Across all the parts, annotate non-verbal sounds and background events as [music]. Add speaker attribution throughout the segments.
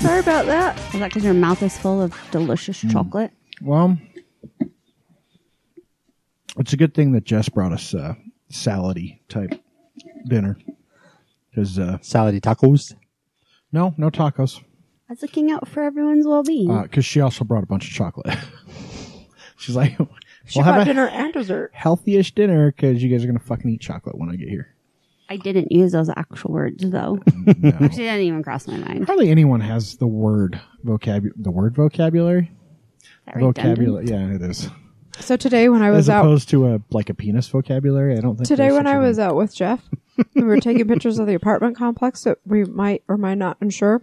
Speaker 1: Sorry about that. Is that because your mouth is full of delicious chocolate?
Speaker 2: Well, it's a good thing that Jess brought us uh, salady type dinner. Because uh,
Speaker 3: Salad tacos.
Speaker 2: no, no tacos.
Speaker 1: I was looking out for everyone's well-being.
Speaker 2: Because she also brought a bunch of chocolate. [laughs] She's like, we'll
Speaker 3: She
Speaker 2: have
Speaker 3: brought
Speaker 2: a
Speaker 3: dinner and dessert.
Speaker 2: healthyish dinner because you guys are gonna fucking eat chocolate when I get here. [laughs]
Speaker 1: I didn't use those actual words though.
Speaker 2: No.
Speaker 1: Actually, that didn't even cross my mind. Is
Speaker 2: Hardly anyone has the word vocabulary. The word vocabulary.
Speaker 1: that redundant?
Speaker 2: Vocabulary. Yeah, it is.
Speaker 4: So today when I
Speaker 2: As
Speaker 4: was out
Speaker 2: opposed to a like a penis vocabulary. I don't think
Speaker 4: today
Speaker 2: there's
Speaker 4: when
Speaker 2: such
Speaker 4: I
Speaker 2: a
Speaker 4: was
Speaker 2: thing.
Speaker 4: out with Jeff, we were
Speaker 2: [laughs]
Speaker 4: taking pictures of the apartment complex that we might or might not insure.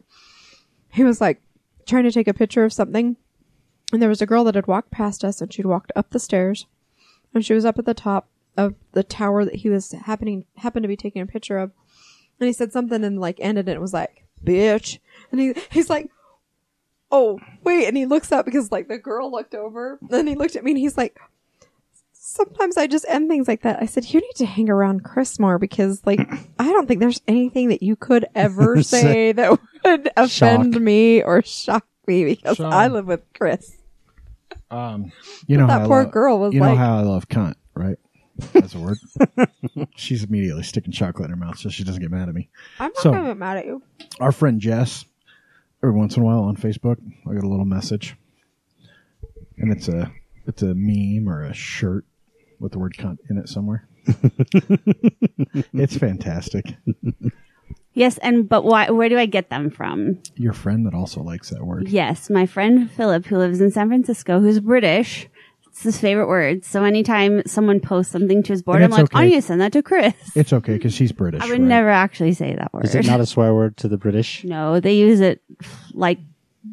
Speaker 4: He was like trying to take a picture of something, and there was a girl that had walked past us, and she'd walked up the stairs, and she was up at the top of the tower that he was happening happened to be taking a picture of, and he said something and like ended it and was like bitch, and he he's like. Oh wait, and he looks up because like the girl looked over, and he looked at me, and he's like, sometimes I just end things like that. I said, You need to hang around Chris more because, like, I don't think there's anything that you could ever say that would offend
Speaker 3: Shock.
Speaker 4: me or shock me because
Speaker 2: Shock.
Speaker 4: I live with Chris.
Speaker 2: Um, you know
Speaker 4: that
Speaker 2: how I
Speaker 4: poor
Speaker 2: love-
Speaker 4: girl was
Speaker 2: You know
Speaker 4: like-
Speaker 2: how I love cunt, right? That's a
Speaker 4: [laughs]
Speaker 2: word. She's immediately sticking chocolate in her mouth so she doesn't get mad at me.
Speaker 4: I'm not
Speaker 2: So-
Speaker 4: going to get mad at you.
Speaker 2: Our friend Jess, every once in a while on Facebook, I get a little message, and it's a it's a meme or a shirt with the word cunt in it somewhere. it's fantastic.
Speaker 1: Yes, and but why? Where do I get them from?
Speaker 2: Your friend that also likes that word.
Speaker 1: Yes, my friend Philip, who lives in San Francisco, who's British. It's his favorite word. So anytime someone posts something to his board,
Speaker 2: And
Speaker 1: I'm
Speaker 2: it's
Speaker 1: like,
Speaker 2: okay.
Speaker 1: I need to send that to Chris.
Speaker 2: It's okay because she's British.
Speaker 1: I would
Speaker 2: right?
Speaker 1: never actually say that word.
Speaker 3: Is it not a swear word to the
Speaker 1: [laughs]
Speaker 3: British?
Speaker 1: no, they use it like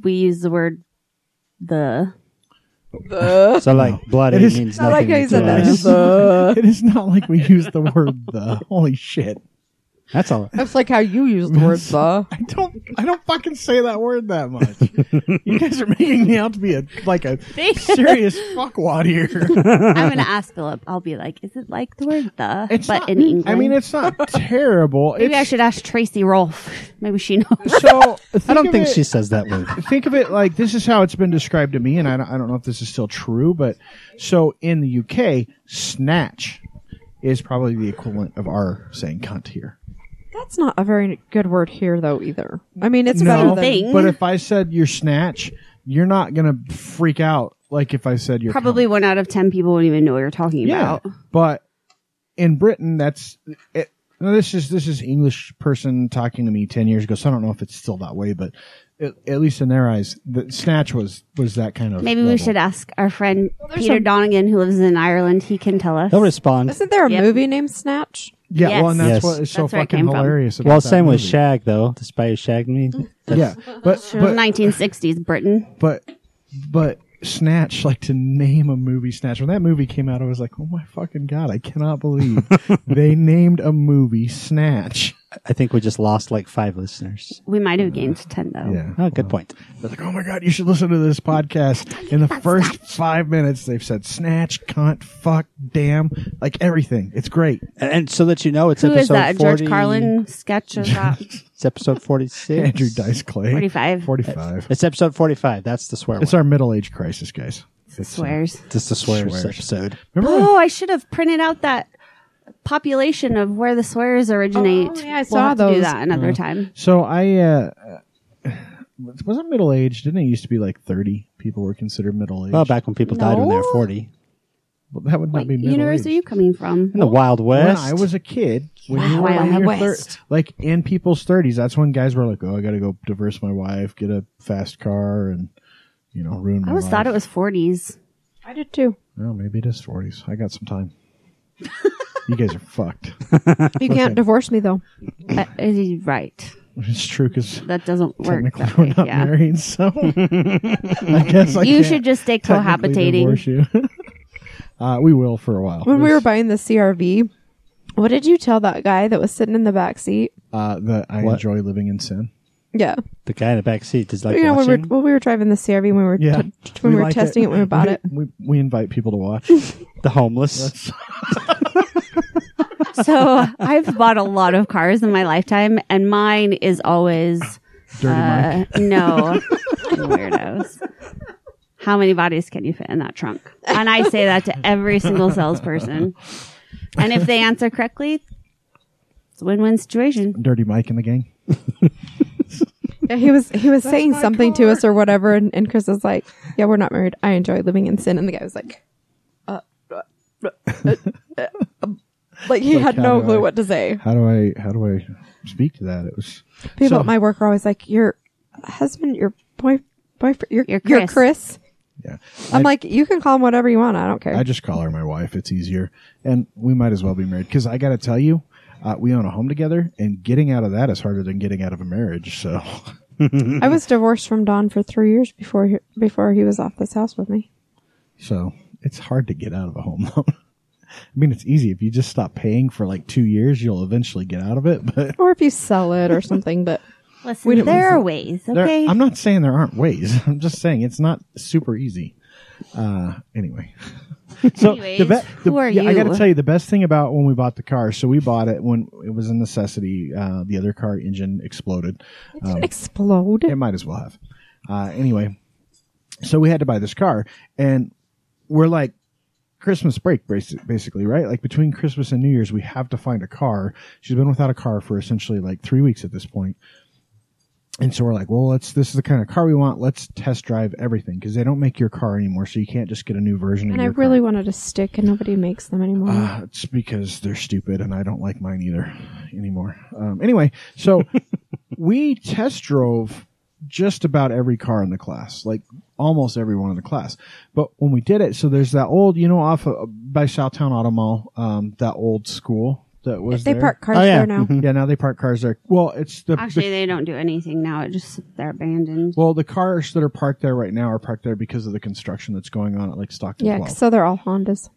Speaker 1: we use the word the.
Speaker 3: So like blood
Speaker 2: It
Speaker 3: it
Speaker 2: is-
Speaker 3: means
Speaker 4: I like
Speaker 3: nothing
Speaker 4: how you said
Speaker 3: to [laughs]
Speaker 4: that.
Speaker 3: us.
Speaker 4: The-
Speaker 2: It is not like we use the word the. Holy shit!
Speaker 3: That's
Speaker 2: [laughs]
Speaker 3: all.
Speaker 4: That's like how you use the word the.
Speaker 2: I don't I don't fucking say that word that much. you guys are making me out to be a like
Speaker 1: [laughs]
Speaker 2: a serious fuckwad here. [laughs]
Speaker 1: I'm gonna ask Philip. I'll be like, is it like the word the?
Speaker 2: It's
Speaker 1: but
Speaker 2: not,
Speaker 1: in England,
Speaker 2: I mean, it's not terrible.
Speaker 1: Maybe I
Speaker 2: It's-
Speaker 1: should ask Tracy Rolfe. Maybe she knows.
Speaker 2: [laughs] So
Speaker 3: I don't
Speaker 2: of
Speaker 3: think
Speaker 2: it-
Speaker 3: she says that word.
Speaker 2: think of it like this is how it's been described to me, and I don't, I don't know if this is still true, but so in the UK, snatch is probably the equivalent of our saying cunt here.
Speaker 4: That's not a very good word here, though, either. I mean, it's better than.
Speaker 1: thing.
Speaker 2: but if I said your snatch, you're not gonna freak out like if I said your
Speaker 1: Probably one out of ten people won't even know what you're talking
Speaker 2: Yeah,
Speaker 1: about.
Speaker 2: but in Britain, that's it, no, this is this is English person talking to me ten years ago. So I don't know if it's still that way, but at, at least in their eyes, the snatch was was that kind of.
Speaker 1: Maybe we
Speaker 2: level.
Speaker 1: should ask our friend
Speaker 4: there's
Speaker 1: Peter
Speaker 4: some-
Speaker 1: Donegan, who lives in Ireland. He can tell us.
Speaker 3: They'll respond.
Speaker 4: Isn't there a
Speaker 1: Yep.
Speaker 4: movie named Snatch?
Speaker 2: Yeah, well, and that's
Speaker 3: Yes.
Speaker 2: what is so
Speaker 1: That's where it
Speaker 2: fucking
Speaker 1: came from.
Speaker 2: hilarious. About
Speaker 3: Well,
Speaker 2: that
Speaker 3: same with
Speaker 2: movie.
Speaker 3: Shag though. The spy who shagged me.
Speaker 2: Yeah, but
Speaker 1: It was
Speaker 2: but
Speaker 1: 1960s Britain.
Speaker 2: but but snatch like to name a movie snatch when that movie came out i was like oh my fucking god i cannot
Speaker 3: [laughs]
Speaker 2: believe they named a movie snatch
Speaker 3: I think we just lost like five listeners.
Speaker 1: We might have gained ten though.
Speaker 2: yeah
Speaker 3: Oh, good point.
Speaker 2: They're like, oh my God, you should listen to this podcast. In the first five minutes, they've said snatch, cunt, fuck, damn, like everything. It's great.
Speaker 3: And, and so that you know, it's
Speaker 1: Who
Speaker 3: episode
Speaker 1: is that? A
Speaker 3: 40,
Speaker 2: [laughs]
Speaker 1: George Carlin sketch of that?
Speaker 3: It's episode forty-six.
Speaker 2: Andrew Dice Clay.
Speaker 1: 45.
Speaker 2: 45.
Speaker 3: It's episode forty-five. That's the swear
Speaker 2: It's
Speaker 3: word.
Speaker 2: our middle age crisis, guys. It's, uh,
Speaker 1: Swears.
Speaker 3: That's the swear
Speaker 2: Swears.
Speaker 3: episode.
Speaker 2: Remember
Speaker 1: [gasps]
Speaker 2: when
Speaker 1: Oh, I should have printed out that population of where the swears originate.
Speaker 4: Oh, yeah, I
Speaker 1: We'll
Speaker 4: saw
Speaker 1: have to do
Speaker 4: those.
Speaker 1: that
Speaker 2: Oh.
Speaker 1: another time.
Speaker 2: So I uh, [sighs] wasn't middle aged. Didn't it used to be like thirty people were considered middle aged?
Speaker 3: Well, back when people died when they were
Speaker 4: No.
Speaker 3: forty.
Speaker 2: Well, that would not
Speaker 1: What
Speaker 2: be middle
Speaker 1: universe are you
Speaker 2: aged.
Speaker 1: coming from?
Speaker 3: In the Wild
Speaker 2: When
Speaker 3: West.
Speaker 2: I was a kid, when you were
Speaker 1: Wild
Speaker 2: in your thir-
Speaker 4: West.
Speaker 2: like in people's thirties, that's when guys were like, "Oh, I got to go divorce my wife, get a fast car, and you know, ruin my
Speaker 1: I always
Speaker 2: life."
Speaker 1: thought it was 40s.
Speaker 4: I did too.
Speaker 2: Well, maybe it is forties. I got some time. [laughs] you guys are fucked. [laughs]
Speaker 4: You can't divorce me, though.
Speaker 1: Uh, uh, right.
Speaker 2: It's true because
Speaker 1: That doesn't work.
Speaker 2: technically
Speaker 1: that
Speaker 2: we're
Speaker 1: way,
Speaker 2: not
Speaker 1: yeah.
Speaker 2: married, so I guess I
Speaker 1: You
Speaker 2: can't
Speaker 1: should just stay
Speaker 2: technically
Speaker 1: cohabitating.
Speaker 2: divorce you. [laughs] uh, we will for a while.
Speaker 4: When we were
Speaker 2: There's-
Speaker 4: buying the CRV, what did you tell that guy that was sitting in the back seat?
Speaker 2: uh, that I
Speaker 3: What?
Speaker 2: enjoy living in sin.
Speaker 4: Yeah,
Speaker 3: The guy in the back seat is like
Speaker 4: you know when we,
Speaker 3: watching.
Speaker 4: were, when we were driving the CRV, when we were
Speaker 2: Yeah,
Speaker 4: t- when we, were
Speaker 2: like
Speaker 4: testing it, when we bought
Speaker 2: [laughs]
Speaker 4: it.
Speaker 2: We, we invite people to
Speaker 4: [laughs]
Speaker 2: watch.
Speaker 3: the homeless.
Speaker 2: That's-
Speaker 1: So I've bought a lot of cars in my lifetime, and mine is always
Speaker 2: Dirty Mike. [laughs]
Speaker 1: uh, no weirdos. How many bodies can you fit in that trunk? And I say that to every single salesperson. And if they answer correctly, it's a win-win situation.
Speaker 2: Dirty Mike in the gang.
Speaker 4: Yeah, he was he was saying something to us or whatever, and, and Chris was like, "Yeah, we're not married. I enjoy living in sin." And the guy was like, uh, uh, uh, uh, uh, like he had
Speaker 2: how
Speaker 4: no
Speaker 2: do
Speaker 4: clue
Speaker 2: I-
Speaker 4: what to say.
Speaker 2: How do I how do I speak to that? It was
Speaker 4: People
Speaker 2: So-
Speaker 4: at my work are always like, "Your husband, your boy, boyfriend, your
Speaker 1: You're
Speaker 4: your
Speaker 1: Chris."
Speaker 4: Chris."
Speaker 2: yeah.
Speaker 4: I'm like, you can call him whatever you want. I don't care.
Speaker 2: I just call her my wife. It's easier, and we might as well be married because I got to tell you, uh, we own a home together, and getting out of that is harder than getting out of a marriage. So [laughs]
Speaker 4: I was divorced from Don for three years before he, before he was off this house with me.
Speaker 2: so it's hard to get out of a home loan. [laughs] I mean, it's easy if you just stop paying for like two years, you'll eventually get out of it. [laughs] But
Speaker 4: Or if you sell it or something, [laughs] but
Speaker 1: Listen, there are ways,
Speaker 2: there,
Speaker 1: okay?
Speaker 2: I'm not saying there aren't ways. [laughs] I'm just saying it's not super easy. Uh, anyway. [laughs] So the
Speaker 1: Anyways,
Speaker 2: be- the-
Speaker 1: who are
Speaker 2: yeah, I
Speaker 1: you?
Speaker 2: got to tell you the best thing about when we bought the car. So we bought it when it was a necessity. Uh, the other car engine exploded. Um,
Speaker 4: explode.
Speaker 2: it might as well have. Uh, anyway, so we had to buy this car, and we're like Christmas break, basi- basically, right? Like between Christmas and New Year's, we have to find a car. She's been without a car for essentially like three weeks at this point. And so we're like, well, let's, this is the kind of car we want. Let's test drive everything because they don't make your car anymore. So you can't just get a new version. of
Speaker 4: And I
Speaker 2: your car.
Speaker 4: really wanted a stick, and nobody makes them anymore.
Speaker 2: Uh, it's because they're stupid, and I don't like mine either anymore. Um, anyway, so
Speaker 4: [laughs]
Speaker 2: we test drove just about every car in the class, like almost every one in the class. But when we did it, so there's that old, you know, off of, by Southtown Auto Mall, um, that old school that was
Speaker 4: they
Speaker 2: there.
Speaker 4: park cars
Speaker 3: Oh, yeah.
Speaker 4: there now.
Speaker 2: Yeah, Mm-hmm. now they park cars there. Well, it's the, the
Speaker 1: Actually, they don't do anything now. It just they're abandoned.
Speaker 2: well, the cars that are parked there right now are parked there because of the construction that's going on at like Stockton.
Speaker 4: Yeah,
Speaker 2: Bluff.
Speaker 4: so they're all Hondas.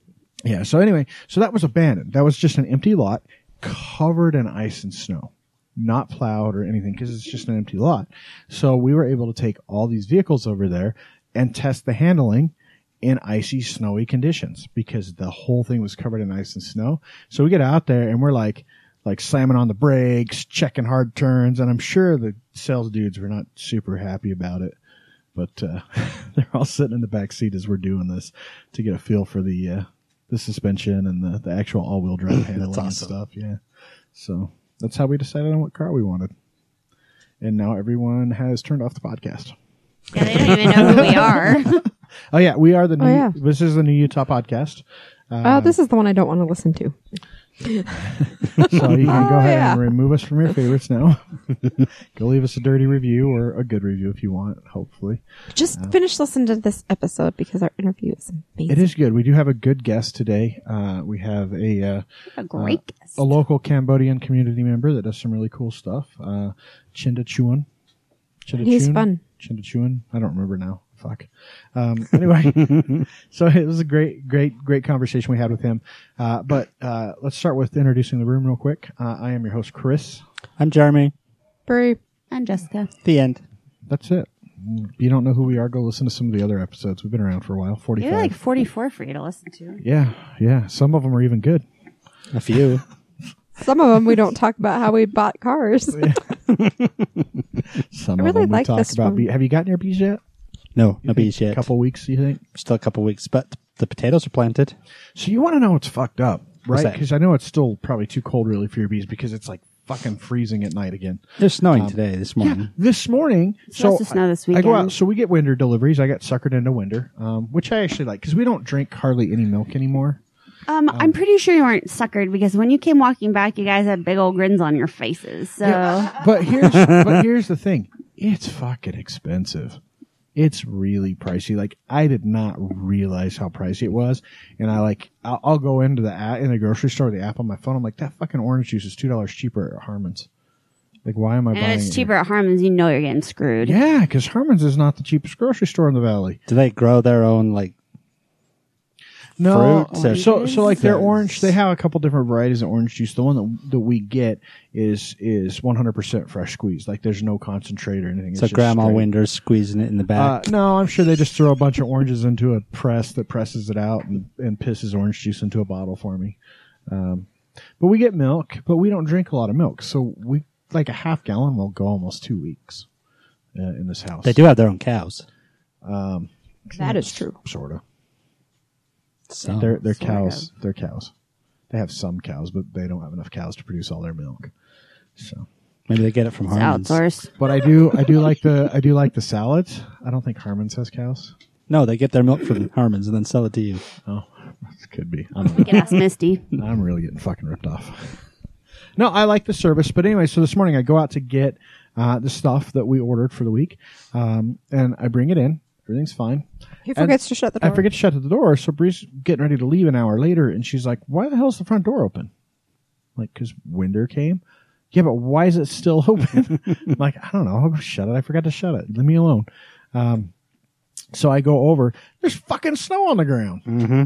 Speaker 2: Yeah. So anyway, so that was abandoned. That was just an empty lot covered in ice and snow, not plowed or anything because it's just an empty lot. So we were able to take all these vehicles over there and test the handling in icy, snowy conditions because the whole thing was covered in ice and snow. So we get out there and we're like, like slamming on the brakes, checking hard turns, and I'm sure the sales dudes were not super happy about it but uh, [laughs] they're all sitting in the back seat as we're doing this to get a feel for the uh, the suspension and the, the actual all wheel drive handling and
Speaker 3: awesome.
Speaker 2: stuff. Yeah, so that's how we decided on what car we wanted, and now everyone has turned off the podcast.
Speaker 1: Yeah, they don't even know who [laughs] we are.
Speaker 2: Oh yeah, we are the new.
Speaker 4: yeah.
Speaker 2: This is the new Utah podcast, Uh,
Speaker 4: oh, this is the one I don't want to listen to.
Speaker 2: so you can go
Speaker 4: Oh,
Speaker 2: ahead
Speaker 4: yeah.
Speaker 2: and remove us from your favorites now. [laughs] go leave us a dirty review or a good review if you want. Hopefully,
Speaker 4: Just finish listening to this episode because our interview is
Speaker 2: uh, it
Speaker 4: amazing.
Speaker 2: is good. We do have a good guest today. Uh, we have a. Uh,
Speaker 1: A great guest.
Speaker 2: a local Cambodian community member that does some really cool stuff. Uh, Chinda Chuan. Chinda
Speaker 4: He's
Speaker 2: Chuan?
Speaker 4: fun.
Speaker 2: Chinda Chuan. I don't remember now. Fuck. Um, [laughs] anyway, so it was a great, great, great conversation we had with him. Uh, but uh, let's start with introducing the room real quick. Uh, I am your host, Chris.
Speaker 3: I'm Jeremy.
Speaker 4: Very-
Speaker 1: And Jessica.
Speaker 3: The end.
Speaker 2: That's it. If you don't know who we are, go listen to some of the other episodes. We've been around for a while.
Speaker 1: You're
Speaker 2: 45.
Speaker 1: like 44 for you to listen to.
Speaker 2: yeah, yeah. Some of them are even good.
Speaker 3: A few.
Speaker 4: Some of them we don't talk about how we
Speaker 2: [laughs]
Speaker 4: bought cars.
Speaker 2: Some
Speaker 4: I
Speaker 2: of
Speaker 4: really
Speaker 2: them we
Speaker 4: like
Speaker 2: talk
Speaker 4: this
Speaker 2: about.
Speaker 4: one.
Speaker 2: Have you gotten your bees yet?
Speaker 3: No, no bees yet.
Speaker 2: couple weeks, you think?
Speaker 3: Still a couple weeks, but the potatoes are planted.
Speaker 2: So you want to know what's fucked up, right?
Speaker 3: that?
Speaker 2: Because I know it's still probably too cold really for your bees because it's like fucking freezing at night again. Mm-hmm.
Speaker 3: They're snowing
Speaker 2: Um,
Speaker 3: today, this morning.
Speaker 2: This morning, so
Speaker 1: supposed to snow this
Speaker 2: I go out.
Speaker 1: weekend.
Speaker 2: So we get winter deliveries. I got suckered into winter, um, which I actually like because we don't drink hardly any milk anymore.
Speaker 1: Um, I'm pretty sure you weren't suckered because when you came walking back, you guys had big old grins on your faces. So
Speaker 2: But [laughs] here's but here's the thing: it's fucking expensive. It's really pricey. Like I did not realize how pricey it was, and I like I'll, I'll go into the app in the grocery store, the app on my phone. I'm like that fucking orange juice is two dollars cheaper at Harmon's. Like, why am I buying
Speaker 1: And if
Speaker 2: it
Speaker 1: it's
Speaker 2: here?
Speaker 1: cheaper at Harmon's, you know you're getting screwed.
Speaker 2: Yeah, because Harmon's is not the cheapest grocery store in the valley.
Speaker 3: Do they grow their own like?
Speaker 2: No, oh
Speaker 3: Fruits, there's-
Speaker 2: so so like their
Speaker 3: there's-
Speaker 2: orange, they have a couple different varieties of orange juice. The one that, that we get is is 100% fresh squeezed. Like there's no concentrate or anything. It's
Speaker 3: so
Speaker 2: just
Speaker 3: Grandma
Speaker 2: straight.
Speaker 3: Winder's squeezing it in the
Speaker 2: Uh,
Speaker 3: back.
Speaker 2: no, I'm sure they just throw a bunch of oranges into a press that presses it out and, and pisses orange juice into a bottle for me. Um, but we get milk, but we don't drink a lot of milk, so we like a half gallon will go almost two weeks uh, in this house.
Speaker 3: they do have their own cows.
Speaker 4: That is true.
Speaker 2: sort of.
Speaker 3: So
Speaker 2: They're they're cows. They're cows. They have some cows, but they don't have enough cows to produce all their milk. So,
Speaker 3: maybe they get it from
Speaker 1: It's
Speaker 3: Harmon's.
Speaker 1: outsourced.
Speaker 2: but I do I do like the I do like the salads. I don't think Harmon's has cows.
Speaker 3: No, they get their milk
Speaker 2: [clears throat]
Speaker 3: from Harmon's and then sell it to you.
Speaker 2: Oh, [laughs] could be. I [laughs] don't know.
Speaker 1: Get [laughs] ass Misty.
Speaker 2: I'm really getting fucking ripped off. No, I like the service, but anyway, so this morning I go out to get uh, the stuff that we ordered for the week, um, and I bring it in. Everything's fine.
Speaker 4: He forgets to shut the door.
Speaker 2: I forget to shut the door, so Bree's getting ready to leave an hour later, and she's like, "Why the hell is the front door open?" I'm like, because Winder came. Yeah, but why is it still [laughs] open? I'm like, I don't know. Shut it. I forgot to shut it. Leave me alone. Um, so I go over. There's fucking snow on the ground. Mm-hmm.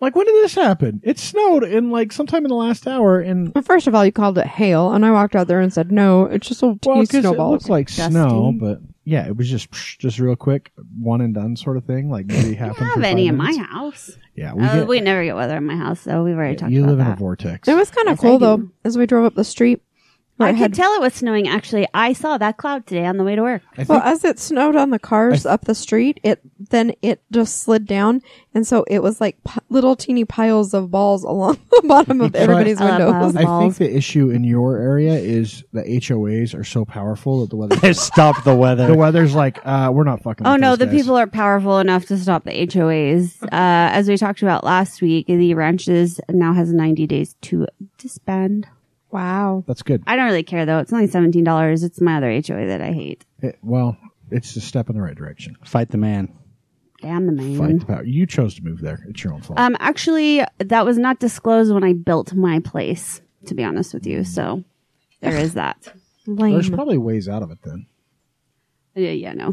Speaker 2: Like, when did this happen? It snowed in like sometime in the last hour, and
Speaker 4: Well, First of all, you called it hail, and I walked out there and said, "No, it's just a
Speaker 2: well,
Speaker 4: few
Speaker 2: 'cause it
Speaker 4: snowballs."
Speaker 2: looked like
Speaker 1: Dusty.
Speaker 2: snow, but yeah, it was just psh, just real quick, one and done sort of thing.
Speaker 1: [laughs]
Speaker 2: Like maybe
Speaker 1: I
Speaker 2: happened.
Speaker 1: don't
Speaker 2: for
Speaker 1: have any
Speaker 2: five
Speaker 1: in my
Speaker 2: minutes.
Speaker 1: house.
Speaker 2: Yeah,
Speaker 1: Oh,
Speaker 2: we
Speaker 1: We,
Speaker 2: get,
Speaker 1: never get weather in my house, so we've already talked
Speaker 2: you
Speaker 1: about
Speaker 2: live in a
Speaker 1: that.
Speaker 2: vortex.
Speaker 4: it was kind of
Speaker 1: Yes, I
Speaker 4: cool
Speaker 1: do.
Speaker 4: though. As we drove up the street,
Speaker 1: I
Speaker 4: it
Speaker 1: could
Speaker 4: had-
Speaker 1: tell it was snowing. Actually, I saw that cloud today on the way to work.
Speaker 2: I think
Speaker 4: Well, as it snowed on the cars up the street, it then it just slid down, and so it was like p- little teeny piles of balls along [laughs] the bottom of
Speaker 2: That's
Speaker 4: everybody's
Speaker 1: right. I love
Speaker 4: windows.
Speaker 2: I
Speaker 1: balls.
Speaker 2: think the issue in your area is the HOAs are so powerful that the weather [laughs]
Speaker 3: [laughs] They stop the weather.
Speaker 2: the weather's like uh, we're not fucking.
Speaker 1: Oh
Speaker 2: with
Speaker 1: no,
Speaker 2: those
Speaker 1: the
Speaker 2: guys.
Speaker 1: people are powerful enough to stop the
Speaker 2: [laughs]
Speaker 1: HOAs. Uh, as we talked about last week, the ranches now has 90 days to disband.
Speaker 4: [laughs] Wow,
Speaker 2: That's good.
Speaker 1: I don't really care though. It's only $17. It's my other HOA that I hate.
Speaker 2: It- well, it's a step in the right direction.
Speaker 3: Fight the man.
Speaker 1: Damn the
Speaker 2: Fight the
Speaker 1: man.
Speaker 2: power. You chose to move there. It's your own fault.
Speaker 1: Mm-hmm. Um, actually, that was not disclosed when I built my place, to be honest with you. So there
Speaker 2: [laughs]
Speaker 1: is that.
Speaker 2: There's
Speaker 1: um,
Speaker 4: lame.
Speaker 2: probably ways out of it. Then
Speaker 1: Uh, Yeah, yeah, no. [laughs]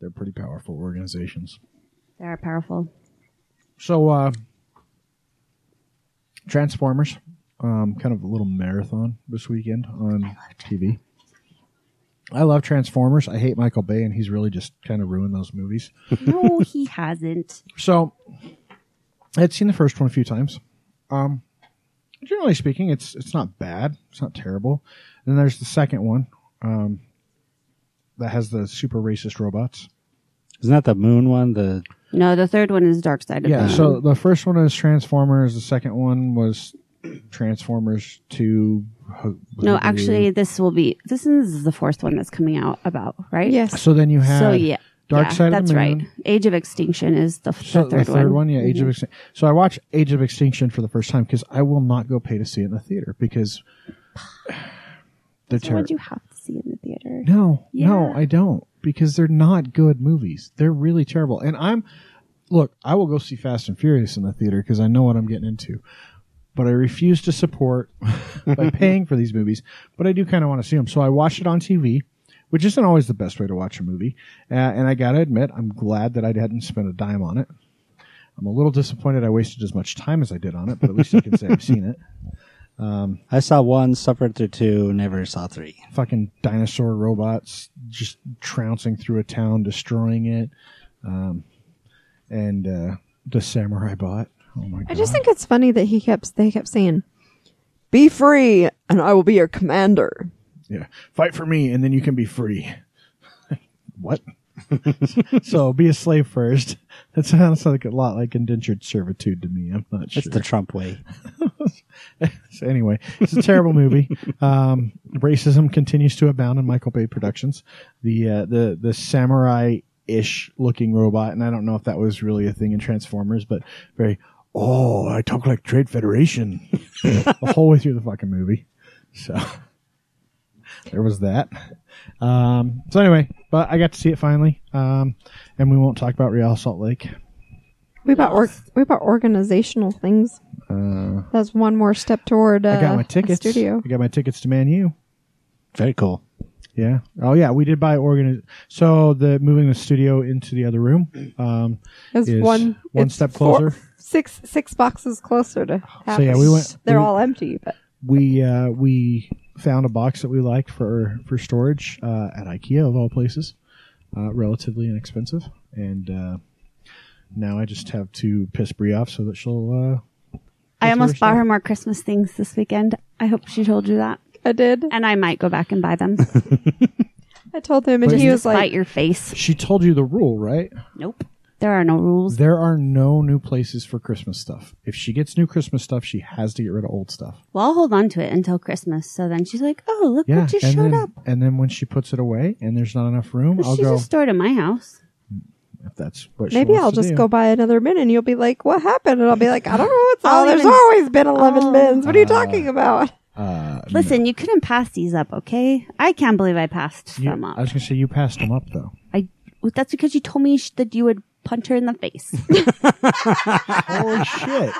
Speaker 2: they're pretty powerful organizations.
Speaker 1: they are powerful.
Speaker 2: So, uh, Transformers, um, kind of a little marathon this weekend on TV. I love Transformers. I hate Michael Bay, and he's really just kind of ruined those movies.
Speaker 1: No, he hasn't.
Speaker 2: So I had seen the first one a few times. Um, generally speaking, it's it's not bad. It's not terrible. And then there's the second one um, that has the super racist robots.
Speaker 3: Isn't that the moon one? The
Speaker 1: No, the third one is Dark Side of
Speaker 2: Yeah.
Speaker 1: the Moon.
Speaker 2: So the first one is Transformers. The second one was Transformers Two. Ho-
Speaker 1: No, actually, this will be this is the fourth one that's coming out about right.
Speaker 4: Yes,
Speaker 2: So then you have
Speaker 1: So yeah,
Speaker 2: Dark
Speaker 1: yeah,
Speaker 2: Side of
Speaker 1: That's
Speaker 2: the Moon.
Speaker 1: right. Age of Extinction is the, f-
Speaker 2: So
Speaker 1: the, third, Mm-hmm.
Speaker 2: one, yeah, Age of Extinction. So I watched Age of Extinction for the first time because I will not go pay to see it in the theater because [sighs] they're
Speaker 1: So would
Speaker 2: terrible.
Speaker 1: you have to see in the theater?
Speaker 2: No, no,
Speaker 1: Yeah.
Speaker 2: I don't because they're not good movies. They're really terrible. And I'm look, I will go see Fast and Furious in the theater because I know what I'm getting into. But I refuse to support [laughs] by paying for these movies. But I do kind of want to see them, so I watched it on TV, which isn't always the best way to watch a movie. Uh, and I gotta admit, I'm glad that I hadn't spent a dime on it. I'm a little disappointed I wasted as much time as I did on it, but at least I can say I've seen it.
Speaker 3: I saw one, suffered through two, never saw three.
Speaker 2: fucking dinosaur robots just trouncing through a town, destroying it. Um, and uh, the samurai bot. Oh my god!
Speaker 4: I just think it's funny that he kept they kept saying, "Be free, and I will be your commander."
Speaker 2: yeah, fight for me, and then you can be free. [laughs] what? [laughs] so be a slave first. That sounds like a lot like indentured servitude to me. I'm not sure.
Speaker 3: It's the Trump way.
Speaker 2: So anyway, it's a terrible movie. Um, racism continues to abound in Michael Bay productions. The uh, the the samurai ish looking robot, and I don't know if that was really a thing in Transformers, but very oh, I talk like Trade Federation the whole way through the fucking movie. So there was that. Um, so anyway, but I got to see it finally, um, and we won't talk about Real Salt Lake.
Speaker 4: We bought org- we bought organizational things.
Speaker 2: Uh,
Speaker 4: That's one more step toward uh,
Speaker 2: I got my
Speaker 4: a
Speaker 2: tickets.
Speaker 4: studio.
Speaker 2: I got my tickets to Man U.
Speaker 3: Very cool.
Speaker 2: Yeah. Oh yeah, we did buy organ. So the moving the studio into the other room. Um,
Speaker 4: It's
Speaker 2: is
Speaker 4: one
Speaker 2: one
Speaker 4: it's
Speaker 2: step
Speaker 4: four-
Speaker 2: closer.
Speaker 4: six six boxes closer to. Half.
Speaker 2: yeah, we went-
Speaker 4: They're
Speaker 2: we-
Speaker 4: all empty, but
Speaker 2: we uh, we found a box that we liked for for storage uh, at IKEA of all places, uh, relatively inexpensive, and uh, now I just have to piss Brie off so that she'll. uh,
Speaker 1: I almost
Speaker 2: yours,
Speaker 1: bought
Speaker 2: Sarah?
Speaker 1: her more Christmas things this weekend. I hope she told you that.
Speaker 4: I did.
Speaker 1: And I might go back and
Speaker 2: [laughs]
Speaker 1: buy them.
Speaker 4: I told him, and
Speaker 1: Just
Speaker 4: he was
Speaker 1: to spite
Speaker 4: like,
Speaker 1: your face.
Speaker 2: Uh, she told you the rule, right?
Speaker 1: Nope. There are no rules.
Speaker 2: There are no new places for Christmas stuff. If she gets new Christmas stuff, she has to get rid of old stuff.
Speaker 1: Well, I'll hold on to it until Christmas. So then she's like, oh, look
Speaker 2: Yeah,
Speaker 1: what just
Speaker 2: and
Speaker 1: showed
Speaker 2: then
Speaker 1: up.
Speaker 2: and then when she puts it away and there's not enough room, I'll
Speaker 1: She
Speaker 2: go.
Speaker 1: just stored in my house.
Speaker 2: If that's what she
Speaker 4: "Maybe
Speaker 2: wants
Speaker 4: I'll
Speaker 2: to
Speaker 4: just
Speaker 2: do.
Speaker 4: go buy another min," and you'll be like, "What happened?" And I'll be like, "I don't know what's
Speaker 1: I'll
Speaker 4: all. There's
Speaker 1: even-
Speaker 4: always been eleven
Speaker 1: Oh.
Speaker 4: mins. What are you talking about?"
Speaker 2: Uh,
Speaker 1: Listen, you couldn't pass these up, okay? I can't believe I passed
Speaker 2: you- uh,
Speaker 1: them up.
Speaker 2: I was gonna say you passed them up though.
Speaker 1: I well, that's because you told me sh- that you would punch her in the face.
Speaker 2: [laughs] Holy shit.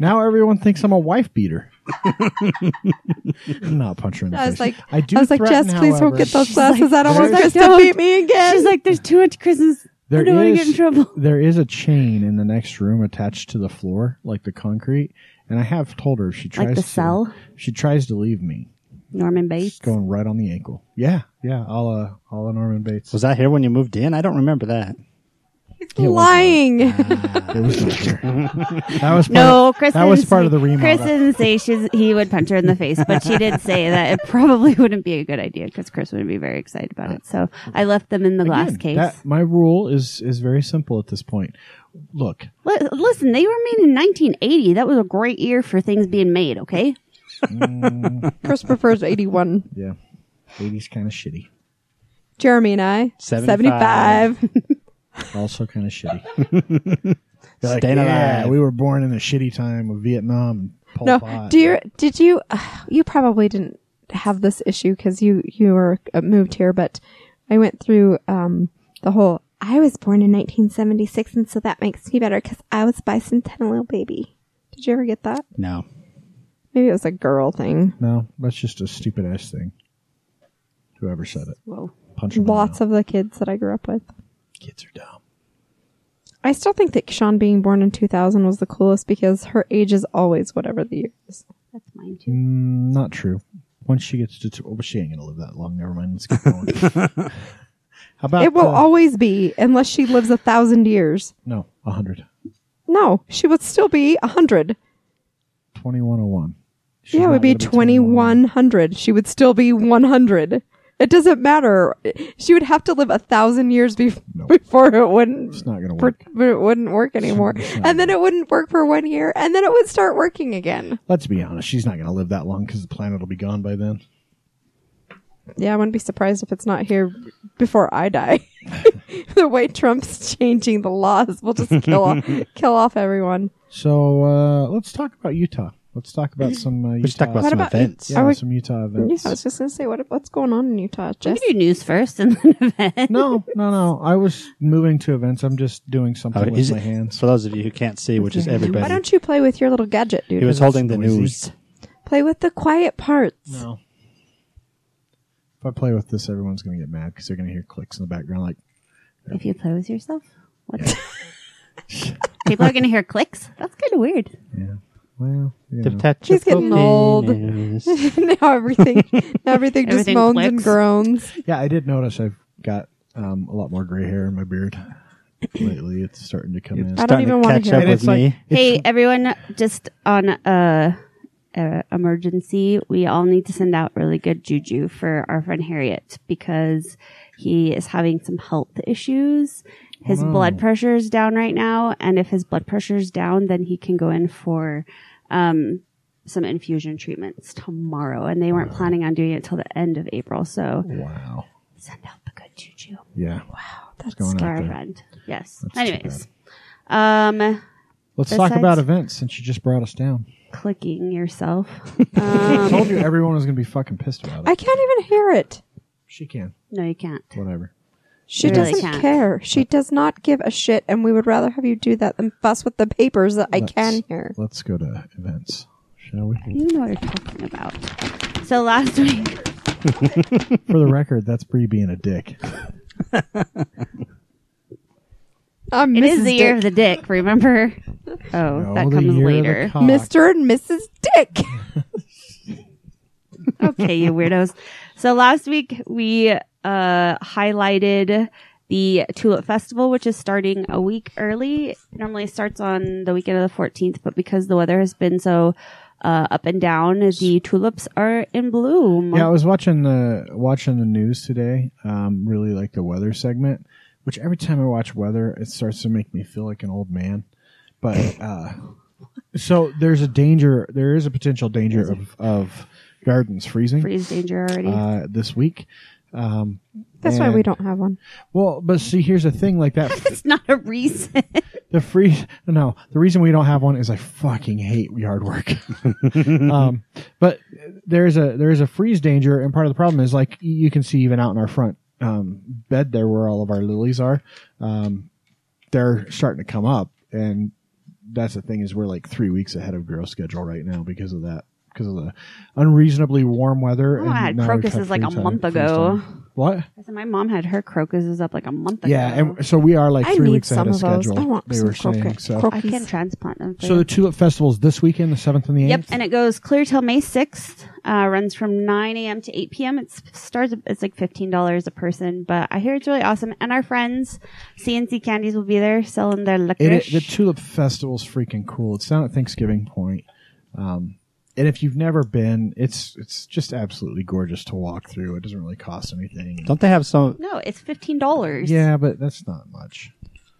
Speaker 2: Now everyone thinks I'm a wife beater. [laughs] I'm not punching the
Speaker 4: I was
Speaker 2: face.
Speaker 4: like,
Speaker 2: I do.
Speaker 4: I was like,
Speaker 2: threaten,
Speaker 4: "Jess, please
Speaker 2: however,
Speaker 4: don't get those glasses. I don't
Speaker 2: She's
Speaker 4: want
Speaker 2: like,
Speaker 4: Chris to
Speaker 1: "Don't."
Speaker 4: beat me again."
Speaker 1: She's like, "There's too much Christmas.
Speaker 2: There
Speaker 1: I don't want to get in
Speaker 2: is-
Speaker 1: trouble."
Speaker 2: [laughs] There is a chain in the next room attached to the floor, like the concrete. And I have told her if she tries
Speaker 1: Like the
Speaker 2: to,
Speaker 1: cell?
Speaker 2: if she tries to leave me.
Speaker 1: Norman
Speaker 2: She's
Speaker 1: Bates.
Speaker 2: going right on the ankle. Yeah, yeah. All uh, all Norman Bates.
Speaker 3: Was that here when you moved in? I don't remember that.
Speaker 2: Yeah, it was
Speaker 4: lying.
Speaker 2: [laughs] It was not here. that was part
Speaker 1: No,
Speaker 2: Of,
Speaker 1: Chris.
Speaker 2: that was
Speaker 1: didn't
Speaker 2: part
Speaker 1: say-
Speaker 2: of the remodel.
Speaker 1: Chris didn't say she's, he would punch her in the face, but she did say that it probably wouldn't be a good idea because Chris wouldn't be very excited about it. So I left them in the glass
Speaker 2: Again,
Speaker 1: case.
Speaker 2: that- my rule is is very simple at this point. Look,
Speaker 1: Li- listen, they were made in 1980. That was a great year for things being made. Okay,
Speaker 4: Chris prefers eighty-one.
Speaker 2: yeah, eighties kind of shitty.
Speaker 4: Jeremy and I,
Speaker 3: 75.
Speaker 4: seventy-five.
Speaker 2: also kind of
Speaker 4: [laughs]
Speaker 2: shitty.
Speaker 3: Staying
Speaker 2: yeah,
Speaker 3: alive.
Speaker 2: we were born in a shitty time of Vietnam and Pol
Speaker 4: No,
Speaker 2: Pot.
Speaker 4: do you? Did you? [sighs] Uh, you probably didn't have this issue because you you were uh, moved here, but I went through um the whole. I was born in 1976, and so that makes me better because I was bicentennial baby. Did you ever get that?
Speaker 3: no.
Speaker 4: Maybe it was a girl thing.
Speaker 2: no, that's just a stupid ass thing. Whoever said it,
Speaker 1: whoa,
Speaker 2: punch him.
Speaker 4: Lots of the kids that I grew up with.
Speaker 2: kids are dumb.
Speaker 4: I still think that Sean being born in 2000 was the coolest because her age is always whatever the year is.
Speaker 1: that's mine too.
Speaker 2: Mm, not true. Once she gets to, t- well, she ain't gonna live that long. Never mind. Let's keep [laughs] going. How about
Speaker 4: It will
Speaker 2: uh,
Speaker 4: always be unless she lives a thousand years.
Speaker 2: no a hundred.
Speaker 4: No, she would still be a hundred.
Speaker 2: 2101. She's
Speaker 4: Yeah, it
Speaker 2: not
Speaker 4: would be
Speaker 2: gonna 2101.
Speaker 4: 2100. She would still be 100. It doesn't matter. She would have to live a thousand years bef-
Speaker 2: [laughs] No.
Speaker 4: before it wouldn't.
Speaker 2: It's not gonna
Speaker 4: per-
Speaker 2: work.
Speaker 4: it wouldn't work anymore.
Speaker 2: it's not
Speaker 4: And then it wouldn't work for one year, and then it would start working again.
Speaker 2: Let's be honest. She's not gonna live that long because the planet will be gone by then.
Speaker 4: Yeah, I wouldn't be surprised if it's not here before
Speaker 2: [laughs]
Speaker 4: I die. [laughs] the way Trump's changing the laws will just
Speaker 2: [laughs]
Speaker 4: kill off, kill off everyone.
Speaker 2: So uh, let's talk about Utah. Let's talk about some. Uh, Utah.
Speaker 3: Let's talk about
Speaker 4: What
Speaker 3: some
Speaker 4: about-
Speaker 3: events.
Speaker 2: yeah,
Speaker 4: Are we-
Speaker 2: some Utah
Speaker 4: Yeah, [laughs]
Speaker 2: events.
Speaker 4: I was just gonna say, what what's going on in Utah,
Speaker 1: We
Speaker 4: Jess?
Speaker 1: could do news first and then [laughs] event.
Speaker 2: no, no, no. I was moving to events. I'm just doing something
Speaker 3: Oh,
Speaker 2: with
Speaker 3: he's-
Speaker 2: my hands.
Speaker 3: For those of you who can't see, which is
Speaker 4: Why
Speaker 3: everybody,
Speaker 4: don't you play with your little gadget, dude?
Speaker 3: he was holding the
Speaker 2: noisy.
Speaker 3: news.
Speaker 4: Play with the quiet parts.
Speaker 2: No. If I play with this, everyone's going to get mad because they're going to hear clicks in the background. Like,
Speaker 1: If you play with yourself, what? People are gonna hear clicks. That's kind of weird.
Speaker 2: yeah, well, you
Speaker 3: The
Speaker 2: know.
Speaker 3: touch
Speaker 4: He's
Speaker 3: of
Speaker 4: getting
Speaker 3: the
Speaker 4: old. [laughs]
Speaker 3: penis.
Speaker 4: now everything, now everything just
Speaker 1: Everything
Speaker 4: moans and
Speaker 1: clicks.
Speaker 4: groans.
Speaker 2: yeah, I did notice I've got um, a lot more gray hair in my beard [coughs] lately. It's starting to come in.
Speaker 4: I don't
Speaker 3: Starting
Speaker 4: even
Speaker 3: to
Speaker 4: wanna
Speaker 3: catch
Speaker 4: hear
Speaker 3: up
Speaker 4: it.
Speaker 2: And
Speaker 3: with
Speaker 2: it's like-
Speaker 3: me.
Speaker 1: hey, everyone! Just on a, a emergency, we all need to send out really good juju for our friend Harriet because he is having some health issues. His
Speaker 2: Oh.
Speaker 1: blood pressure is down right now, and if his blood pressure is down, then he can go in for um, some infusion treatments tomorrow. And they weren't planning on doing it till the end of April, so
Speaker 2: Wow.
Speaker 1: send out the good juju.
Speaker 2: Yeah. Wow.
Speaker 4: that's
Speaker 2: going
Speaker 1: to
Speaker 2: on
Speaker 1: our
Speaker 2: out there.
Speaker 1: friend. Yes.
Speaker 2: That's too
Speaker 1: Anyways, um,
Speaker 2: Let's talk
Speaker 1: Besides-
Speaker 2: about events since you just brought us down.
Speaker 1: clicking yourself.
Speaker 2: [laughs]
Speaker 1: Um,
Speaker 2: I told you everyone was going to be fucking pissed about it.
Speaker 4: I can't even hear it.
Speaker 2: she can.
Speaker 1: No, you can't.
Speaker 2: Whatever.
Speaker 4: She
Speaker 1: Really
Speaker 4: doesn't
Speaker 1: can't.
Speaker 4: care. She does not give a shit, and we would rather have you do that than fuss with the papers that I can here.
Speaker 2: Let's go to events, shall we?
Speaker 1: You know what you're talking about. So last [laughs] week,
Speaker 2: For the record, that's Bree being a dick.
Speaker 4: I'm
Speaker 1: it
Speaker 4: Mrs.
Speaker 1: is the year of
Speaker 4: Dick.
Speaker 1: the dick, [laughs] remember? Oh,
Speaker 2: No,
Speaker 1: that
Speaker 2: the
Speaker 1: comes
Speaker 2: year of the
Speaker 1: later.
Speaker 2: [laughs]
Speaker 1: [laughs]
Speaker 2: cock.
Speaker 4: Mr. and Mrs. Dick. [laughs]
Speaker 1: okay, you weirdos. So last week we uh, highlighted the Tulip Festival, which is starting a week early. It normally starts on the weekend of the 14th, but because the weather has been so uh, up and down, the tulips are in bloom.
Speaker 2: Yeah, I was watching the watching the news today. Um, really like the weather segment, which every time I watch weather, it starts to make me feel like an old man. But [laughs] uh, so there's a danger. There is a potential danger of, of gardens freezing
Speaker 1: Freeze danger already.
Speaker 2: uh, this week. Um,
Speaker 4: That's why
Speaker 2: and-
Speaker 4: we don't have one.
Speaker 2: Well, but see, here's the thing. Like [laughs] that,
Speaker 1: [laughs] it's not a reason. [laughs]
Speaker 2: The free no. The reason we don't have one is I fucking hate yard work. [laughs] um, but there's a there's a freeze danger, and part of the problem is like you can see even out in our front um, bed there where all of our lilies are, um, they're starting to come up, and that's the thing is we're like three weeks ahead of growth schedule right now because of that because of the unreasonably warm weather.
Speaker 1: Oh, I had
Speaker 2: now we've
Speaker 1: crocuses like a
Speaker 2: freeze time-
Speaker 1: month
Speaker 2: freeze
Speaker 1: ago.
Speaker 2: time. What?
Speaker 1: I said my mom had her crocuses up like a month ago.
Speaker 2: Yeah, and so we are like
Speaker 4: I
Speaker 2: three
Speaker 4: need
Speaker 2: weeks ahead
Speaker 4: some
Speaker 2: of
Speaker 4: of those.
Speaker 2: schedule.
Speaker 4: I want
Speaker 2: they
Speaker 4: some
Speaker 2: were saying
Speaker 4: croquet-
Speaker 2: so.
Speaker 4: croquet
Speaker 1: I can transplant them. For
Speaker 2: So
Speaker 1: you.
Speaker 2: the Tulip Festival is this weekend, the seventh and the eighth.
Speaker 1: Yep, and it goes clear till May sixth. Uh, runs from nine a.m. to eight p.m. It starts. It's like fifteen dollars a person, but I hear it's really awesome. And our friends, CNC Candies, will be there selling their
Speaker 2: It-
Speaker 1: licorice.
Speaker 2: the Tulip Festival's freaking cool. It's down at Thanksgiving Point, um, and if you've never been, it's it's just absolutely gorgeous to walk through. It doesn't really cost anything.
Speaker 3: Don't they have some?
Speaker 1: no, it's fifteen dollars.
Speaker 2: yeah, but that's not much.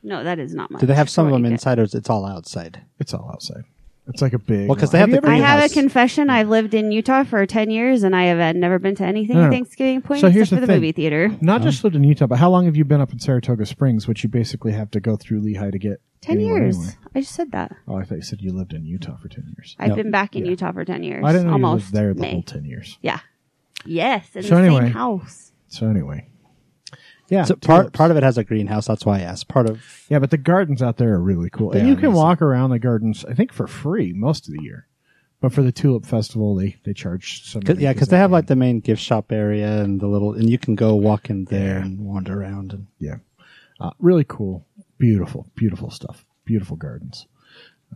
Speaker 1: No, that is not much.
Speaker 3: Do they have some
Speaker 1: for
Speaker 3: of
Speaker 1: what
Speaker 3: them
Speaker 1: you get.
Speaker 3: inside, or is it's all outside?
Speaker 2: It's all outside. It's like a big.
Speaker 3: Well, 'cause they
Speaker 2: lawn.
Speaker 3: have the
Speaker 1: I have a
Speaker 3: Greenhouse.
Speaker 1: confession. I've lived in Utah for ten years, and I have uh, never been to anything
Speaker 2: No,
Speaker 1: at
Speaker 2: no.
Speaker 1: Thanksgiving Point
Speaker 2: So
Speaker 1: except
Speaker 2: here's
Speaker 1: for
Speaker 2: the
Speaker 1: the
Speaker 2: thing.
Speaker 1: movie theater.
Speaker 2: Not just lived in Utah, but how long have you been up in Saratoga Springs, which you basically have to go through Lehigh to get
Speaker 1: Ten
Speaker 2: anywhere
Speaker 1: years.
Speaker 2: anyway?
Speaker 1: I just said that.
Speaker 2: Oh, I thought you said you lived in Utah for ten years.
Speaker 1: I've
Speaker 3: No.
Speaker 1: been back in Utah for ten years.
Speaker 2: I didn't know
Speaker 1: Almost
Speaker 2: you lived there the
Speaker 1: May.
Speaker 2: whole ten years.
Speaker 1: Yeah. Yes, in
Speaker 2: So
Speaker 1: the
Speaker 2: anyway.
Speaker 1: same house.
Speaker 2: So anyway, yeah.
Speaker 3: So part part of it has a greenhouse. That's why I asked. Part of
Speaker 2: Yeah, but the gardens out there are really cool. and
Speaker 3: Yeah,
Speaker 2: you can
Speaker 3: amazing.
Speaker 2: walk around the gardens, I think, for free most of the year. But for the Tulip Festival, they, they charge some.
Speaker 3: Cause, yeah, because they have like the main gift shop area and the little, and you can go walk in there and wander around. And
Speaker 2: Yeah. Uh, really cool. Beautiful, beautiful stuff. Beautiful gardens.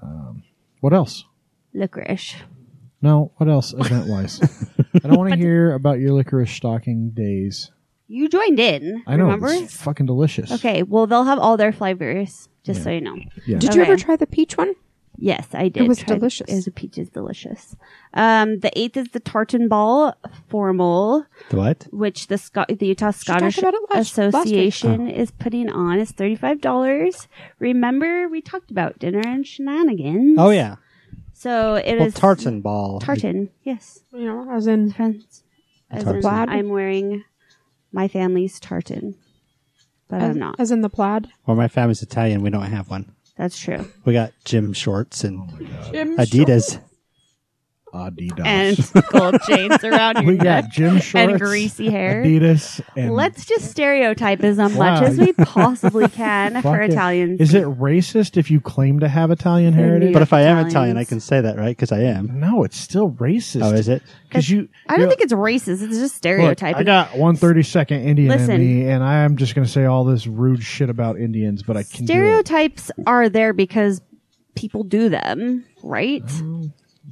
Speaker 2: Um, what else?
Speaker 1: licorice.
Speaker 2: No, what else event
Speaker 3: [laughs]
Speaker 2: wise? I don't want to hear about your licorice stocking days.
Speaker 1: You joined in.
Speaker 2: I know.
Speaker 1: Remember?
Speaker 2: It's fucking delicious.
Speaker 1: Okay. Well, they'll have all their flavors. Just so you know.
Speaker 2: Yeah.
Speaker 4: Did you
Speaker 1: Okay.
Speaker 4: ever try the peach one?
Speaker 1: Yes, I did.
Speaker 4: was
Speaker 1: try the-
Speaker 4: delicious.
Speaker 1: It was a peaches delicious. Um, the eighth is the tartan ball formal,
Speaker 3: the what?
Speaker 1: which the Sco- the Utah
Speaker 4: talked
Speaker 1: Scottish
Speaker 4: about it last- last week.
Speaker 1: Association is putting on. It's thirty five dollars. Remember, we talked about dinner and shenanigans.
Speaker 3: Oh yeah,
Speaker 1: So it is
Speaker 3: well, tartan ball.
Speaker 1: Tartan. Yes.
Speaker 4: You know, as in
Speaker 1: Friends. As
Speaker 3: Tartan.
Speaker 1: in,
Speaker 4: Plaid?
Speaker 1: I'm wearing my family's tartan, but
Speaker 4: as,
Speaker 1: I'm not.
Speaker 4: as in the plaid.
Speaker 3: Well, my family's Italian. We don't have one.
Speaker 1: That's true.
Speaker 3: We got gym shorts and Adidas.
Speaker 2: Adidas.
Speaker 1: And
Speaker 2: [laughs]
Speaker 1: gold chains around your
Speaker 2: we got
Speaker 1: [laughs] neck
Speaker 2: gym shorts.
Speaker 1: and greasy hair.
Speaker 2: Adidas. And
Speaker 1: Let's just stereotype as much
Speaker 2: Wow.
Speaker 1: as
Speaker 2: [laughs]
Speaker 1: we possibly can for
Speaker 2: fucking-
Speaker 1: Italians.
Speaker 2: Is it racist if you claim to have Italian heritage?
Speaker 3: But if I am
Speaker 1: Italians.
Speaker 3: Italian, I can say that, right? Because I am.
Speaker 2: No, it's still racist.
Speaker 3: Oh, is it?
Speaker 2: Because you,
Speaker 1: I don't think it's racist. It's just
Speaker 2: I
Speaker 1: stereotyping.
Speaker 2: got one thirty second Indian
Speaker 1: Listen.
Speaker 2: in me, and I'm just gonna say all this rude shit about Indians, but I can do it.
Speaker 1: Stereotypes are there because people do them, right?
Speaker 2: Mm-hmm.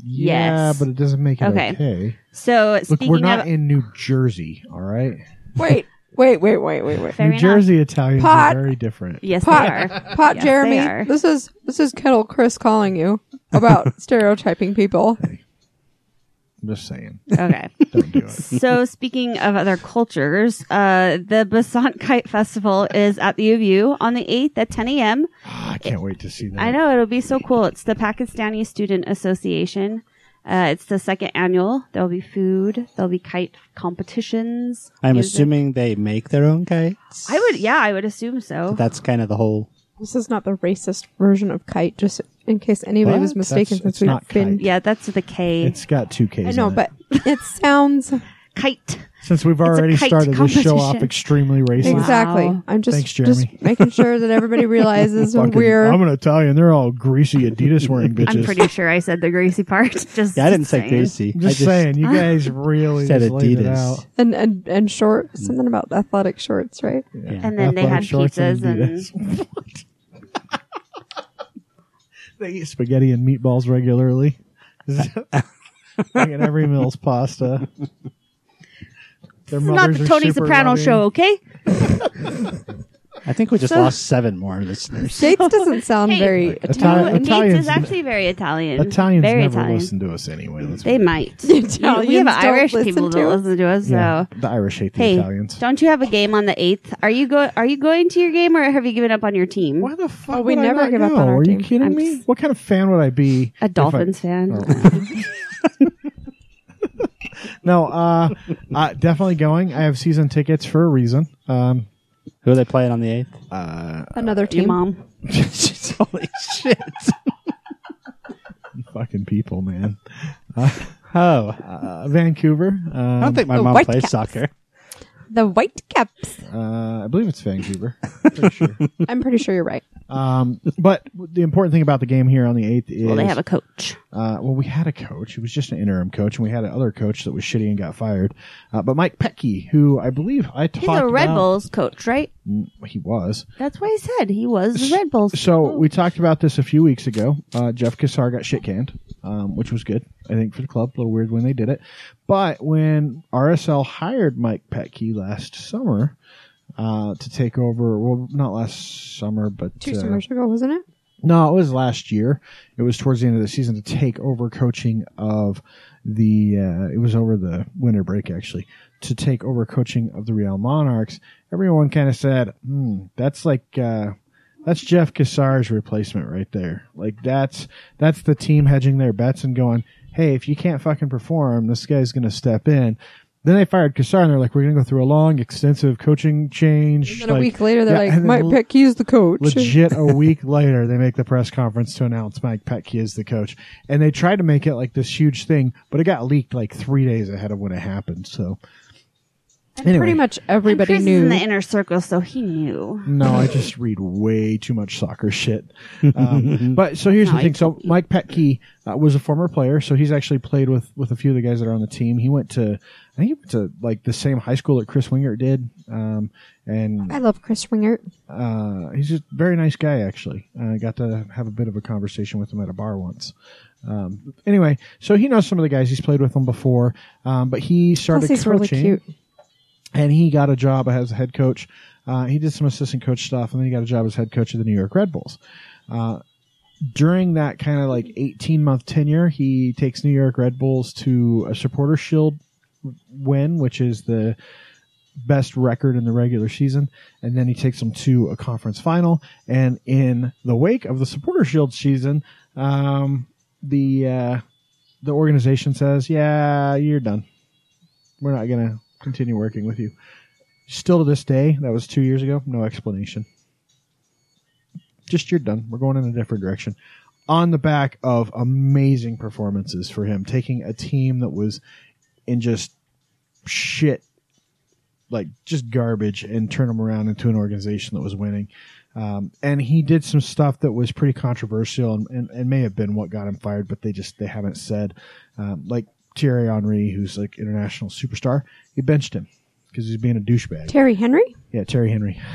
Speaker 2: Yeah,
Speaker 1: Yes.
Speaker 2: but it doesn't make it
Speaker 1: Okay.
Speaker 2: okay.
Speaker 1: So
Speaker 2: Look,
Speaker 1: speaking
Speaker 2: we're not
Speaker 1: of
Speaker 2: in New Jersey, all right?
Speaker 4: Wait, wait, wait, wait, wait, wait.
Speaker 1: Fair
Speaker 2: New
Speaker 1: enough.
Speaker 2: Jersey Italians
Speaker 4: Pot.
Speaker 2: are very different.
Speaker 1: yes, they
Speaker 4: Pot,
Speaker 1: are.
Speaker 2: [laughs]
Speaker 4: pot,
Speaker 1: Yes, they are.
Speaker 4: Jeremy. This is this is Kettle Chris calling you
Speaker 2: [laughs]
Speaker 4: about stereotyping people.
Speaker 2: I'm just saying,
Speaker 1: Okay.
Speaker 2: don't do
Speaker 1: [laughs]
Speaker 2: it.
Speaker 1: so speaking of other cultures, uh, the Basant Kite Festival is at the UVU on the 8th at 10 a.m.
Speaker 2: Ah, I can't wait to see that.
Speaker 1: I know it'll be so cool. It's the Pakistani Student Association. Uh, it's the second annual. There'll be food. There'll be kite competitions.
Speaker 3: I'm
Speaker 1: music.
Speaker 3: assuming they make their own kites.
Speaker 1: I would, yeah, I would assume so.
Speaker 3: That's kind of the whole.
Speaker 4: This is not the racist version of kite. Just in case anybody
Speaker 3: What?
Speaker 4: was mistaken,
Speaker 2: That's- it's
Speaker 4: since we've
Speaker 2: not
Speaker 4: been.
Speaker 2: kite.
Speaker 1: yeah, that's the K.
Speaker 2: [laughs] It's got two K's.
Speaker 4: I know,
Speaker 2: on it.
Speaker 4: but it sounds
Speaker 1: kite.
Speaker 2: Since we've already
Speaker 1: kite
Speaker 2: started this show off
Speaker 1: competition.
Speaker 2: extremely racist.
Speaker 1: Wow.
Speaker 4: Exactly. I'm just
Speaker 2: Thanks, Jeremy.
Speaker 4: just [laughs] making sure
Speaker 2: [laughs]
Speaker 4: that everybody realizes
Speaker 2: Fucking-
Speaker 4: we're
Speaker 2: I'm an Italian. They're all greasy Adidas wearing bitches.
Speaker 1: I'm pretty sure I said the greasy part. [laughs] Just
Speaker 3: Yeah, I didn't say
Speaker 1: saying.
Speaker 3: greasy.
Speaker 1: [laughs]
Speaker 2: I'm
Speaker 3: I
Speaker 2: just, saying, you guys really
Speaker 3: said
Speaker 2: just laid it
Speaker 3: Adidas.
Speaker 2: out.
Speaker 4: and and and short something about athletic
Speaker 2: [laughs]
Speaker 4: shorts, right?
Speaker 3: Yeah.
Speaker 1: And then they
Speaker 2: Athletic
Speaker 1: had
Speaker 2: shorts
Speaker 1: pizzas and
Speaker 2: Adidas. [laughs] they eat spaghetti and meatballs regularly. [laughs] Fucking every meal's pasta. Their
Speaker 1: It's not
Speaker 2: mothers
Speaker 1: the
Speaker 2: are
Speaker 1: Tony
Speaker 2: super
Speaker 1: Soprano
Speaker 2: loving.
Speaker 1: show, okay?
Speaker 3: I think we just
Speaker 1: So-
Speaker 3: lost seven more listeners.
Speaker 4: States doesn't sound
Speaker 1: Hey,
Speaker 4: very
Speaker 1: no,
Speaker 2: Itali-
Speaker 1: Nate's
Speaker 2: Italians-
Speaker 1: is actually very Italian.
Speaker 2: Italians
Speaker 1: very
Speaker 2: never
Speaker 1: Italian.
Speaker 2: listen to us anyway. Let's
Speaker 1: They might. [laughs]
Speaker 4: Italians
Speaker 1: we have
Speaker 4: don't
Speaker 1: Irish
Speaker 4: listen
Speaker 1: people
Speaker 4: to
Speaker 1: that
Speaker 4: us.
Speaker 1: listen to us,
Speaker 2: yeah,
Speaker 1: so.
Speaker 2: the Irish hate the
Speaker 1: uh, Hey,
Speaker 2: Italians.
Speaker 1: don't you have a game on the eighth? Are you go? Are you going to your game, or have you given up on your team?
Speaker 2: Why the fuck?
Speaker 4: Oh, we
Speaker 2: would
Speaker 4: never
Speaker 2: I not
Speaker 4: give up
Speaker 2: go?
Speaker 4: on our
Speaker 2: Are you
Speaker 4: team.
Speaker 2: kidding
Speaker 1: I'm
Speaker 2: me?
Speaker 1: just-
Speaker 2: What kind of fan would I Oh. be?
Speaker 1: A Dolphins fan.
Speaker 2: No, uh, [laughs] uh, definitely going. I have season tickets for a reason. Um,
Speaker 3: Who are they playing on the eighth?
Speaker 4: Another
Speaker 1: Your
Speaker 4: team.
Speaker 1: mom.
Speaker 3: [laughs] Holy shit!
Speaker 2: fucking people, man.
Speaker 3: Oh,
Speaker 2: Uh, Vancouver. Um,
Speaker 3: I don't think my
Speaker 4: The
Speaker 3: mom
Speaker 4: White
Speaker 3: plays
Speaker 4: Caps.
Speaker 3: soccer.
Speaker 4: The Whitecaps.
Speaker 2: uh, I believe it's Vancouver. Pretty sure.
Speaker 4: I'm pretty sure you're right.
Speaker 2: Um, but the important thing about the game here on the eighth is
Speaker 1: Well, they have a coach.
Speaker 2: Uh, well, we had a coach. He was just an interim coach, and we had another coach that was shitty and got fired. Uh, but Mike Petke, who I believe I talked
Speaker 1: He's a Red
Speaker 2: about, mm,
Speaker 1: Bulls coach, right?
Speaker 2: He was.
Speaker 1: That's what I said. He was the Red Bulls.
Speaker 2: So we talked about this a few weeks ago. Uh, Jeff Kassar got shit canned, um, which was good, I think, for the club. A little weird when they did it. But when RSL hired Mike Petke last summer uh, to take over, well, not last summer, but
Speaker 4: Two
Speaker 2: uh,
Speaker 4: summers ago, wasn't it?
Speaker 2: No, it was last year. It was towards the end of the season to take over coaching of the. Uh, it was over the winter break actually to take over coaching of the Real Monarchs. Everyone kind of said, "Hmm, that's like uh, that's Jeff Kassar's replacement right there. Like that's that's the team hedging their bets and going, hey, if you can't fucking perform, this guy's gonna step in." Then they fired Kassar and they're like, "We're gonna go through a long, extensive coaching change."
Speaker 4: And then a
Speaker 2: like-
Speaker 4: week later, they're
Speaker 2: Yeah,
Speaker 4: like,
Speaker 2: and then
Speaker 4: Mike Petke's the coach.
Speaker 2: legit a week later they make the press conference to announce mike petke is the coach and they tried to make it like this huge thing but it got leaked like three days ahead of when it happened so anyway,
Speaker 4: Pretty much
Speaker 1: And
Speaker 4: everybody
Speaker 1: Chris is in
Speaker 4: knew.
Speaker 1: the inner circle, so he knew.
Speaker 2: no i just read way too much soccer shit
Speaker 1: [laughs]
Speaker 2: um, but so here's
Speaker 1: No,
Speaker 2: the
Speaker 1: I
Speaker 2: thing so mike petke uh, was a former player so he's actually played with with a few of the guys that are on the team he went to i think he went to like the same high school that chris wingert did um, and
Speaker 4: I love Chris Wingert.
Speaker 2: uh, he's a very nice guy, actually. I got to have a bit of a conversation with him at a bar once. Um, anyway, so he knows some of the guys. He's played with them before, um, but he started
Speaker 4: Plus, he's really
Speaker 2: coaching
Speaker 4: cute.
Speaker 2: and he got a job as a head coach. Uh, he did some assistant coach stuff, and then he got a job as head coach of the New York Red Bulls. Uh, during that kind of like 18 month tenure, he takes New York Red Bulls to a supporter shield win, which is the best record in the regular season. And then he takes them to a conference final. And in the wake of the supporter shield season, um, the, uh, the organization says, yeah, you're done. We're not going to continue working with you. Still to this day, that was two years ago, no explanation. Just you're done. We're going in a different direction. On the back of amazing performances for him, taking a team that was in just shit, like just garbage, and turn them around into an organization that was winning. Um, and he did some stuff that was pretty controversial and, and, and may have been what got him fired, but they just they haven't said. Um, like Thierry Henry, who's like international superstar, he benched him because he's being a douchebag.
Speaker 4: Terry Henry?
Speaker 2: Yeah, Terry Henry. [laughs]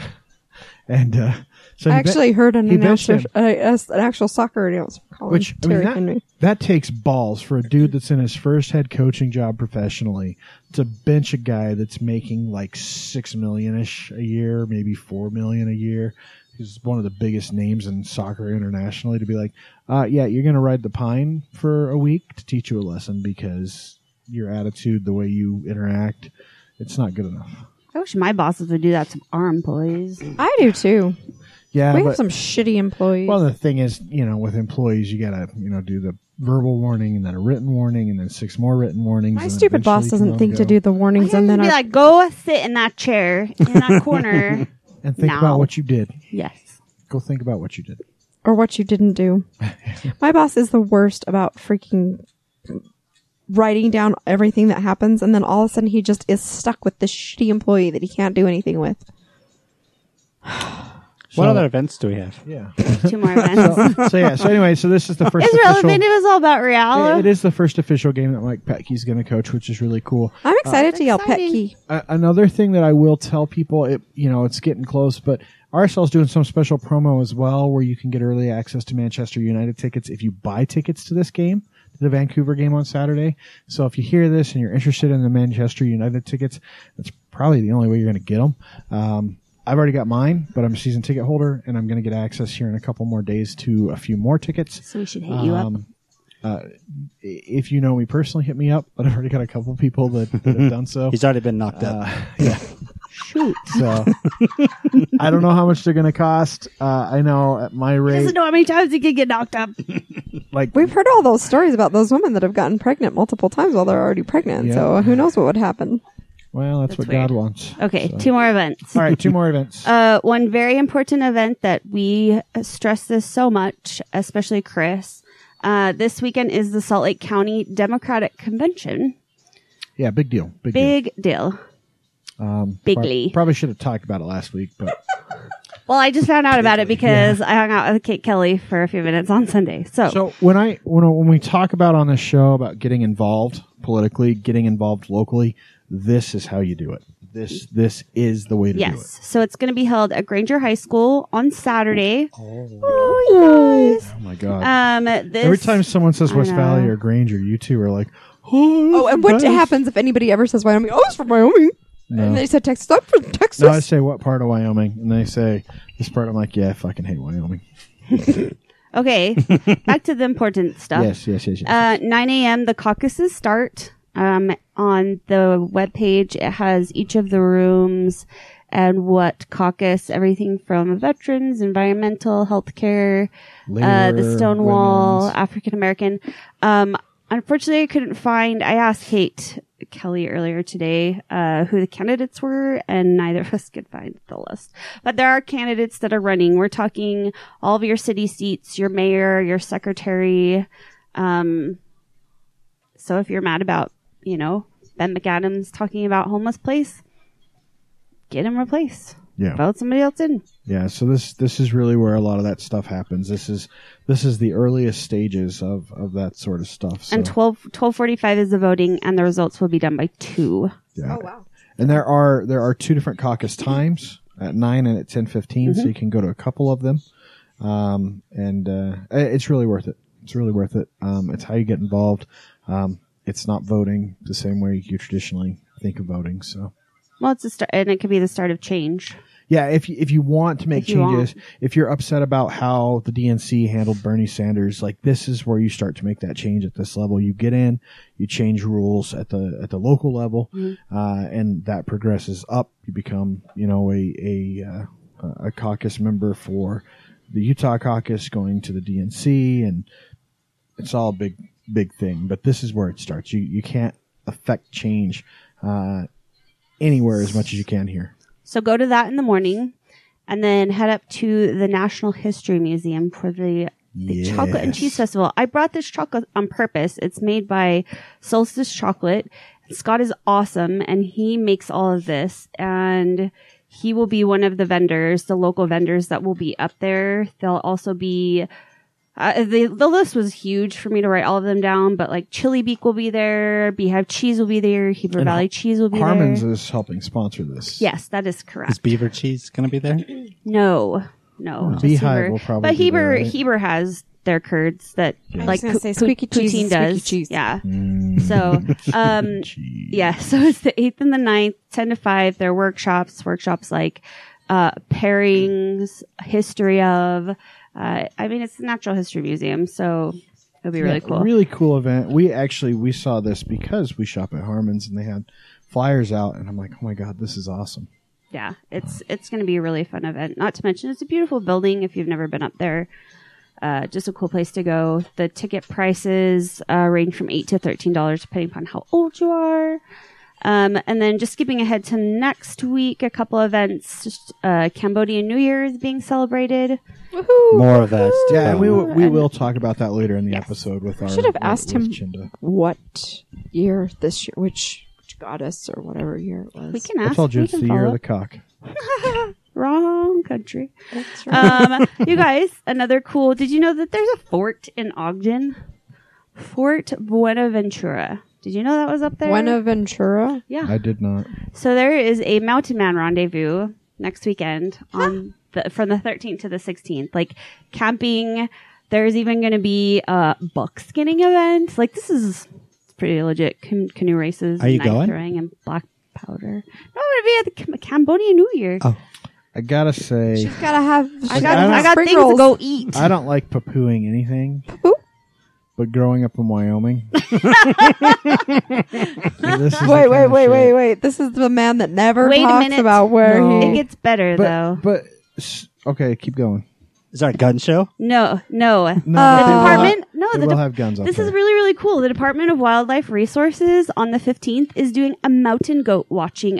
Speaker 2: And uh, so
Speaker 4: I
Speaker 2: he bet-
Speaker 4: actually heard an
Speaker 2: he benched
Speaker 4: announcer,
Speaker 2: him.
Speaker 4: uh, yes, an actual soccer announcer calling
Speaker 2: which I mean,
Speaker 4: Terry
Speaker 2: that,
Speaker 4: Henry.
Speaker 2: that takes balls for a dude that's in his first head coaching job professionally to bench a guy that's making like six million ish a year, maybe four million a year. He's one of the biggest names in soccer internationally. To be like, uh, yeah, you're gonna ride the pine for a week to teach you a lesson because your attitude, the way you interact, it's not good enough.
Speaker 1: I wish my bosses would do that to our employees.
Speaker 4: I do too.
Speaker 2: Yeah,
Speaker 4: we
Speaker 2: but,
Speaker 4: have some shitty employees.
Speaker 2: Well, the thing is, you know, with employees, you gotta, you know, do the verbal warning and then a written warning and then six more written warnings.
Speaker 4: My
Speaker 2: and then
Speaker 4: stupid boss
Speaker 2: eventually you
Speaker 4: doesn't
Speaker 2: can
Speaker 4: think
Speaker 2: all
Speaker 4: to
Speaker 2: go
Speaker 4: do the warnings, and then
Speaker 1: be
Speaker 4: I,
Speaker 1: like, go sit in that chair in that corner.
Speaker 2: [laughs] and think
Speaker 1: No.
Speaker 2: about what you did.
Speaker 1: yes.
Speaker 2: Go think about what you did. [laughs]
Speaker 4: or what you didn't do. My boss is the worst about freaking writing down everything that happens, and then all of a sudden he just is stuck with this shitty employee that he can't do anything with.
Speaker 3: What
Speaker 2: So-
Speaker 3: other events do we have?
Speaker 2: Yeah.
Speaker 1: [laughs] Two more events.
Speaker 2: so yeah. So anyway, so this is the first.
Speaker 1: it's
Speaker 2: official,
Speaker 1: relevant. It was all about Real.
Speaker 2: it is the first official game that Mike Petke's going to coach, which is really cool.
Speaker 4: I'm excited to yell
Speaker 1: exciting.
Speaker 4: Petke.
Speaker 2: A another thing that I will tell people, it you know, it's getting close, but RSL's doing some special promo as well, where you can get early access to Manchester United tickets if you buy tickets to this game, to the Vancouver game on Saturday. So if you hear this and you're interested in the Manchester United tickets, that's probably the only way you're going to get them. Um, I've already got mine, but I'm a season ticket holder, and I'm going to get access here in a couple more days to a few more tickets Um, uh,
Speaker 1: So we should hit you up.
Speaker 2: if you know me personally, hit me up. But I've already got a couple people that, that have done so.
Speaker 3: He's already been knocked up.
Speaker 1: Shoot.
Speaker 2: So I don't know how much they're going to cost. Uh, I know at my rate,
Speaker 1: Doesn't know how many times he could get knocked up.
Speaker 2: like
Speaker 4: We've heard all those stories about those women that have gotten pregnant multiple times while they're already pregnant.
Speaker 2: Yeah.
Speaker 4: So who knows what would happen?
Speaker 2: well, that's, what
Speaker 1: weird.
Speaker 2: God wants.
Speaker 1: Okay,
Speaker 2: So-
Speaker 1: two more events.
Speaker 2: All right, two more events.
Speaker 1: Uh, one very important event that we stress this so much, especially Chris. Uh, this weekend is the Salt Lake County Democratic Convention.
Speaker 2: yeah, big deal. Big, deal.
Speaker 1: Big deal.
Speaker 2: Um,
Speaker 1: bigly.
Speaker 2: prob- probably should have talked about it last week, but
Speaker 1: Well, I just found out about it because I hung out with Kate Kelly for a few minutes on Sunday. So,
Speaker 2: So when I when when we talk about on this show about getting involved politically, getting involved locally, this is how you do it. This this is the way to do it.
Speaker 1: yes. So it's going to be held at Granger High School on Saturday.
Speaker 2: Oh my god.
Speaker 1: Um, this,
Speaker 2: Every time someone says West
Speaker 1: know.
Speaker 2: Valley or Granger, you two are like,
Speaker 4: Oh, and what happens if anybody ever says Wyoming? Oh, it's from Wyoming. And they said Texas. I'm from Texas.
Speaker 2: No, I say what part of Wyoming, and they say this part. I'm like, yeah, I fucking hate Wyoming. [laughs]
Speaker 1: okay, back to the important stuff.
Speaker 2: Yes, yes, yes, yes.
Speaker 1: Uh, 9 a.m. The caucuses start. Um, on the webpage, it has each of the rooms and what caucus, everything from veterans, environmental, healthcare, uh, the
Speaker 2: Labor,
Speaker 1: Stonewall,
Speaker 2: women's.
Speaker 1: African American. Um, unfortunately, I couldn't find. I asked Kate Kelly earlier today uh, who the candidates were, and neither of us could find the list. But there are candidates that are running. We're talking all of your city seats, your mayor, your secretary. Um, so if you're mad about, you know, Ben McAdams talking about homeless place, get him replaced.
Speaker 2: yeah,
Speaker 1: Vote somebody else in.
Speaker 2: yeah. So this this is really where a lot of that stuff happens. This is this is the earliest stages of of that sort of stuff. So,
Speaker 1: And 12, 1245 is the voting, and the results will be done by 2.
Speaker 2: yeah.
Speaker 4: Oh, wow.
Speaker 2: And there are there are two different caucus times at nine and at ten so you can go to a couple of them. Um, and uh, i- it's really worth it. It's really worth it. Um, it's how you get involved. Um, it's not voting the same way you traditionally think of voting. So
Speaker 1: Well, it's a start, and it could be the start of change.
Speaker 2: yeah, if you, if you want to make
Speaker 1: If you want.
Speaker 2: changes, if you're upset about how the DNC handled Bernie Sanders, like this is where you start to make that change at this level. You get in, you change rules at the at the local level,
Speaker 1: Mm-hmm.
Speaker 2: uh, and that progresses up. You become you know a a uh, a caucus member for the Utah caucus, going to the DNC, and it's all a big big thing. But this is where it starts. You you can't affect change uh, anywhere as much as you can here.
Speaker 1: So go to that in the morning, and then head up to the National History Museum for the, the Chocolate and
Speaker 2: Yes.
Speaker 1: Cheese Festival. I brought this chocolate on purpose. It's made by Solstice Chocolate. Scott is awesome, and he makes all of this, and he will be one of the vendors, the local vendors that will be up there. They'll also be Uh, the, the list was huge for me to write all of them down, but like Chili Beak will be there, Beehive Cheese will be there, Heber
Speaker 2: And
Speaker 1: Valley Cheese will be
Speaker 2: Harmons
Speaker 1: there.
Speaker 2: is helping sponsor this.
Speaker 1: Yes, that is correct.
Speaker 3: Is Beaver Cheese going to be there?
Speaker 1: No, no. just
Speaker 2: Beehive will probably
Speaker 1: But
Speaker 2: be there,
Speaker 1: Heber
Speaker 2: right?
Speaker 1: Heber has their curds that like
Speaker 4: gonna
Speaker 1: Pu-
Speaker 4: say
Speaker 1: Pu-
Speaker 4: squeaky cheese
Speaker 1: Poutine
Speaker 4: is squeaky
Speaker 1: does.
Speaker 4: cheese.
Speaker 1: Yeah.
Speaker 2: Mm.
Speaker 1: So, um, yeah. [laughs] So it's the eighth and the 9th, ten to five. Their workshops, workshops like uh, pairings, history of. Uh, I mean, it's the Natural History Museum, so it'll be really
Speaker 2: Yeah,
Speaker 1: cool.
Speaker 2: Really cool event. We actually we saw this because we shop at Harmons and they had flyers out, and I'm like, oh my god, this is awesome.
Speaker 1: yeah, it's it's going to be a really fun event. Not to mention, it's a beautiful building. If you've never been up there, uh, just a cool place to go. The ticket prices uh, range from eight to thirteen dollars, depending upon how old you are. Um, and then just skipping ahead to next week, a couple events, just, uh, Cambodian New Year is being celebrated.
Speaker 4: Woohoo!
Speaker 3: More of that. stuff.
Speaker 2: Yeah, and we will, we
Speaker 1: Oh, And-
Speaker 2: will talk about that later in the episode with our.
Speaker 4: should have asked
Speaker 2: with
Speaker 4: him.
Speaker 2: Chinda.
Speaker 4: What year this year? Which, which goddess or whatever year it was?
Speaker 1: We can ask.
Speaker 2: I told you
Speaker 1: we
Speaker 2: it's
Speaker 1: can
Speaker 2: the year
Speaker 1: follow
Speaker 2: of the cock.
Speaker 1: up. wrong country.
Speaker 4: That's right.
Speaker 1: Um, you guys, another cool. Did you know that there's a fort in Ogden? Fort Buenaventura. Did you know that was up there?
Speaker 4: Buenaventura.
Speaker 1: yeah.
Speaker 2: I did not.
Speaker 1: So there is a mountain man rendezvous next weekend on the, from the 13th to the 16th. Like camping. There's even going to be a buck skinning event. Like this is it's pretty legit. Can- canoe races,
Speaker 3: Are you
Speaker 1: knife
Speaker 3: going?
Speaker 1: throwing, and black powder. No, I'm going to be at the Cam- Cambodian New Year.
Speaker 3: Oh.
Speaker 2: I gotta say,
Speaker 4: She's gotta have.
Speaker 1: I
Speaker 4: she's
Speaker 1: got
Speaker 4: gotta have
Speaker 1: I got
Speaker 4: spring
Speaker 1: things to
Speaker 4: rolls.
Speaker 1: go eat.
Speaker 2: I don't like papooing anything,
Speaker 4: Poo?
Speaker 2: but growing up in
Speaker 1: [laughs]
Speaker 2: Wyoming. [laughs] this is the
Speaker 4: Wait, wait,
Speaker 2: kinda
Speaker 4: wait,
Speaker 2: shit-
Speaker 4: wait, wait. This is the man that never
Speaker 1: Wait a
Speaker 4: talks
Speaker 1: minute.
Speaker 4: about where
Speaker 2: No.
Speaker 4: he.
Speaker 1: It gets better though.
Speaker 2: But, but s- okay, keep going.
Speaker 3: Is that a gun show?
Speaker 1: No,
Speaker 2: No,
Speaker 1: no.
Speaker 4: Uh,
Speaker 2: but they will have-
Speaker 1: Department? No,
Speaker 2: They
Speaker 1: the
Speaker 2: will
Speaker 1: de-
Speaker 2: have guns. up
Speaker 1: this is
Speaker 2: there.
Speaker 1: really really cool. The Department of Wildlife Resources on the 15th is doing a mountain goat watching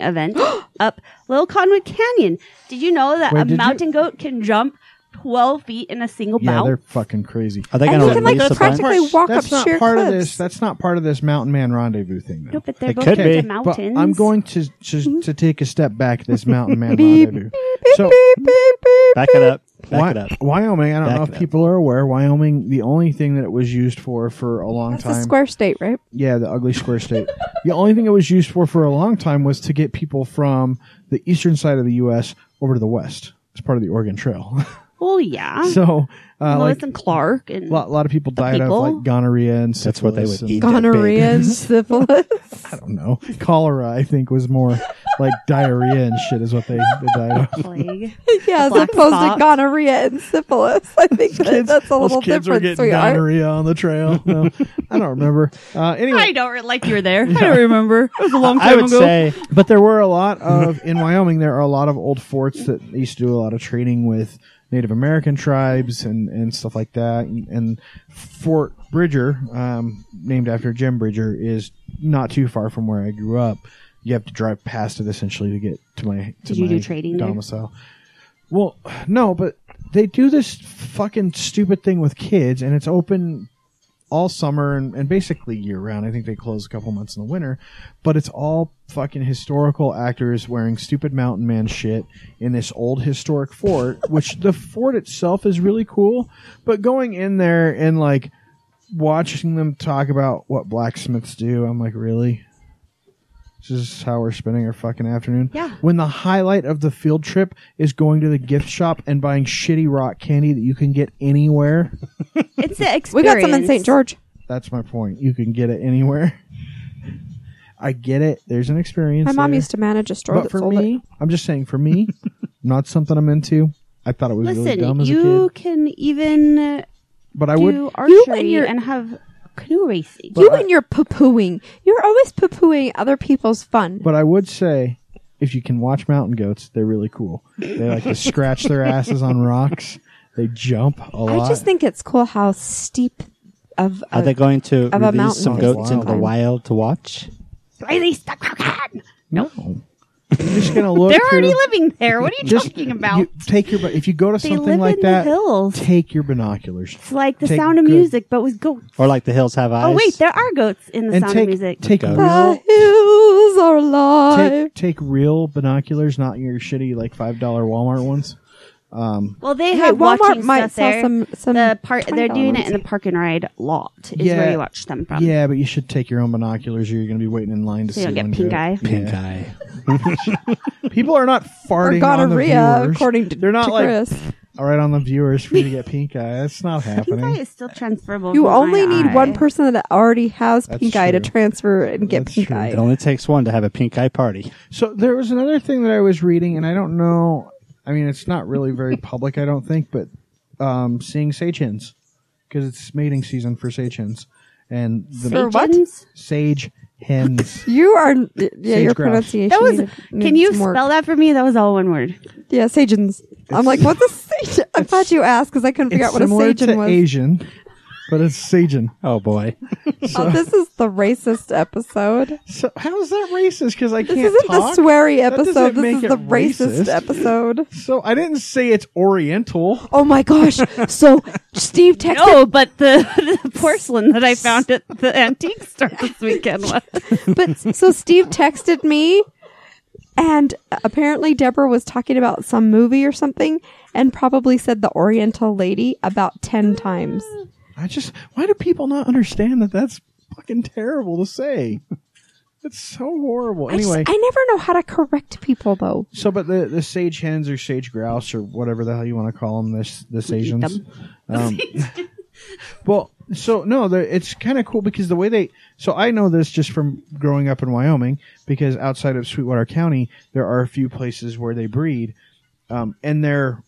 Speaker 2: [gasps]
Speaker 1: event up Little Conwood Canyon. Did you know that
Speaker 2: Wait,
Speaker 1: a
Speaker 2: did you-
Speaker 1: mountain goat can jump 12 feet in a single
Speaker 2: yeah,
Speaker 1: bout?
Speaker 2: they're fucking crazy.
Speaker 3: Are they
Speaker 4: And
Speaker 3: going
Speaker 4: you
Speaker 3: to
Speaker 4: can, like,
Speaker 3: release a bunch?
Speaker 4: practically- walk
Speaker 2: that's
Speaker 4: up
Speaker 2: not
Speaker 4: sheer
Speaker 2: part of
Speaker 4: cliffs.
Speaker 2: this. That's not part of this mountain man rendezvous thing, though.
Speaker 1: No, but they're
Speaker 3: It
Speaker 1: both
Speaker 3: could
Speaker 1: into
Speaker 3: be,
Speaker 2: But
Speaker 1: mountains.
Speaker 2: I'm going to to, to take a step back.
Speaker 4: [laughs]
Speaker 2: This mountain man
Speaker 4: Mm-hmm. Beep,
Speaker 2: rendezvous. So
Speaker 4: Beep, beep, beep.
Speaker 3: Back it up. Back
Speaker 2: Wy-
Speaker 3: it up.
Speaker 2: Wyoming. I don't
Speaker 3: Back
Speaker 2: know
Speaker 3: it
Speaker 2: if
Speaker 3: up.
Speaker 2: people are aware. Wyoming. The only thing that it was used for for a long
Speaker 4: That's
Speaker 2: time.
Speaker 4: a square state, right?
Speaker 2: Yeah, the ugly square state. the only thing it was used for for a long time was to get people from the eastern side of the U.S. over to the west. It's part of the Oregon Trail. [laughs]
Speaker 1: Well, yeah.
Speaker 2: so, uh,
Speaker 1: Lewis
Speaker 2: like a
Speaker 1: and Clark and
Speaker 2: lot, lot of people died of
Speaker 1: people?
Speaker 2: like gonorrhea and syphilis
Speaker 3: That's what they would
Speaker 2: and-
Speaker 3: eat. Dead
Speaker 4: Gonorrhea and
Speaker 3: babies.
Speaker 4: syphilis.
Speaker 2: I don't know. Cholera, I think, was more like diarrhea and shit is what they, they died of. [laughs]
Speaker 1: plague.
Speaker 4: yeah, as
Speaker 1: Black
Speaker 4: opposed
Speaker 1: spots.
Speaker 4: to gonorrhea and syphilis. I think that, that's a little
Speaker 2: Those [laughs] kids were getting
Speaker 4: different, sweetheart.
Speaker 2: gonorrhea on the trail. No, I don't remember. Uh, anyway,
Speaker 1: [laughs] I don't re- like you were
Speaker 2: [laughs]
Speaker 1: there. I don't remember. It was a long time
Speaker 3: I would
Speaker 1: ago.
Speaker 3: say
Speaker 2: But there were a lot of in Wyoming. There are a lot of old forts that used to do a lot of trading with Native American tribes and, and stuff like that. And, and Fort Bridger, um, named after Jim Bridger, is not too far from where I grew up. You have to drive past it essentially to get to my to
Speaker 1: Did you
Speaker 2: my
Speaker 1: do trading there?
Speaker 2: domicile. Well, no, but they do this fucking stupid thing with kids, and it's open all summer and, and basically year round. I think they close a couple months in the winter, but it's all fucking historical actors wearing stupid mountain man shit in this old historic fort, which
Speaker 1: [laughs]
Speaker 2: the fort itself is really cool, but going in there and like watching them talk about what blacksmiths do, I'm like, really? This is how we're spending our fucking afternoon.
Speaker 1: Yeah.
Speaker 2: When the highlight of the field trip is going to the gift shop and buying shitty rock candy that you can get anywhere.
Speaker 1: It's the
Speaker 2: [laughs]
Speaker 1: experience.
Speaker 4: We got some in St. George.
Speaker 2: That's my point. You can get it anywhere. I get it. There's an experience.
Speaker 4: My mom
Speaker 2: there.
Speaker 4: used to manage a store
Speaker 2: but
Speaker 4: that
Speaker 2: for
Speaker 4: sold
Speaker 2: me,
Speaker 4: it.
Speaker 2: I'm just saying, for me, not something I'm into. I thought it was really
Speaker 1: Listen,
Speaker 2: dumb as a
Speaker 1: you
Speaker 2: kid,
Speaker 1: can even
Speaker 2: but I
Speaker 1: do
Speaker 2: would.
Speaker 1: archery
Speaker 4: You and
Speaker 1: and,
Speaker 4: your-
Speaker 1: have canoe racing.
Speaker 4: You and your poo-pooing. You're always poo-pooing other people's fun.
Speaker 2: But I would say, if you can watch mountain goats, they're really cool. They like to scratch their asses on rocks. They jump a lot.
Speaker 4: I just think it's cool how steep of
Speaker 3: Are
Speaker 4: a-
Speaker 3: they going to
Speaker 4: a
Speaker 3: release
Speaker 4: mountain
Speaker 3: some
Speaker 4: is
Speaker 3: goats
Speaker 2: a
Speaker 3: into the
Speaker 2: climb.
Speaker 3: wild to watch?
Speaker 1: Release the Kraken!
Speaker 2: no. You're just gonna look.
Speaker 1: They're already
Speaker 2: through-
Speaker 1: living there. What are you
Speaker 2: Just-
Speaker 1: talking about?
Speaker 2: you take your. If you go to
Speaker 1: They
Speaker 2: something
Speaker 1: live
Speaker 2: like
Speaker 1: in the
Speaker 2: that,
Speaker 1: hills.
Speaker 2: take your binoculars.
Speaker 1: it's like the
Speaker 2: take
Speaker 1: sound of
Speaker 2: good-
Speaker 1: music, but with goats.
Speaker 3: Or like the hills have eyes?
Speaker 1: Oh wait, there are goats in the
Speaker 2: and
Speaker 1: sound
Speaker 2: take
Speaker 1: of music.
Speaker 2: take
Speaker 3: Goats.
Speaker 2: real
Speaker 4: The hills are alive.
Speaker 2: take, take real binoculars, not your shitty like five dollar Walmart ones.
Speaker 1: well, they
Speaker 4: Hey,
Speaker 1: have watching
Speaker 4: Walmart might
Speaker 1: stuff
Speaker 4: sell
Speaker 1: there.
Speaker 4: some, some
Speaker 1: the part they're
Speaker 4: $20
Speaker 1: doing it
Speaker 4: ones.
Speaker 1: in the park and ride lot is
Speaker 2: Yeah.
Speaker 1: where you watch them from.
Speaker 2: yeah, but you should take your own binoculars, or you're going to be waiting in line to
Speaker 1: So
Speaker 2: see.
Speaker 1: you don't get
Speaker 2: one
Speaker 1: pink
Speaker 2: go.
Speaker 1: eye.
Speaker 3: pink eye.
Speaker 2: People are not farting
Speaker 4: or
Speaker 2: on the
Speaker 4: gonorrhea,
Speaker 2: viewers.
Speaker 4: according to,
Speaker 2: They're not
Speaker 4: to
Speaker 2: like
Speaker 4: Chris.
Speaker 2: all right on the viewers for you
Speaker 4: [laughs]
Speaker 2: to get pink eye. That's not
Speaker 1: Pink eye
Speaker 2: happening.
Speaker 1: is still transferable.
Speaker 4: You
Speaker 1: from eye
Speaker 4: only
Speaker 1: to
Speaker 4: need
Speaker 1: eye.
Speaker 4: one person that already has
Speaker 2: That's
Speaker 4: pink eye to
Speaker 2: true.
Speaker 4: transfer and get
Speaker 2: That's
Speaker 4: pink
Speaker 2: true.
Speaker 4: eye.
Speaker 3: It only takes one to have a pink eye party.
Speaker 2: So there was another thing that I was reading, and I don't know. I mean, it's not really
Speaker 4: [laughs]
Speaker 2: very public, I don't think, but um, seeing sachins because it's mating season for sachins and the
Speaker 4: For what?
Speaker 1: Pigeons?
Speaker 2: sage hens.
Speaker 4: You are yeah, your
Speaker 2: grouse.
Speaker 4: pronunciation.
Speaker 1: That was.
Speaker 4: needed-
Speaker 1: Can
Speaker 4: needs
Speaker 1: you
Speaker 4: some work.
Speaker 1: spell that for me? That was all one
Speaker 2: [laughs]
Speaker 1: word.
Speaker 4: Yeah, Sagen's. I'm like, what's a Sagen? I'm glad [laughs] you asked because I couldn't figure out
Speaker 2: it's
Speaker 4: what a
Speaker 2: similar to
Speaker 4: Sagen was.
Speaker 2: Asian. but it's Sajin.
Speaker 3: Oh boy.
Speaker 4: Oh, this is the racist episode.
Speaker 2: So how is that racist? Because I
Speaker 4: This
Speaker 2: can't
Speaker 4: isn't
Speaker 2: talk.
Speaker 4: the sweary
Speaker 2: That doesn't
Speaker 4: episode. This
Speaker 2: make
Speaker 4: is
Speaker 2: it
Speaker 4: the racist,
Speaker 2: racist.
Speaker 4: episode.
Speaker 2: so I didn't say it's Oriental.
Speaker 4: Oh my gosh.
Speaker 2: [laughs]
Speaker 4: So Steve texted
Speaker 1: No, but the, the porcelain that I found at the antique store this weekend was.
Speaker 4: but so Steve texted me, and apparently Deborah was talking about some movie or something, and probably said the Oriental Lady about ten times.
Speaker 2: I just why do people not understand that that's fucking terrible to say? It's so horrible.
Speaker 4: I, just-
Speaker 2: Anyway,
Speaker 4: I never know how to correct people though.
Speaker 2: so but the the sage hens or sage grouse or whatever the hell you want to call them, this this Asians.
Speaker 1: [laughs]
Speaker 2: Um, well, so no, they're- it's kind of cool because the way they. So I know this just from growing up in Wyoming because outside of Sweetwater County, there are a few places where they breed, um, and they're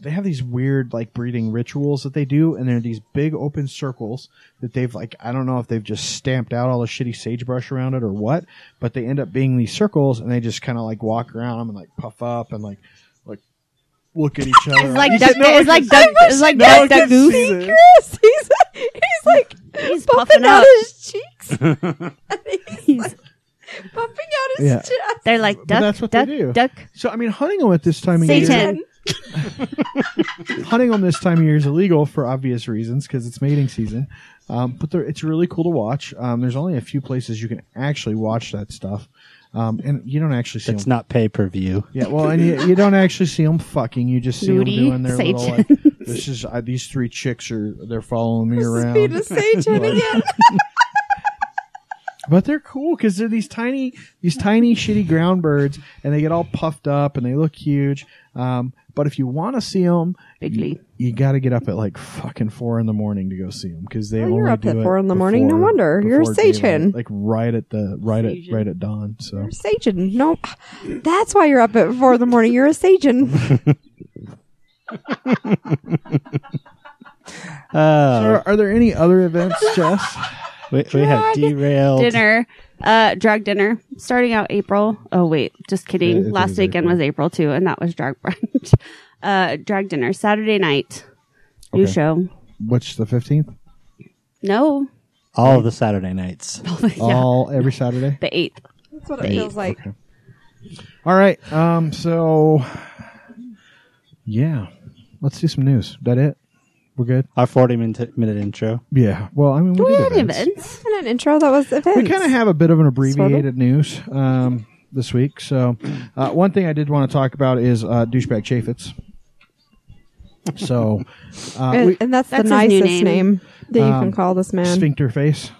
Speaker 2: they have these weird like breeding rituals that they do, and they're these big open circles that they've like I don't know if they've just stamped out all the shitty sagebrush around it or what, but they end up being these circles, and they just kind of like walk around them and like puff up and like like look at each other.
Speaker 1: It's like
Speaker 2: You
Speaker 1: duck,
Speaker 2: can- no one
Speaker 1: it's
Speaker 2: can
Speaker 1: like duck,
Speaker 2: see
Speaker 1: it's like
Speaker 2: No one
Speaker 1: duck,
Speaker 2: can
Speaker 1: duck goose.
Speaker 2: see this.
Speaker 4: Chris, he's he's like
Speaker 1: He's
Speaker 4: puffing
Speaker 1: puffing
Speaker 4: out
Speaker 1: up.
Speaker 4: his [laughs] cheeks,
Speaker 1: He's-
Speaker 4: puffing out his
Speaker 2: Yeah.
Speaker 4: chest.
Speaker 1: They're like duck,
Speaker 2: that's what they
Speaker 1: duck,
Speaker 2: do.
Speaker 1: duck.
Speaker 2: So I mean, hunting them at this time of year,
Speaker 1: Satan.
Speaker 2: hunting them this time of year is illegal for obvious reasons because it's mating season. Um, but they're- it's really cool to watch. Um, there's only a few places you can actually watch that stuff, um, and you don't actually see
Speaker 3: It's
Speaker 2: them.
Speaker 3: not pay per view.
Speaker 2: yeah, well, and you, you don't actually see them fucking. You just see
Speaker 1: Nudie
Speaker 2: them doing their little like,
Speaker 1: Satans.
Speaker 2: this is uh, these three chicks are they're following me
Speaker 4: This is
Speaker 2: around.
Speaker 4: Peter
Speaker 2: [laughs]
Speaker 4: Satan
Speaker 2: Like-
Speaker 4: again.
Speaker 2: But they're cool because they're these tiny, these tiny shitty ground birds, and they get all puffed up and they look huge. Um, but if you want to see them,
Speaker 1: Bigly.
Speaker 2: you, got to get up at like fucking four in the morning to go see them because they
Speaker 4: Oh,
Speaker 2: only
Speaker 4: you're up
Speaker 2: do
Speaker 4: at
Speaker 2: it
Speaker 4: four in the morning? No
Speaker 2: before-
Speaker 4: wonder. You're a
Speaker 2: before
Speaker 4: sage
Speaker 2: daylight,
Speaker 4: hen.
Speaker 2: like right at the right
Speaker 1: Sage
Speaker 2: at
Speaker 1: hen.
Speaker 2: right at dawn. So
Speaker 4: Satan. No, that's why you're up at four in the morning. You're a
Speaker 2: [laughs]
Speaker 4: Satan.
Speaker 3: Uh,
Speaker 2: are, are there any other events,
Speaker 4: [laughs]
Speaker 2: Jess?
Speaker 3: we, we have derailed.
Speaker 1: dinner uh drug dinner starting out april oh wait just
Speaker 2: Yeah, I
Speaker 1: kidding
Speaker 2: think it
Speaker 1: last
Speaker 2: was
Speaker 1: weekend
Speaker 2: April.
Speaker 1: was april too and that was drug [laughs] brunch uh drug dinner saturday night new
Speaker 2: Okay.
Speaker 1: show
Speaker 2: Which the fifteenth?
Speaker 1: no [laughs]
Speaker 3: All the Saturday nights.
Speaker 1: yeah
Speaker 2: All every Saturday.
Speaker 1: the eighth
Speaker 4: That's what it feels like.
Speaker 2: All right. Um. So yeah, let's do some news. That it? We're good.
Speaker 3: Our 40 minute, minute intro.
Speaker 2: Yeah. Well, I mean, we,
Speaker 1: we
Speaker 2: did
Speaker 1: had
Speaker 2: events.
Speaker 1: events
Speaker 4: And an intro that was events.
Speaker 2: We kind of have a bit of an abbreviated
Speaker 4: Sort
Speaker 2: news um, this week. So, uh, one thing I did want to talk about is uh, douchebag Chaffetz. So, uh,
Speaker 4: and,
Speaker 2: we,
Speaker 4: and that's,
Speaker 1: That's
Speaker 4: the
Speaker 1: his new
Speaker 4: nicest name.
Speaker 1: name.
Speaker 4: that you
Speaker 2: Um,
Speaker 4: can call this man.
Speaker 2: sphincter face.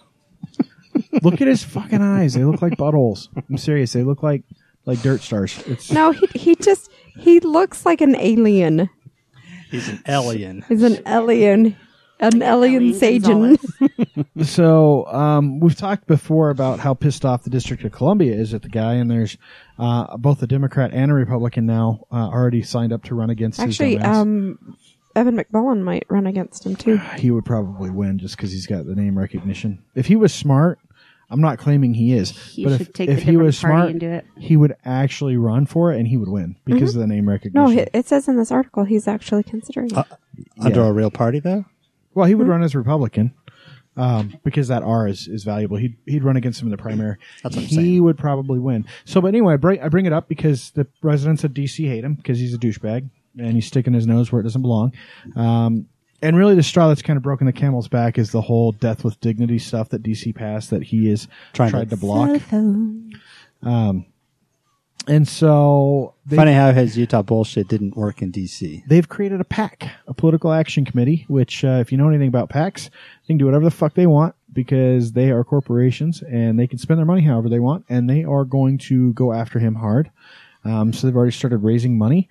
Speaker 2: look at his fucking eyes. They look like buttholes. I'm serious. They look like like dirt stars. It's
Speaker 4: No, he he just he looks like an alien.
Speaker 3: He's an alien.
Speaker 4: He's an alien, an alien
Speaker 1: Alien
Speaker 4: Sajin.
Speaker 1: Gonzalez.
Speaker 2: So um, we've talked before about how pissed off the District of Columbia is at the guy, and there's uh, both a Democrat and a Republican now uh, already signed up to run against. his
Speaker 4: Actually,
Speaker 2: dumbass.
Speaker 4: um, Evan McMullen might run against him too.
Speaker 2: he would probably win just because he's got the name recognition. If he was smart, I'm not claiming he is,
Speaker 1: He
Speaker 2: but
Speaker 1: should
Speaker 2: if,
Speaker 1: take
Speaker 2: if
Speaker 1: the
Speaker 2: he was
Speaker 1: different party
Speaker 2: smart,
Speaker 1: and do it. Mm-hmm.
Speaker 2: he would actually run for it and he would win because of the name recognition.
Speaker 4: No, it, it says in this article he's actually considering. it.
Speaker 3: Under a real party, though?
Speaker 2: Well, he would run as Republican um, because that R is, is valuable. He'd, he'd run against him in the primary.
Speaker 3: That's what I'm
Speaker 2: he
Speaker 3: saying.
Speaker 2: would probably win. So, but anyway, I bring, I bring it up because the residents of D.C. hate him because he's a douchebag and he's sticking his nose where it doesn't belong. Um, and really, the straw that's kind of broken the camel's back is the whole death with dignity stuff that D.C. passed that he is
Speaker 3: Trying to-
Speaker 2: tried to block. Um, And so they
Speaker 3: Funny how his Utah bullshit didn't work in D.C.
Speaker 2: they've created a PAC, a political action committee, which, uh, if you know anything about PACs, they can do whatever the fuck they want because they are corporations and they can spend their money however they want, and they are going to go after him hard. Um, so they've already started raising money.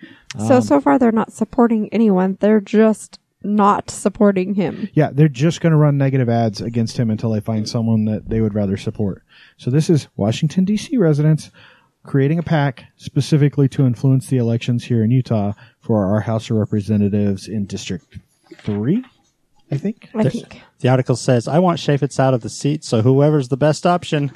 Speaker 4: so so far they're not supporting anyone. They're just not supporting him.
Speaker 2: Yeah, they're just going to run negative ads against him until they find someone that they would rather support. So this is Washington D.C. residents creating a PAC specifically to influence the elections here in Utah for our House of Representatives in District Three, I think.
Speaker 4: I think.
Speaker 3: The article says, I want Chaffetz out of the seat, so whoever's the best option.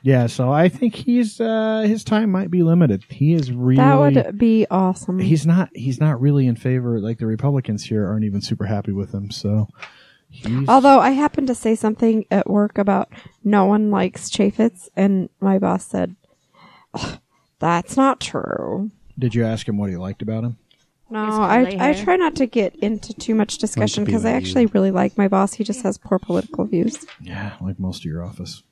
Speaker 2: Yeah, so I think he's uh, his time might be limited. He is really
Speaker 4: That would be awesome.
Speaker 2: he's not he's not really in favor. Like the Republicans here aren't even super happy with him. So He's,
Speaker 4: Although I happened to say something at work about no one likes Chaffetz, and my boss said, "Ugh, "That's not true."
Speaker 2: did you ask him what he liked about him?
Speaker 4: No,
Speaker 1: His curly
Speaker 4: I I
Speaker 1: hair.
Speaker 4: try not to get into too much discussion because I actually really like my boss. He just has poor political views.
Speaker 2: Yeah, like most of your office.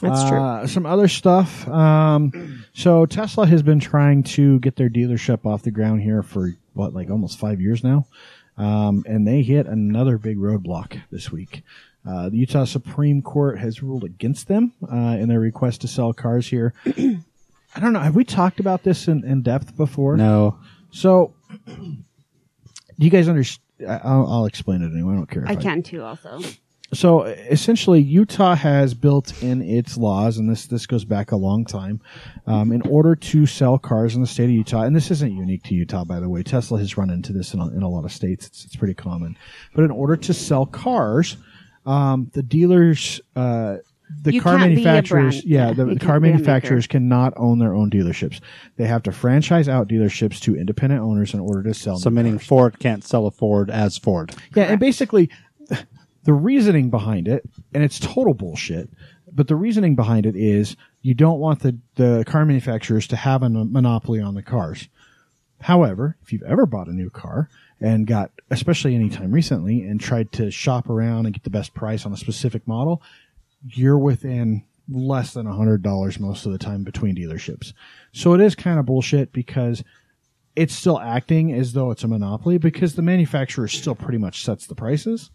Speaker 4: That's true.
Speaker 2: Uh, some other stuff. Um, so Tesla has been trying to get their dealership off the ground here for what, like almost five years now, um, and they hit another big roadblock this week. Uh, the Utah Supreme Court has ruled against them uh, in their request to sell cars here. [clears throat] I don't know. Have we talked about this in, in depth before?
Speaker 3: No.
Speaker 2: So, [clears throat] do you guys understand? I'll, I'll explain it anyway. I don't care. If
Speaker 1: I can too. Also,
Speaker 2: um, um,
Speaker 1: You
Speaker 2: uh, car
Speaker 1: can't be a
Speaker 2: manufacturers
Speaker 1: brand.
Speaker 2: yeah
Speaker 1: Yeah,
Speaker 2: the,
Speaker 1: you
Speaker 2: the
Speaker 1: can't
Speaker 2: car
Speaker 1: be a maker.
Speaker 2: manufacturers cannot own their own dealerships they have to franchise out dealerships to independent owners in order to sell
Speaker 3: So
Speaker 2: new
Speaker 3: meaning Ford can't sell a Ford as Ford.
Speaker 2: yeah, and basically, the reasoning behind it, and it's total bullshit, but the reasoning behind it is you don't want the, the car manufacturers to have a mon- monopoly on the cars. However, if you've ever bought a new car and got, especially anytime recently, and tried to shop around and get the best price on a specific model, you're within less than $100 most of the time between dealerships. So it is kind of bullshit because it's still acting as though it's a monopoly because the manufacturer still pretty much sets the prices.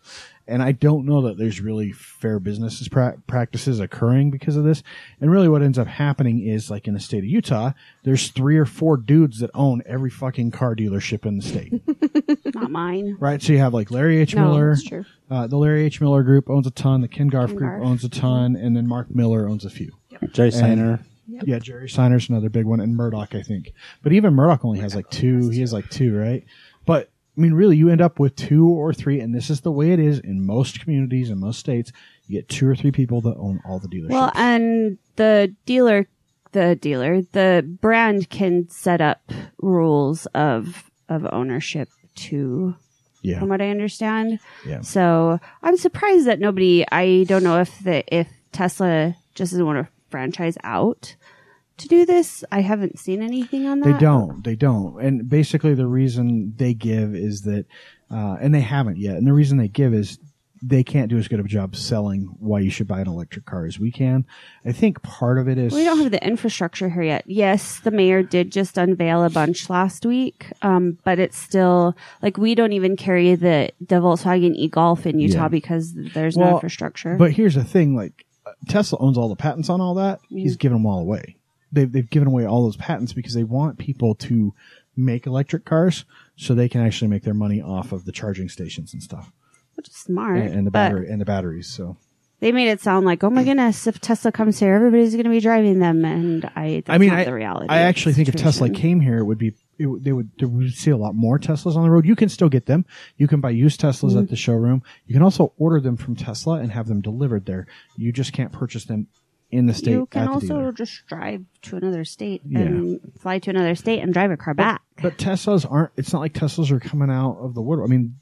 Speaker 2: And I don't know that there's really fair business pra- practices occurring because of this. And really, what ends up happening is, like in the state of Utah, there's three or four dudes that own every fucking car dealership in the
Speaker 4: [laughs]
Speaker 2: state, [laughs]
Speaker 1: not mine.
Speaker 2: right? So you have like Larry H.
Speaker 4: No,
Speaker 2: Miller.
Speaker 4: that's true.
Speaker 2: Uh, the Larry H. Miller Group owns a ton. The Ken Garf Group
Speaker 4: Garf.
Speaker 2: owns a ton, and then Mark Miller owns a few.
Speaker 3: Jay Sainer.
Speaker 2: Yeah, Jerry Steiner's another big one, and Murdoch, I think. But even Murdoch only has like two. He has like two, right? But I mean, really, you end up with two or three, and this is the way it is in most communities in most states. You get two or three people that own all the dealerships.
Speaker 1: Well, and the dealer, the dealer, the brand can set up rules of of ownership too.
Speaker 2: yeah,
Speaker 1: From what I understand,
Speaker 2: yeah.
Speaker 1: So I'm surprised that nobody. I don't know if the if Tesla just doesn't want to franchise out to do this. I haven't seen anything on
Speaker 2: They
Speaker 1: that.
Speaker 2: don't. They don't. And basically, the reason they give is that, uh, and they haven't yet. And the reason they give is they can't do as good of a job selling why you should buy an electric car as we can. I think part of it is
Speaker 1: We don't have the infrastructure here yet. Yes, the mayor did just unveil a bunch last week, um, but it's still like we don't even carry the the Volkswagen e Golf in Utah
Speaker 2: Yeah.
Speaker 1: because there's
Speaker 2: Well,
Speaker 1: no infrastructure.
Speaker 2: But here's the thing: like uh, Tesla owns all the patents on all that. He's given them all away. They've they've given away all those patents because they want people to make electric cars so they can actually make their money off of the charging stations and stuff
Speaker 1: which is smart.
Speaker 2: and, and the
Speaker 1: but
Speaker 2: battery and the batteries. So
Speaker 1: they made it sound like, oh my goodness, if Tesla comes here, everybody's going to be driving them. And I, that's
Speaker 2: I mean,
Speaker 1: not
Speaker 2: I,
Speaker 1: the reality.
Speaker 2: I
Speaker 1: of the
Speaker 2: actually think if Tesla
Speaker 1: situation.
Speaker 2: came here, it would be it, would- they would we would see a lot more Teslas on the road. You can still get them. You can buy used Teslas
Speaker 1: Mm-hmm.
Speaker 2: at the showroom. You can also order them from Tesla and have them delivered there. You just can't purchase them in the state.
Speaker 1: you
Speaker 2: at
Speaker 1: can
Speaker 2: the
Speaker 1: also
Speaker 2: dealer.
Speaker 1: just drive to another state
Speaker 2: Yeah.
Speaker 1: and fly to another state and drive a car back.
Speaker 2: But Teslas aren't. It's not like Teslas are coming out of the woodwork. I mean,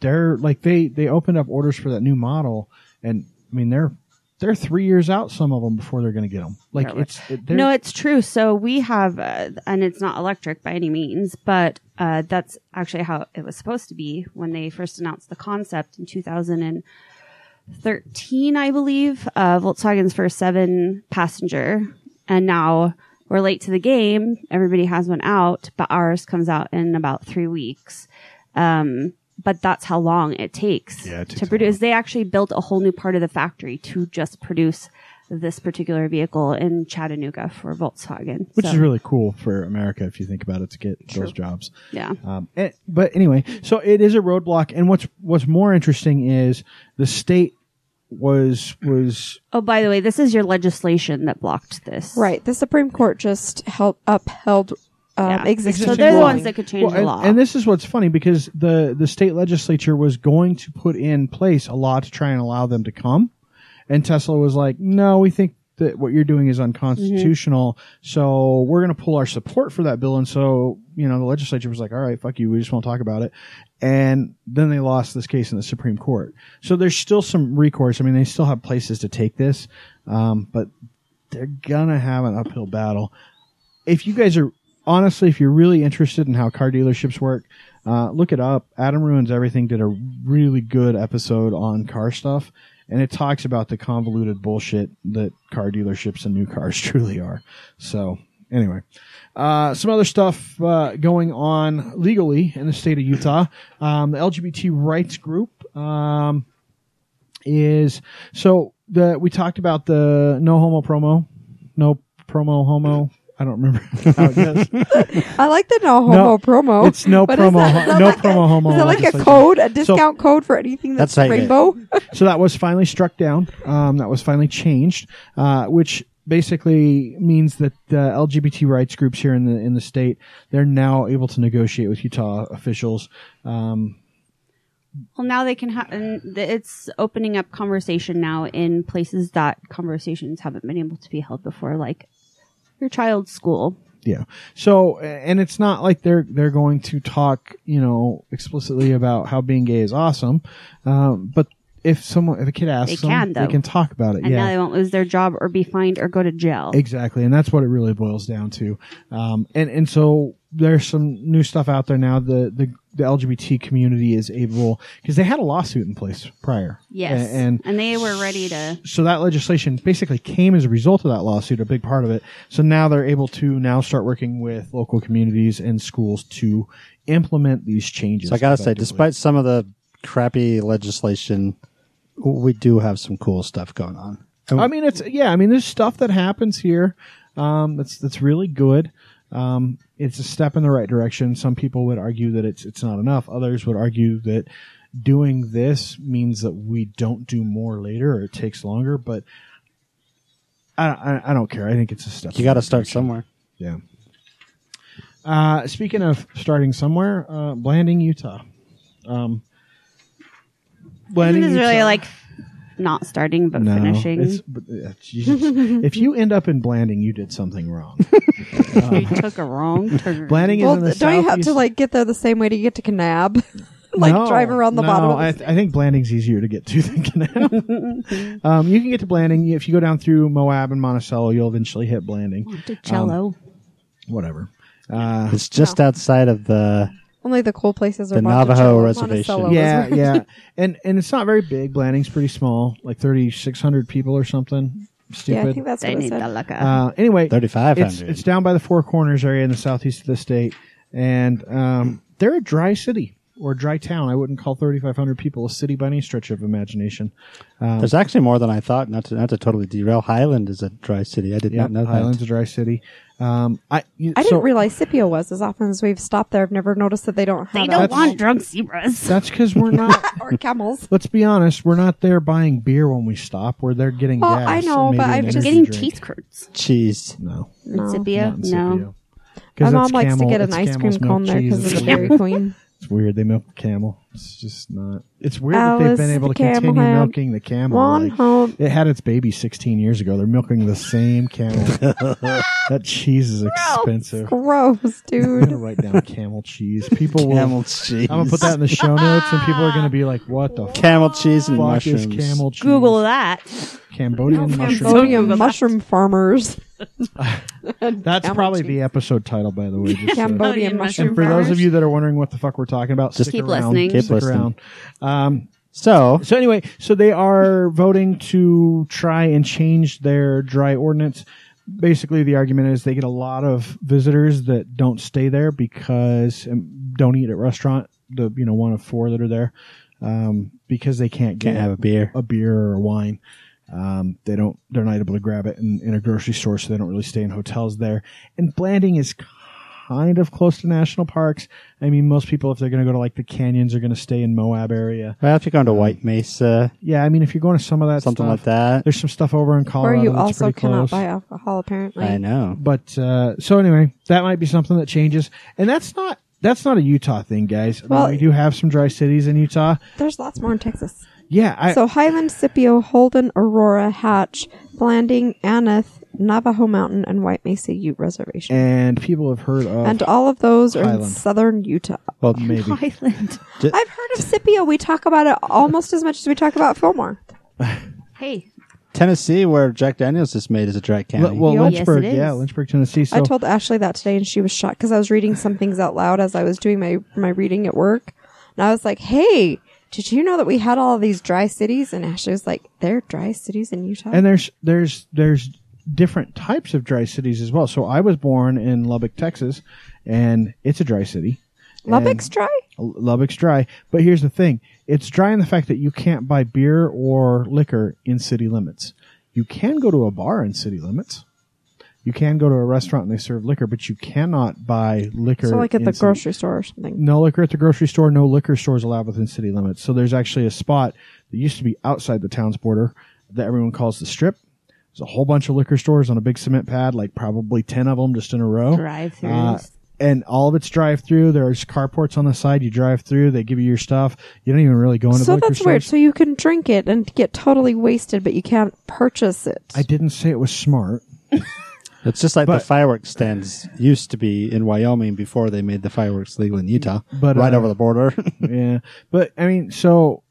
Speaker 2: they're like they they opened up orders for that new model, and I mean they're they're three years out some of them before they're going to get them. Like
Speaker 1: Right.
Speaker 2: it's it, they're-
Speaker 1: no, it's true. So we have, uh, and it's not electric by any means, but uh, that's actually how it was supposed to be when they first announced the concept in 2013, I believe, uh, Volkswagen's first seven passenger. And now we're late to the game. Everybody has one out, but ours comes out in about three weeks. Um, but that's how long it takes,
Speaker 2: Yeah, it takes
Speaker 1: to
Speaker 2: a
Speaker 1: produce. They actually built a whole new part of the factory to just produce this particular vehicle in Chattanooga for Volkswagen.
Speaker 2: which
Speaker 1: So,
Speaker 2: is really cool for America if you think about it to get those jobs.
Speaker 1: yeah.
Speaker 2: Um, eh, but anyway, so it is a roadblock, and what's what's more interesting is the state was was
Speaker 1: Oh, by the way, this is your legislation that blocked this,
Speaker 4: Right. The Supreme Court just held upheld um,
Speaker 1: Yeah.
Speaker 4: existing.
Speaker 1: So they're the
Speaker 4: law.
Speaker 1: ones that could change
Speaker 2: Well,
Speaker 1: the
Speaker 2: and,
Speaker 1: law.
Speaker 2: and this is what's funny because the the state legislature was going to put in place a law to try and allow them to come, and Tesla was like, "No, we think that what you're doing is unconstitutional.
Speaker 1: Mm-hmm.
Speaker 2: So we're going to pull our support for that bill. And so, you know, the legislature was like, all right, fuck you. We just won't talk about it. And then they lost this case in the Supreme Court. So there's still some recourse. I mean, they still have places to take this, um, but they're going to have an uphill battle. If you guys are honestly, if you're really interested in how car dealerships work, uh, look it up. Adam Ruins Everything did a really good episode on car stuff, and it talks about the convoluted bullshit that car dealerships and new cars [laughs] truly are. So, anyway, uh, some other stuff uh, going on legally in the state of Utah. Um, the LGBT rights group. Um, is so the we talked about the no homo promo, no promo homo. I don't remember how it goes.
Speaker 4: I like the no homo
Speaker 2: No,
Speaker 4: promo.
Speaker 2: It's no
Speaker 4: But Oh, is
Speaker 2: promo,
Speaker 4: that- is that
Speaker 2: no
Speaker 4: like a-
Speaker 2: promo homo.
Speaker 4: Is that like a
Speaker 2: legislation.
Speaker 4: code, a discount code for anything that's,
Speaker 3: That's how you get it.
Speaker 4: rainbow?
Speaker 2: So that was finally struck down. Um, that was finally changed, uh, which basically means that uh, the LGBT rights groups here in the in the state they're now able to negotiate with Utah officials. Um,
Speaker 1: Well, now they can have. It's opening up conversation now in places that conversations haven't been able to be held before, like your child's school.
Speaker 2: yeah. So and it's not like they're they're going to talk you know explicitly about how being gay is awesome, um, but if someone if a kid asks
Speaker 1: They
Speaker 2: them,
Speaker 1: can, though.
Speaker 2: they can talk about it.
Speaker 1: And
Speaker 2: yeah.
Speaker 1: now they won't lose their job or be fined or go to jail.
Speaker 2: Exactly, and that's what it really boils down to. Um, and and so there's some new stuff out there now. The the, the LGBT community is able because they had a lawsuit in place prior.
Speaker 1: yes.
Speaker 2: A- and,
Speaker 1: they were ready to.
Speaker 2: so that legislation basically came as a result of that lawsuit, a big part of it. So now they're able to now start working with local communities and schools to implement these changes.
Speaker 3: So I gotta say,
Speaker 2: effectively.
Speaker 3: despite some of the crappy legislation, we do have some cool stuff going on. And
Speaker 2: I mean, it's yeah. I mean, there's stuff that happens here um, that's that's really good. Um, it's a step in the right direction. Some people would argue that it's it's not enough. Others would argue that doing this means that we don't do more later or it takes longer. But I I, I don't care. I think it's a step.
Speaker 3: you got to start somewhere.
Speaker 2: Yeah. Uh, speaking of starting somewhere, uh, Blanding, Utah. Um,
Speaker 1: This
Speaker 2: Blanding,
Speaker 1: is really
Speaker 2: Utah-
Speaker 1: like not starting but
Speaker 2: no,
Speaker 1: finishing. [laughs]
Speaker 2: It's, but, uh, Jesus. if you end up in Blanding, you did something wrong.
Speaker 1: You took a wrong turn.
Speaker 2: Blanding
Speaker 4: Well,
Speaker 2: is in
Speaker 4: don't
Speaker 2: the
Speaker 4: you have to
Speaker 2: southeast-
Speaker 4: like get there the same way to get to Kanab? [laughs] [laughs] like
Speaker 2: No,
Speaker 4: drive around the
Speaker 2: no,
Speaker 4: bottom. Of the
Speaker 2: I, I think Blanding's easier to get to than Canal.
Speaker 4: [laughs]
Speaker 2: um, you can get to Blanding if you go down through Moab and Monticello. You'll eventually hit
Speaker 1: Oh,
Speaker 2: Blanding.
Speaker 1: Um, Cello.
Speaker 2: Whatever. Uh,
Speaker 3: It's just outside of the.
Speaker 4: Only the cool places are
Speaker 3: The
Speaker 4: Monticello,
Speaker 3: Navajo reservation.
Speaker 4: Monticello is
Speaker 2: yeah,
Speaker 4: where- [laughs]
Speaker 2: yeah, and and it's not very big. Blanding's pretty small, like thirty six hundred people or something.
Speaker 4: yeah.
Speaker 2: Stupid.
Speaker 4: I think that's
Speaker 1: they
Speaker 4: what I
Speaker 1: need to
Speaker 4: said.
Speaker 1: look up.
Speaker 2: uh, anyway,
Speaker 3: 3,500.
Speaker 2: It's, it's down by the Four Corners area in the southeast of the state, and um, they're a dry city or dry town. I wouldn't call 3,500 people a city by any stretch of imagination.
Speaker 3: There's actually more than I thought. Not to not to totally derail. Highland is a dry city. I did
Speaker 2: Yeah,
Speaker 3: not know
Speaker 2: Highland's
Speaker 3: that.
Speaker 2: a dry city. Um, I you-
Speaker 4: I
Speaker 2: so
Speaker 4: didn't realize Scipio was as often as we've stopped there. I've never noticed that they don't have
Speaker 1: they
Speaker 4: alcohol
Speaker 1: don't want drunk zebras.
Speaker 2: that's because we're
Speaker 4: [laughs]
Speaker 2: not.
Speaker 4: or camels.
Speaker 2: let's be honest, we're not there buying beer when we stop. We're there getting
Speaker 4: Well,
Speaker 2: gas.
Speaker 4: I know,
Speaker 2: and maybe
Speaker 4: but
Speaker 2: an
Speaker 4: I'm just-
Speaker 2: energy
Speaker 1: Getting
Speaker 2: drink.
Speaker 1: teeth curds.
Speaker 3: Cheese.
Speaker 2: No,
Speaker 4: No.
Speaker 1: Sipia?
Speaker 2: not in
Speaker 1: No.
Speaker 2: Scipio. [laughs] 'Cause
Speaker 4: My
Speaker 2: that's
Speaker 4: mom likes to
Speaker 2: camel-
Speaker 4: get an
Speaker 2: it's
Speaker 4: ice
Speaker 2: camel's
Speaker 4: cream
Speaker 2: milk
Speaker 4: cone there
Speaker 2: cheese.
Speaker 4: because of
Speaker 2: It's
Speaker 4: the
Speaker 2: weird.
Speaker 4: Dairy Queen.
Speaker 2: [laughs] It's weird. They milk the camel. It's just not. It's weird that
Speaker 4: Alice
Speaker 2: they've been able
Speaker 4: the
Speaker 2: to continue
Speaker 4: camel had
Speaker 2: milking the camel.
Speaker 4: one
Speaker 2: like,
Speaker 4: hump.
Speaker 2: It had its baby 16 years ago. They're milking the same
Speaker 3: [laughs]
Speaker 2: camel. that cheese is expensive.
Speaker 4: Gross,
Speaker 2: [laughs] I'm gonna
Speaker 4: dude.
Speaker 2: write down camel cheese. People will.
Speaker 3: Camel cheese.
Speaker 2: I'm gonna put that in the show notes, and people are gonna be like, "What the fuck
Speaker 3: [laughs] Camel cheese and mushrooms.
Speaker 2: is camel cheese?"
Speaker 1: Google that. [laughs]
Speaker 2: Cambodian mushroom.
Speaker 4: Cambodian mushroom farmers.
Speaker 2: That's
Speaker 4: Camel
Speaker 2: probably
Speaker 4: cheese.
Speaker 2: the episode title, by the way. just so-
Speaker 4: [laughs] Cambodian
Speaker 1: Cambodian mushroom
Speaker 4: mushroom
Speaker 2: And for those
Speaker 4: farmers.
Speaker 2: of you that are wondering what the fuck we're talking about,
Speaker 3: Just
Speaker 2: stick
Speaker 1: keep
Speaker 2: around.
Speaker 1: listening.
Speaker 3: Keep
Speaker 2: stick
Speaker 3: listening.
Speaker 2: around. Um,
Speaker 3: So
Speaker 2: So anyway, so they are voting to try and change their dry ordinance. Basically, the argument is they get a lot of visitors that don't stay there because and don't eat at restaurant. The you know one of four that are there um, because they can't get
Speaker 3: can't have a beer.
Speaker 2: a beer or a wine. Um, they don't. They're not able to grab it in, in a grocery store, so they don't really stay in hotels there. And Blanding is kind of close to national parks. I mean, most people, if they're going to go to like the canyons, are going to stay in Moab area.
Speaker 3: Well, if you're going to White Mesa,
Speaker 2: Yeah, I mean, if you're going to some of that
Speaker 3: something
Speaker 2: stuff,
Speaker 3: like that.
Speaker 2: There's some stuff over in
Speaker 4: Where
Speaker 2: Colorado.
Speaker 4: you
Speaker 2: that's
Speaker 4: also
Speaker 2: pretty
Speaker 4: cannot
Speaker 2: close.
Speaker 4: buy alcohol, apparently.
Speaker 3: I know.
Speaker 2: But uh, so anyway, that might be something that changes, and that's not that's not a Utah thing, guys. I mean,
Speaker 4: Well-
Speaker 2: we do have some dry cities in Utah.
Speaker 4: There's lots more in Texas.
Speaker 2: Yeah, I,
Speaker 4: so Highland, Scipio, Holden, Aurora, Hatch, Blanding, Aneth, Navajo Mountain, and White Mesa Ute Reservation.
Speaker 2: and people have heard of.
Speaker 4: And all of those are in
Speaker 2: Highland.
Speaker 4: southern Utah.
Speaker 3: Well,
Speaker 2: maybe
Speaker 1: Highland.
Speaker 4: I've heard of Scipio. We talk about it almost as much as we talk about Fillmore.
Speaker 1: [laughs] Hey,
Speaker 3: Tennessee, where Jack Daniels is made, is a dry county.
Speaker 2: Well, well,
Speaker 1: Yup. Yes, it
Speaker 2: Lynchburg,
Speaker 1: is.
Speaker 2: yeah, Lynchburg, Tennessee. So
Speaker 4: I told Ashley that today, and she was shocked because I was reading some things out loud as I was doing my my reading at work, and I was like, "Hey, did you know that we had all these dry cities?" And Ashley was like, "They're dry cities in Utah."
Speaker 2: and there's there's there's different types of dry cities as well. So I was born in Lubbock, Texas, and it's a dry city.
Speaker 4: Lubbock's dry.
Speaker 2: L- Lubbock's dry, but here's the thing: it's dry in the fact that you can't buy beer or liquor in city limits. You can go to a bar in city limits. You can go to a restaurant and they serve liquor, but you cannot buy liquor.
Speaker 4: So like at
Speaker 2: in
Speaker 4: the
Speaker 2: city-
Speaker 4: grocery store or something.
Speaker 2: no liquor at the grocery store, no liquor stores allowed within city limits. So there's actually a spot that used to be outside the town's border that everyone calls the strip. There's a whole bunch of liquor stores on a big cement pad, like probably 10 of them just in a row. Uh,
Speaker 1: drive-throughs.
Speaker 2: and all of it's drive through. There's carports on the side. You drive through, they give you your stuff. You don't even really go into
Speaker 4: So
Speaker 2: the liquor
Speaker 4: that's weird.
Speaker 2: stores.
Speaker 4: So you can drink it and get totally wasted, but you can't purchase it.
Speaker 2: I didn't say it was
Speaker 4: [laughs]
Speaker 2: smart.
Speaker 3: it's just like
Speaker 2: but-
Speaker 3: the fireworks stands used to be in Wyoming before they made the fireworks legal in Utah,
Speaker 2: But,
Speaker 3: right
Speaker 2: uh,
Speaker 3: over the border. [laughs]
Speaker 2: yeah. But I mean, so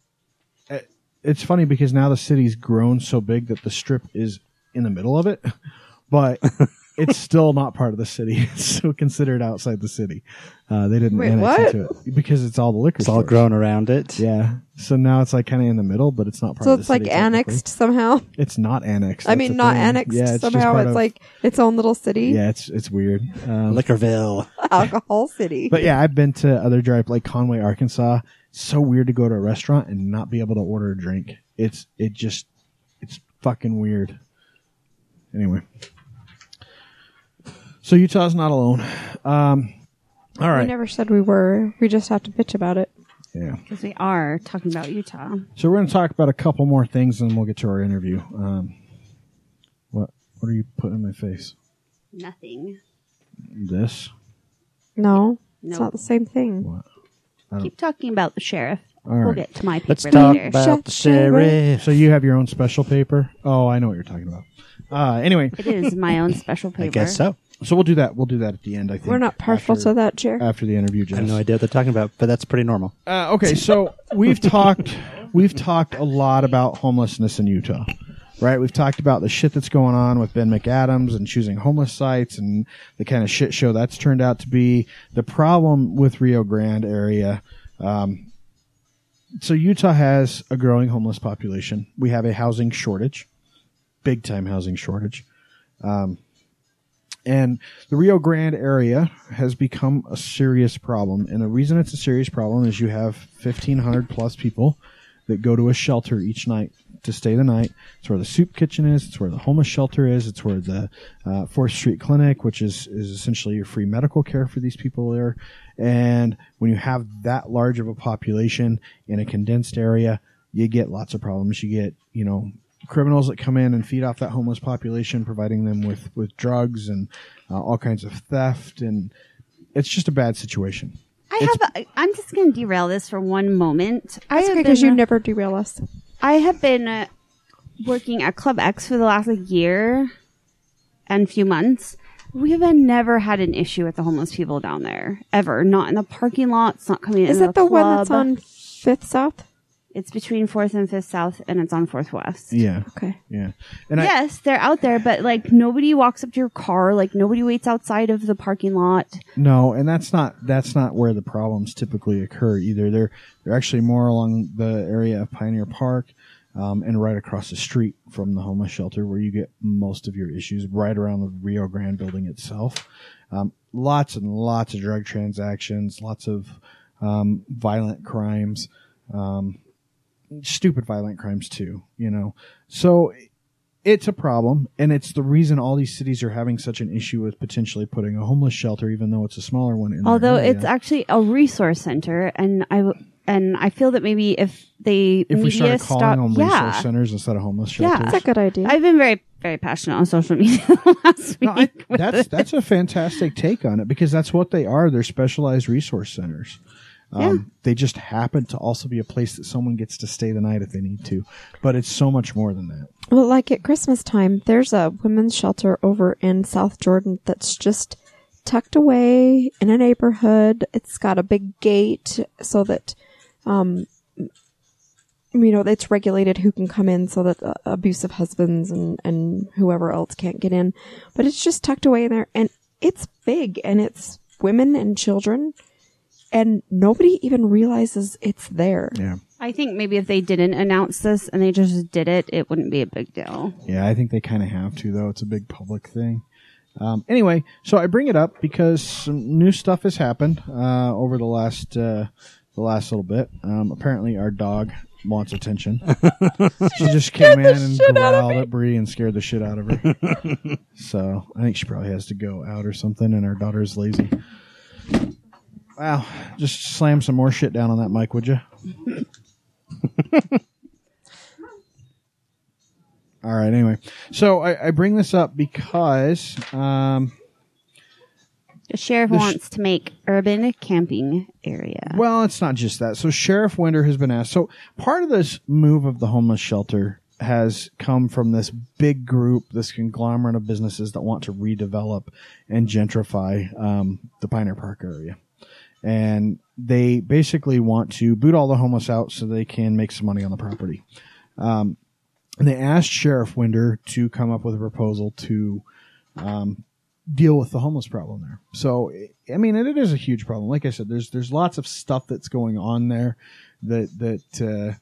Speaker 2: uh, it's funny because now the city's grown so big that the strip is in the middle of it,
Speaker 4: [laughs]
Speaker 2: but it's still not part of the city. [laughs] It's still considered outside the city. Uh, they didn't
Speaker 4: Wait,
Speaker 2: annex
Speaker 4: what?
Speaker 2: into it because it's all the liquor
Speaker 3: it's all
Speaker 2: stores.
Speaker 3: grown around it.
Speaker 2: Yeah. So now it's like kind of in the middle, but it's not part
Speaker 4: so
Speaker 2: of the
Speaker 4: it's like
Speaker 2: city technically. [laughs]
Speaker 4: annexed somehow.
Speaker 2: It's not annexed.
Speaker 4: I
Speaker 2: That's
Speaker 4: mean,
Speaker 2: the
Speaker 4: not
Speaker 2: thing.
Speaker 4: annexed
Speaker 2: Yeah, it's just
Speaker 4: somehow.
Speaker 2: part
Speaker 4: It's
Speaker 2: of-
Speaker 4: like hmm? its own little city,
Speaker 2: Yeah, it's it's weird. Um,
Speaker 3: Uh, Liquorville.
Speaker 4: [laughs] alcohol city.
Speaker 2: But yeah, I've been to other drive like Conway, Arkansas. It's so weird to go to a restaurant and not be able to order a drink. It's it just it's fucking weird. Anyway. So Utah's not alone. Um all
Speaker 4: We
Speaker 2: right.
Speaker 4: never said we were. We just have to bitch about it.
Speaker 2: yeah.
Speaker 1: Because we are talking about Utah.
Speaker 2: So we're going to talk about a couple more things and then we'll get to our interview. Um what what are you putting in my face?
Speaker 1: Nothing.
Speaker 2: This?
Speaker 4: No, it's
Speaker 1: Nope.
Speaker 4: not the same thing.
Speaker 2: What?
Speaker 1: Keep talking about the sheriff.
Speaker 2: Oh. All
Speaker 1: We'll
Speaker 2: right.
Speaker 1: get to my paper
Speaker 3: Let's talk
Speaker 1: later.
Speaker 3: about the
Speaker 4: sheriff.
Speaker 3: sheriff.
Speaker 2: So you have your own special paper? Oh, I know what you're talking about. Uh anyway,
Speaker 1: it is
Speaker 2: [laughs]
Speaker 1: my own special paper.
Speaker 3: I guess so.
Speaker 2: So we'll do that. We'll do that at the end. I think
Speaker 4: We're not partial
Speaker 2: after,
Speaker 4: to that, chair.
Speaker 2: after the interview. Jess.
Speaker 3: I have no idea what they're talking about, but that's pretty normal.
Speaker 2: Uh, okay, so we've talked we've talked a lot about homelessness in Utah, right? We've talked about the shit that's going on with Ben McAdams and choosing homeless sites and the kind of shit show that's turned out to be. The problem with Rio Grande area. Um, so Utah has a growing homeless population. We have a housing shortage, big time housing shortage. And the Rio Grande area has become a serious problem. And the reason it's a serious problem is you have 1,500 plus people that go to a shelter each night to stay the night. It's where the soup kitchen is. It's where the homeless shelter is. It's where the uh, Fourth Street Clinic, which is, is essentially your free medical care for these people there. And when you have that large of a population in a condensed area, you get lots of problems. You get, you know, criminals that come in and feed off that homeless population, providing them with, with drugs and uh, all kinds of theft. And it's just a bad situation.
Speaker 1: I have. A, I'm just going to derail this for one moment. I
Speaker 4: That's
Speaker 1: have
Speaker 4: because
Speaker 1: been-
Speaker 4: you never derail us.
Speaker 1: I have been uh, working at Club X for the last like year and few months. We have uh, never had an issue with the homeless people down there ever. Not in the parking lots. Not coming.
Speaker 4: Is
Speaker 1: into
Speaker 4: that the one that's
Speaker 1: club.
Speaker 4: on Fifth South?
Speaker 1: It's between Fourth and Fifth South, and it's on Fourth West.
Speaker 2: Yeah.
Speaker 4: Okay.
Speaker 2: Yeah. And I,
Speaker 1: Yes, they're out there, but like nobody walks up to your car. Like nobody waits outside of the parking lot.
Speaker 2: No, and that's not that's not where the problems typically occur either. They're they're actually more along the area of Pioneer Park um, and right across the street from the homeless shelter, where you get most of your issues. Right around the Rio Grande building itself, um, lots and lots of drug transactions, lots of um, violent crimes, um, stupid violent crimes too. You know, so it's a problem and it's the reason all these cities are having such an issue with potentially putting a homeless shelter even though it's a smaller one in their
Speaker 1: Although
Speaker 2: area.
Speaker 1: it's actually a resource center, and I w- and I feel that maybe if they
Speaker 2: if we
Speaker 1: media
Speaker 2: started calling
Speaker 1: stop,
Speaker 2: them
Speaker 1: yeah,
Speaker 2: resource centers instead of homeless
Speaker 1: Yeah.
Speaker 2: shelters
Speaker 4: That's a good idea.
Speaker 1: I've been very very passionate on social media [laughs] last week.
Speaker 2: No, I,
Speaker 1: with
Speaker 2: that's that's a fantastic take on it because that's what they are. They're specialized resource centers. Um, They just happen to also be a place that someone gets to stay the night if they need to, but it's so much more than that.
Speaker 4: Well, like at Christmas time, there's a women's shelter over in South Jordan that's just tucked away in a neighborhood. It's got a big gate so that, um, you know, it's regulated who can come in so that uh, abusive husbands and, and whoever else can't get in. But it's just tucked away in there and it's big and it's women and children and nobody even realizes it's there.
Speaker 2: Yeah,
Speaker 1: I think maybe if they didn't announce this and they just did it, it wouldn't be a big deal.
Speaker 2: yeah. I think they kind of have to though. It's a big public thing. Um, anyway, so I bring it up because some new stuff has happened uh, over the last uh, the last little bit. Um, apparently, our dog wants attention. she just came in and growled at Bree and scared the shit out of her. so I think she probably has to go out or something, and our daughter's lazy. Wow, just slam some more shit down on that mic, would you? All right. Anyway, so I, I bring this up because um,
Speaker 1: The sheriff
Speaker 2: sh-
Speaker 1: wants to make urban camping area.
Speaker 2: Well, it's not just that. So Sheriff Winder has been asked. So part of this move of the homeless shelter has come from this big group, this conglomerate of businesses that want to redevelop and gentrify um, the Pioneer Park area. And they basically want to boot all the homeless out so they can make some money on the property. Um, and they asked Sheriff Winder to come up with a proposal to deal with the homeless problem there. So, I mean, and it is a huge problem. Like I said, there's there's lots of stuff that's going on there that that uh,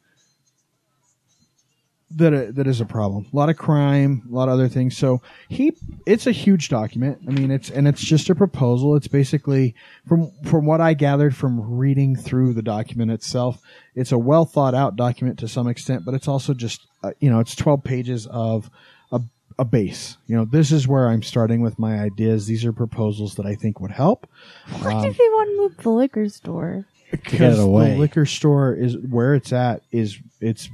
Speaker 2: that uh, that is a problem. A lot of crime, a lot of other things. So he, it's a huge document. I mean, it's and it's just a proposal. It's basically from from what I gathered from reading through the document itself. It's a well thought out document to some extent, but it's also just uh, you know it's twelve pages of a a base. You know, this is where I'm starting with my ideas. These are proposals that I think would help.
Speaker 1: What if they want to move the liquor store?
Speaker 2: Because
Speaker 3: away.
Speaker 2: the liquor store is where it's at is it's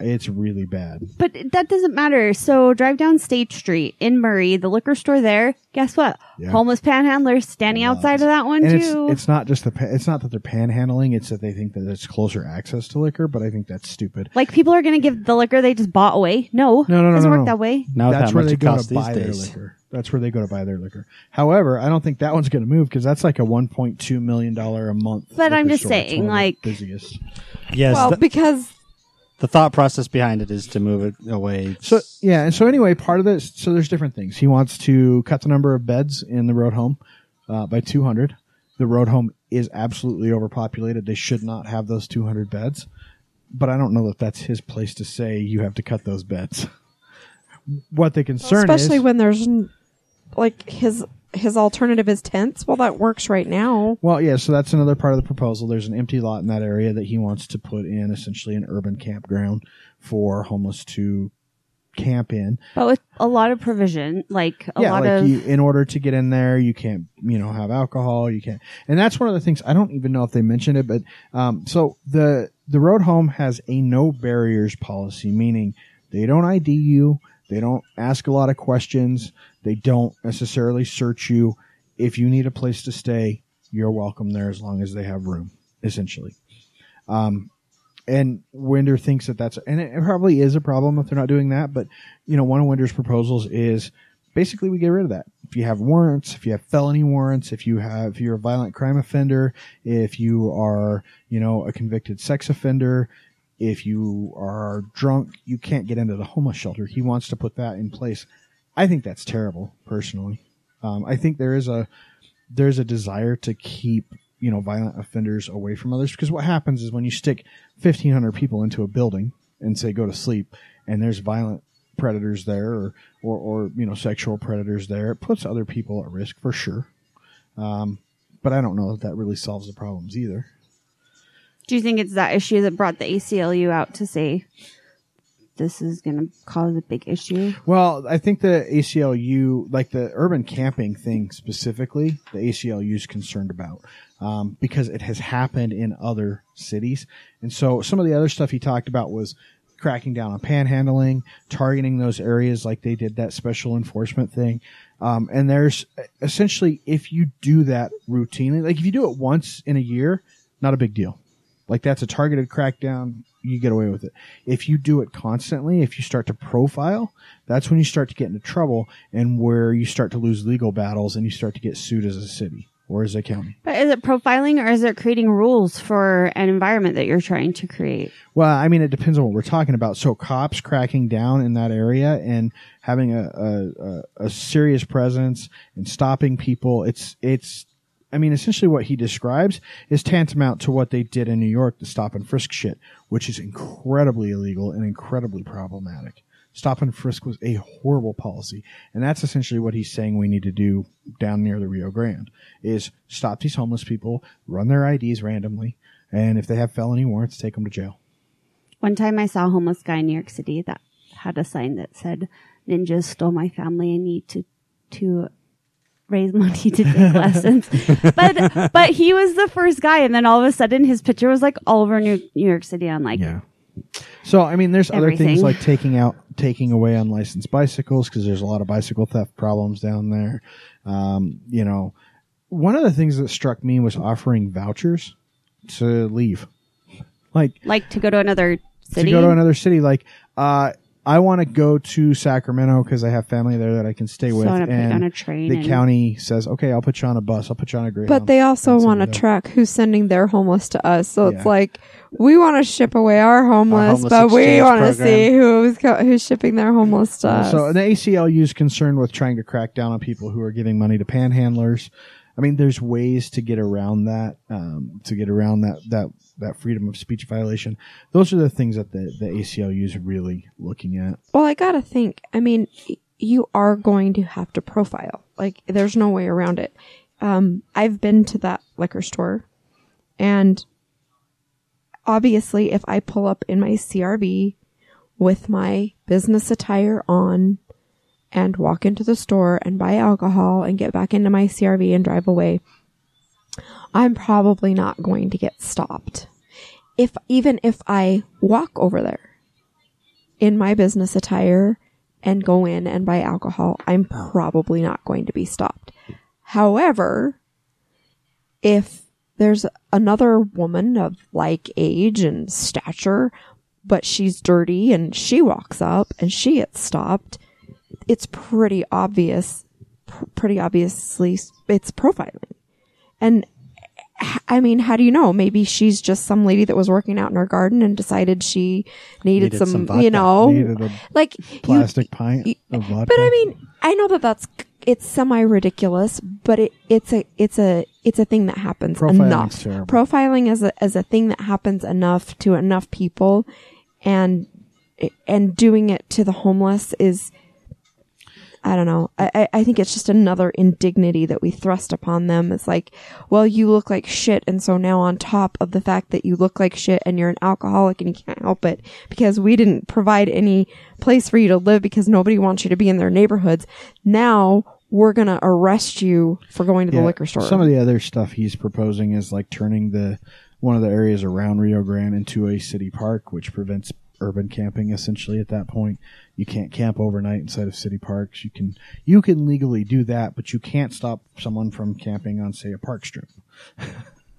Speaker 2: it's really bad.
Speaker 1: But that doesn't matter. So drive down State Street in Murray, the liquor store there. Guess what?
Speaker 2: Yeah.
Speaker 1: Homeless panhandlers standing outside of that one
Speaker 2: and it's,
Speaker 1: too.
Speaker 2: it's not just the pa- it's not that they're panhandling it's that they think that it's closer access to liquor but i think that's stupid
Speaker 1: like people are gonna give the liquor they just bought away. No,
Speaker 2: No, no, no,
Speaker 1: doesn't
Speaker 2: no,
Speaker 1: work
Speaker 2: no.
Speaker 1: that way.
Speaker 3: Now
Speaker 2: that's
Speaker 3: that
Speaker 2: where
Speaker 3: much
Speaker 2: they
Speaker 3: it
Speaker 2: go
Speaker 3: costs
Speaker 2: to
Speaker 3: these
Speaker 2: buy their
Speaker 3: days.
Speaker 2: liquor that's where they go to buy their liquor however i don't think that one's going to move because that's like a 1.2 million dollar a month
Speaker 1: But I'm
Speaker 2: liquor
Speaker 1: just
Speaker 2: store. It's
Speaker 1: saying,
Speaker 2: one of
Speaker 1: like-
Speaker 2: the busiest
Speaker 3: Yes,
Speaker 4: Well,
Speaker 3: the,
Speaker 4: because
Speaker 3: the thought process behind it is to move it away.
Speaker 2: So yeah, and so anyway, part of this. So there's different things. He wants to cut the number of beds in the road home uh, by 200. The road home is absolutely overpopulated. They should not have those 200 beds. But I don't know that that's his place to say you have to cut those beds. [laughs] What the concern
Speaker 4: especially
Speaker 2: is,
Speaker 4: when there's n- like his his alternative is tents well that works right now
Speaker 2: Well, yeah, so that's another part of the proposal. There's an empty lot in that area that he wants to put in essentially an urban campground for homeless to camp in.
Speaker 1: But with a lot of provision, like a
Speaker 2: yeah,
Speaker 1: lot
Speaker 2: like
Speaker 1: of
Speaker 2: you, in order to get in there, you can't, you know, have alcohol. You can't, and that's one of the things. I don't even know if they mentioned it, but um, so the the road home has a no barriers policy, meaning they don't ID you, they don't ask a lot of questions, they don't necessarily search you. If you need a place to stay, you're welcome there as long as they have room, essentially. Um, And Winder thinks that that's, and it probably is a problem if they're not doing that. But, you know, one of Winder's proposals is basically we get rid of that. If you have warrants, if you have felony warrants, if you have, if you're a violent crime offender, if you are, you know, a convicted sex offender, if you are drunk, you can't get into the homeless shelter. He wants to put that in place. I think that's terrible, personally. Um, I think there is a, there's a desire to keep you know violent offenders away from others because what happens is when you stick 1500 people into a building and say go to sleep and there's violent predators there or or, or you know sexual predators there it puts other people at risk for sure um, but i don't know that that really solves the problems either
Speaker 1: Do you think it's that issue that brought the ACLU out to say this is going to cause a big issue?
Speaker 2: Well, I think the ACLU, like the urban camping thing specifically, the ACLU is concerned about um, because it has happened in other cities. And so some of the other stuff he talked about was cracking down on panhandling, targeting those areas like they did that special enforcement thing. Um, and there's essentially, if you do that routinely, like if you do it once in a year, not a big deal. Like that's a targeted crackdown, you get away with it. If you do it constantly, if you start to profile, that's when you start to get into trouble and where you start to lose legal battles and you start to get sued as a city or as a county.
Speaker 1: But is it profiling or is it creating rules for an environment that you're trying to create?
Speaker 2: Well, I mean, it depends on what we're talking about. So, cops cracking down in that area and having a a, a, a serious presence and stopping people. It's it's. I mean, essentially, what he describes is tantamount to what they did in New York, the stop and frisk shit, which is incredibly illegal and incredibly problematic. Stop and frisk was a horrible policy, and that's essentially what he's saying we need to do down near the Rio Grande: is stop these homeless people, run their IDs randomly, and if they have felony warrants, take them to jail.
Speaker 1: One time I saw a homeless guy in New York City that had a sign that said, Ninjas stole my family. I need to, to raise [laughs] money to take
Speaker 2: [laughs]
Speaker 1: lessons. but, but he was the first guy. And then all of a sudden his picture was like all over New, New York City. I'm like,
Speaker 2: Yeah. So I mean, there's other things
Speaker 1: Everything.
Speaker 2: like taking out, taking away unlicensed bicycles because there's a lot of bicycle theft problems down there. Um, you know, one of the things that struck me was offering vouchers to leave, like
Speaker 1: like to go to another city.
Speaker 2: to go to another city. Like, uh, I want to go to Sacramento because I have family there that I can stay with.
Speaker 1: so I want to put
Speaker 2: and
Speaker 1: on a train.
Speaker 2: the
Speaker 1: and-
Speaker 2: county says, okay, I'll put you on a bus. I'll put you on a Greyhound.
Speaker 4: But they also
Speaker 2: That's
Speaker 4: want to
Speaker 2: another-
Speaker 4: track who's sending their homeless to us. So
Speaker 2: Yeah.
Speaker 4: it's like we want to ship away our homeless,
Speaker 3: homeless
Speaker 4: but we
Speaker 3: exchange
Speaker 4: want to
Speaker 3: program.
Speaker 4: see who's co- who's shipping their homeless to us.
Speaker 2: So the ACLU is concerned with trying to crack down on people who are giving money to panhandlers. I mean, there's ways to get around that, um, to get around that that that freedom of speech violation. Those are the things that the, the ACLU is really looking at.
Speaker 4: well, I gotta think. I mean, y- you are going to have to profile. Like, there's no way around it. Um, I've been to that liquor store, and obviously, if I pull up in my CRV with my business attire on and walk into the store and buy alcohol and get back into my CRV and drive away, I'm probably not going to get stopped. If even if I walk over there in my business attire and go in and buy alcohol, I'm probably not going to be stopped. However, if there's another woman of like age and stature, but she's dirty and she walks up and she gets stopped, it's pretty obvious, pr- pretty obviously s- it's profiling. And h- I mean, how do you know? Maybe she's just some lady that was working out in her garden and decided she needed,
Speaker 3: Needed
Speaker 4: some,
Speaker 3: some vodka.
Speaker 4: Oh, you know,
Speaker 2: Needed a
Speaker 4: like
Speaker 2: plastic
Speaker 4: You,
Speaker 2: pint
Speaker 4: you-
Speaker 2: of vodka.
Speaker 4: but I mean, I know that that's it's semi ridiculous, but it, it's a it's a it's a thing that happens
Speaker 2: Profiling's
Speaker 4: enough.
Speaker 2: terrible.
Speaker 4: Profiling is a is a thing that happens enough to enough people, and and doing it to the homeless is. I don't know. I, I- I think it's just another indignity that we thrust upon them. It's like, well, you look like shit. And so now on top of the fact that you look like shit and you're an alcoholic and you can't help it because we didn't provide any place for you to live because nobody wants you to be in their neighborhoods. Now we're going to arrest you for going to
Speaker 2: Yeah.
Speaker 4: the liquor store.
Speaker 2: Some of the other stuff he's proposing is like turning the one of the areas around Rio Grande into a city park, which prevents urban camping essentially at that point. You can't camp overnight inside of city parks. You can you can legally do that, but you can't stop someone from camping on say a park strip.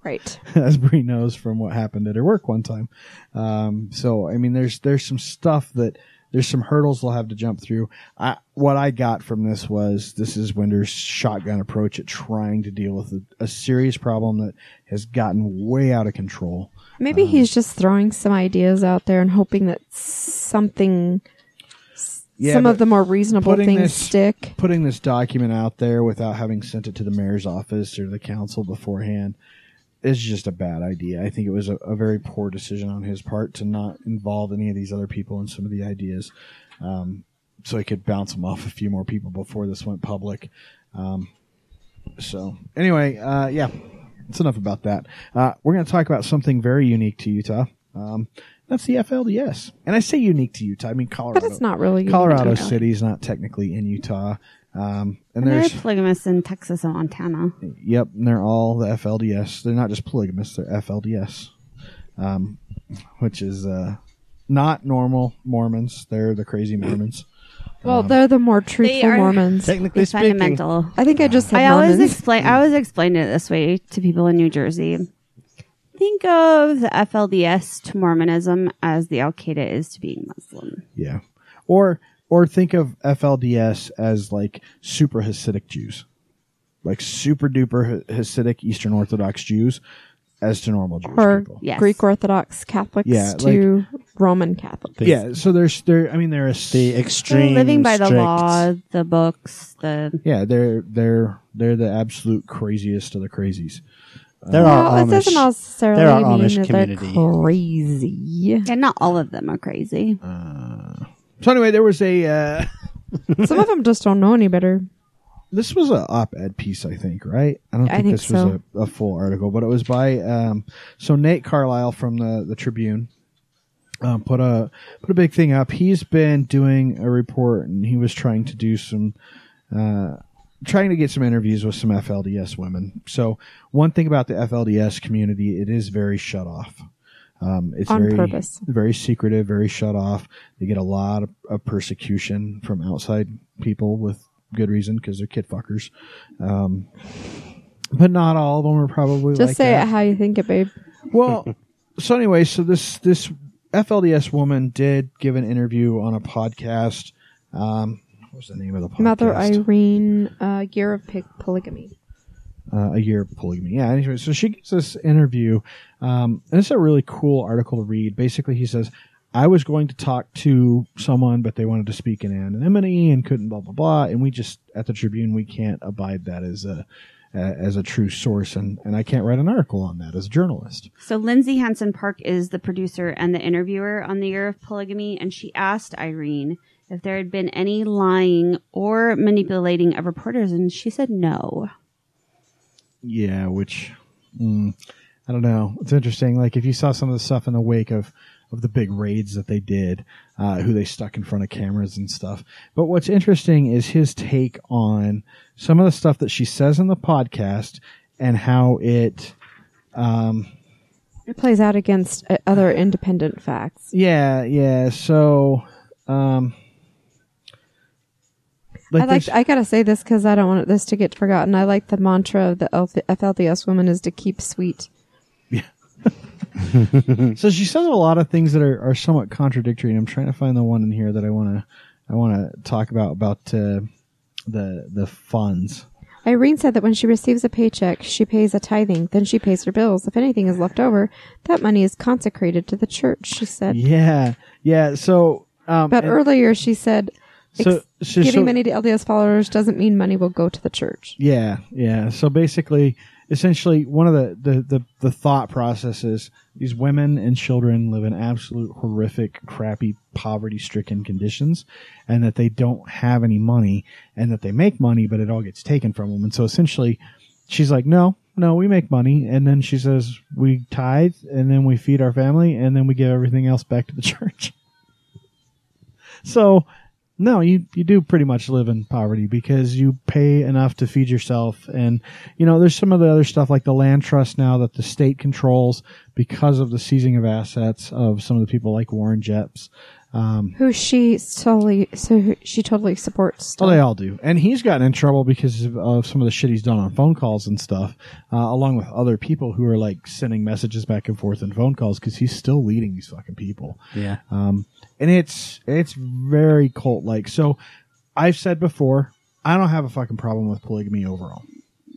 Speaker 4: right.
Speaker 2: [laughs] as Bree knows from what happened at her work one time. Um, so I mean, there's there's some stuff that there's some hurdles they'll have to jump through. I, what I got from this was this is Winder's shotgun approach at trying to deal with a, a serious problem that has gotten way out of control.
Speaker 4: Maybe he's just throwing some ideas out there and hoping that something,
Speaker 2: Yeah,
Speaker 4: some of
Speaker 2: but
Speaker 4: the more reasonable
Speaker 2: putting
Speaker 4: things
Speaker 2: this-
Speaker 4: stick.
Speaker 2: Putting this document out there without having sent it to the mayor's office or the council beforehand is just a bad idea. I think it was a, a very poor decision on his part to not involve any of these other people in some of the ideas. um, so he could bounce them off a few more people before this went public. Um, so anyway, uh, yeah, it's enough about that. Uh, we're going to talk about something very unique to Utah. Um, that's the FLDS, and I say unique to Utah. I mean Colorado,
Speaker 4: it's not really unique
Speaker 2: Colorado
Speaker 4: to Utah.
Speaker 2: City is not technically in Utah. Um, and
Speaker 1: They're
Speaker 2: there's
Speaker 1: polygamous in Texas and Montana.
Speaker 2: Yep, and they're all the FLDS. They're not just polygamists; they're FLDS, um, which is uh, not normal Mormons. They're the crazy Mormons.
Speaker 4: Well, they're the more truthful
Speaker 1: are-
Speaker 4: Mormons.
Speaker 3: Technically
Speaker 1: It's
Speaker 3: speaking,
Speaker 1: fundamental.
Speaker 4: I think I just said
Speaker 1: I always
Speaker 4: Mormons.
Speaker 1: explain. I always explained it this way to people in New Jersey. Think of the FLDS to Mormonism as the Al Qaeda is to being Muslim.
Speaker 2: Yeah. Or or think of FLDS as like super Hasidic Jews. Like super duper Ha- Hasidic Eastern Orthodox Jews as to normal Jewish
Speaker 4: or
Speaker 2: people.
Speaker 1: Yes.
Speaker 4: Greek Orthodox Catholics
Speaker 2: Yeah,
Speaker 4: to Roman Catholics.
Speaker 2: Yeah, so there's there I mean there is
Speaker 3: the extreme
Speaker 1: living by the
Speaker 3: strict-
Speaker 1: law, the books, the
Speaker 2: yeah, they're they're they're the absolute craziest of the crazies.
Speaker 3: There
Speaker 4: Well,
Speaker 3: are
Speaker 4: it doesn't
Speaker 3: Amish.
Speaker 4: necessarily
Speaker 3: there are
Speaker 4: mean
Speaker 3: Amish
Speaker 4: that
Speaker 3: community.
Speaker 4: they're crazy.
Speaker 1: and not all of them are crazy.
Speaker 2: So anyway, there was a uh, [laughs]
Speaker 4: [laughs] Some of them just don't know any better.
Speaker 2: this was a op-ed piece, I think, right? I don't
Speaker 4: I
Speaker 2: think,
Speaker 4: think
Speaker 2: this was
Speaker 4: so.
Speaker 2: a, a full article, but it was by um, so Nate Carlisle from the the Tribune um, put a put a big thing up. He's been doing a report, and he was trying to do some trying to get some interviews with some FLDS women. So one thing about the FLDS community, it is very shut off. Um, it's
Speaker 4: On
Speaker 2: very,
Speaker 4: purpose.
Speaker 2: very secretive, very shut off. They get a lot of, of persecution from outside people with good reason because they're kid fuckers. Um, but not all of them are probably
Speaker 4: Just
Speaker 2: like
Speaker 4: say
Speaker 2: that.
Speaker 4: it how you think it, babe. [laughs]
Speaker 2: Well, so anyway, so this this FLDS woman did give an interview on a podcast. Um, what was the name of the podcast?
Speaker 4: Mother Irene, uh, Gear of Pig Polygamy.
Speaker 2: uh, a year of polygamy. Yeah. Anyway, so she gives this interview, um, and it's a really cool article to read. Basically, he says, "I was going to talk to someone, but they wanted to speak in anonymity and couldn't blah blah blah." And we just at the Tribune we can't abide that as a a- as a true source, and and I can't write an article on that as a journalist.
Speaker 1: So Lindsay Hansen Park is the producer and the interviewer on the year of polygamy, and she asked Irene if there had been any lying or manipulating of reporters, and she said no.
Speaker 2: Yeah, which mm, I don't know. It's interesting. Like if you saw some of the stuff in the wake of of the big raids that they did, uh, who they stuck in front of cameras and stuff. But what's interesting is his take on some of the stuff that she says in the podcast and how it.
Speaker 4: It plays out against uh, other independent facts.
Speaker 2: Yeah, yeah. So, um,
Speaker 4: I like. I gotta say this because I don't want this to get forgotten. I like the mantra of the L- FLDS woman is to keep sweet.
Speaker 2: So she says a lot of things that are, are somewhat contradictory, and I'm trying to find the one in here that I want to I want to talk about about uh, the the funds.
Speaker 4: Irene said that when she receives a paycheck, she pays a tithing, then she pays her bills. If anything is left over, that money is consecrated to the church. She said.
Speaker 2: Yeah, yeah. So, um,
Speaker 4: But
Speaker 2: and
Speaker 4: earlier she said, ex-
Speaker 2: so, so
Speaker 4: giving
Speaker 2: she'll-
Speaker 4: money to LDS followers doesn't mean money will go to the church.
Speaker 2: Yeah, yeah. So basically, essentially, one of the, the, the, the thought processes these women and children live in absolute horrific, crappy, poverty stricken conditions, and that they don't have any money, and that they make money, but it all gets taken from them. And so essentially, she's like, no, no, we make money. And then she says, we tithe, and then we feed our family, and then we give everything else back to the [laughs] church. So no, you you do pretty much live in poverty because you pay enough to feed yourself, and you know there's some of the other stuff like the land trust now that the state controls because of the seizing of assets of some of the people like Warren Jepps. Um,
Speaker 4: Who she totally, so who- she totally supports.
Speaker 2: well,
Speaker 4: Still.
Speaker 2: they all do, and he's gotten in trouble because of, of some of the shit he's done on phone calls and stuff, uh, along with other people who are like sending messages back and forth in phone calls because he's still leading these fucking people.
Speaker 3: Yeah. uh,
Speaker 2: um, and it's it's very cult like. So I've said before, I don't have a fucking problem with polygamy overall.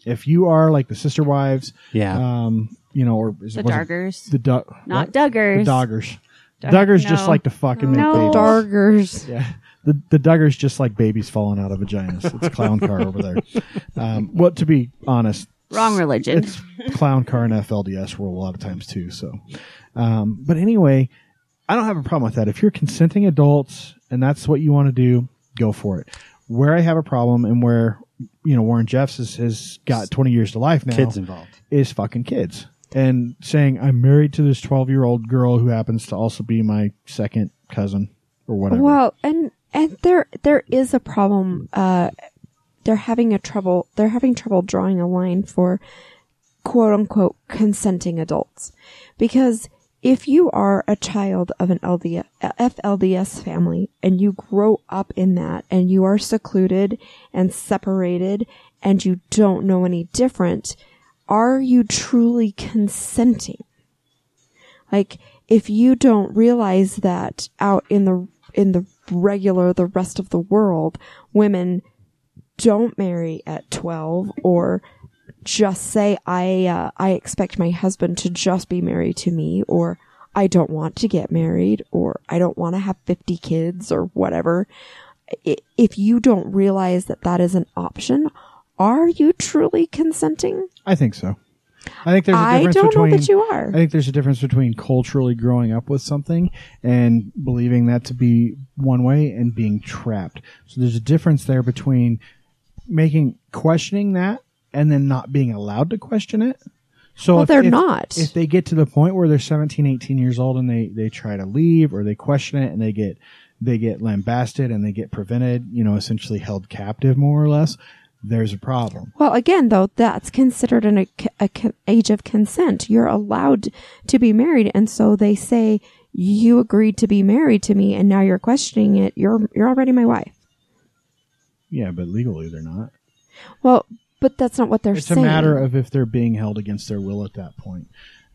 Speaker 2: If you are like the sister wives,
Speaker 3: Yeah.
Speaker 2: um, you know, or is
Speaker 1: The
Speaker 2: it- was it
Speaker 1: Dargers.
Speaker 2: the du-
Speaker 1: Not
Speaker 2: what?
Speaker 1: Duggars.
Speaker 2: the doggers,
Speaker 1: Dug-
Speaker 2: doggers just
Speaker 1: no.
Speaker 2: like to fucking make
Speaker 1: No.
Speaker 2: babies.
Speaker 4: Dargers.
Speaker 2: Yeah. The, the Duggars just like babies falling out of vaginas. It's a clown car over
Speaker 1: [laughs]
Speaker 2: there. Um, well, to be honest,
Speaker 1: Wrong religion.
Speaker 4: [laughs]
Speaker 2: It's clown car and FLDS world a lot of times too. So, um, but anyway, I don't have a problem with that. If you're consenting adults and that's what you want to do, go for it. Where I have a problem and where you know Warren Jeffs has, has got 20 years to life now
Speaker 3: Kids involved.
Speaker 2: is fucking kids and saying I'm married to this 12 year old girl who happens to also be my second cousin or whatever.
Speaker 4: Well, and and there there is a problem. Uh, they're having a trouble. They're having trouble drawing a line for quote unquote consenting adults because if you are a child of an LDS, FLDS family and you grow up in that and you are secluded and separated and you don't know any different, are you truly consenting? Like, if you don't realize that out in the, in the regular, the rest of the world, women don't marry at 12 or just say I uh, I expect my husband to just be married to me or I don't want to get married or I don't want to have 50 kids or whatever. I- If you don't realize that that is an option, are you truly consenting?
Speaker 2: I think so. I think there's a
Speaker 4: I
Speaker 2: difference
Speaker 4: don't know
Speaker 2: between
Speaker 4: that you are.
Speaker 2: I think there's a difference between culturally growing up with something and believing that to be one way and being trapped. So there's a difference there between making questioning that and then not being allowed to question it. So
Speaker 4: Well,
Speaker 2: if,
Speaker 4: they're
Speaker 2: if-
Speaker 4: not.
Speaker 2: If they get to the point where they're 17, 18 years old and they they try to leave or they question it and they get they get lambasted and they get prevented, you know, essentially held captive more or less, there's a problem.
Speaker 4: Well, again, though, that's considered an a, a co- age of consent. You're allowed to be married, and so they say you agreed to be married to me, and now you're questioning it. You're you're already my wife.
Speaker 2: Yeah, but legally they're not.
Speaker 4: Well, but that's not what they're
Speaker 2: it's
Speaker 4: saying.
Speaker 2: a matter of if they're being held against their will at that point.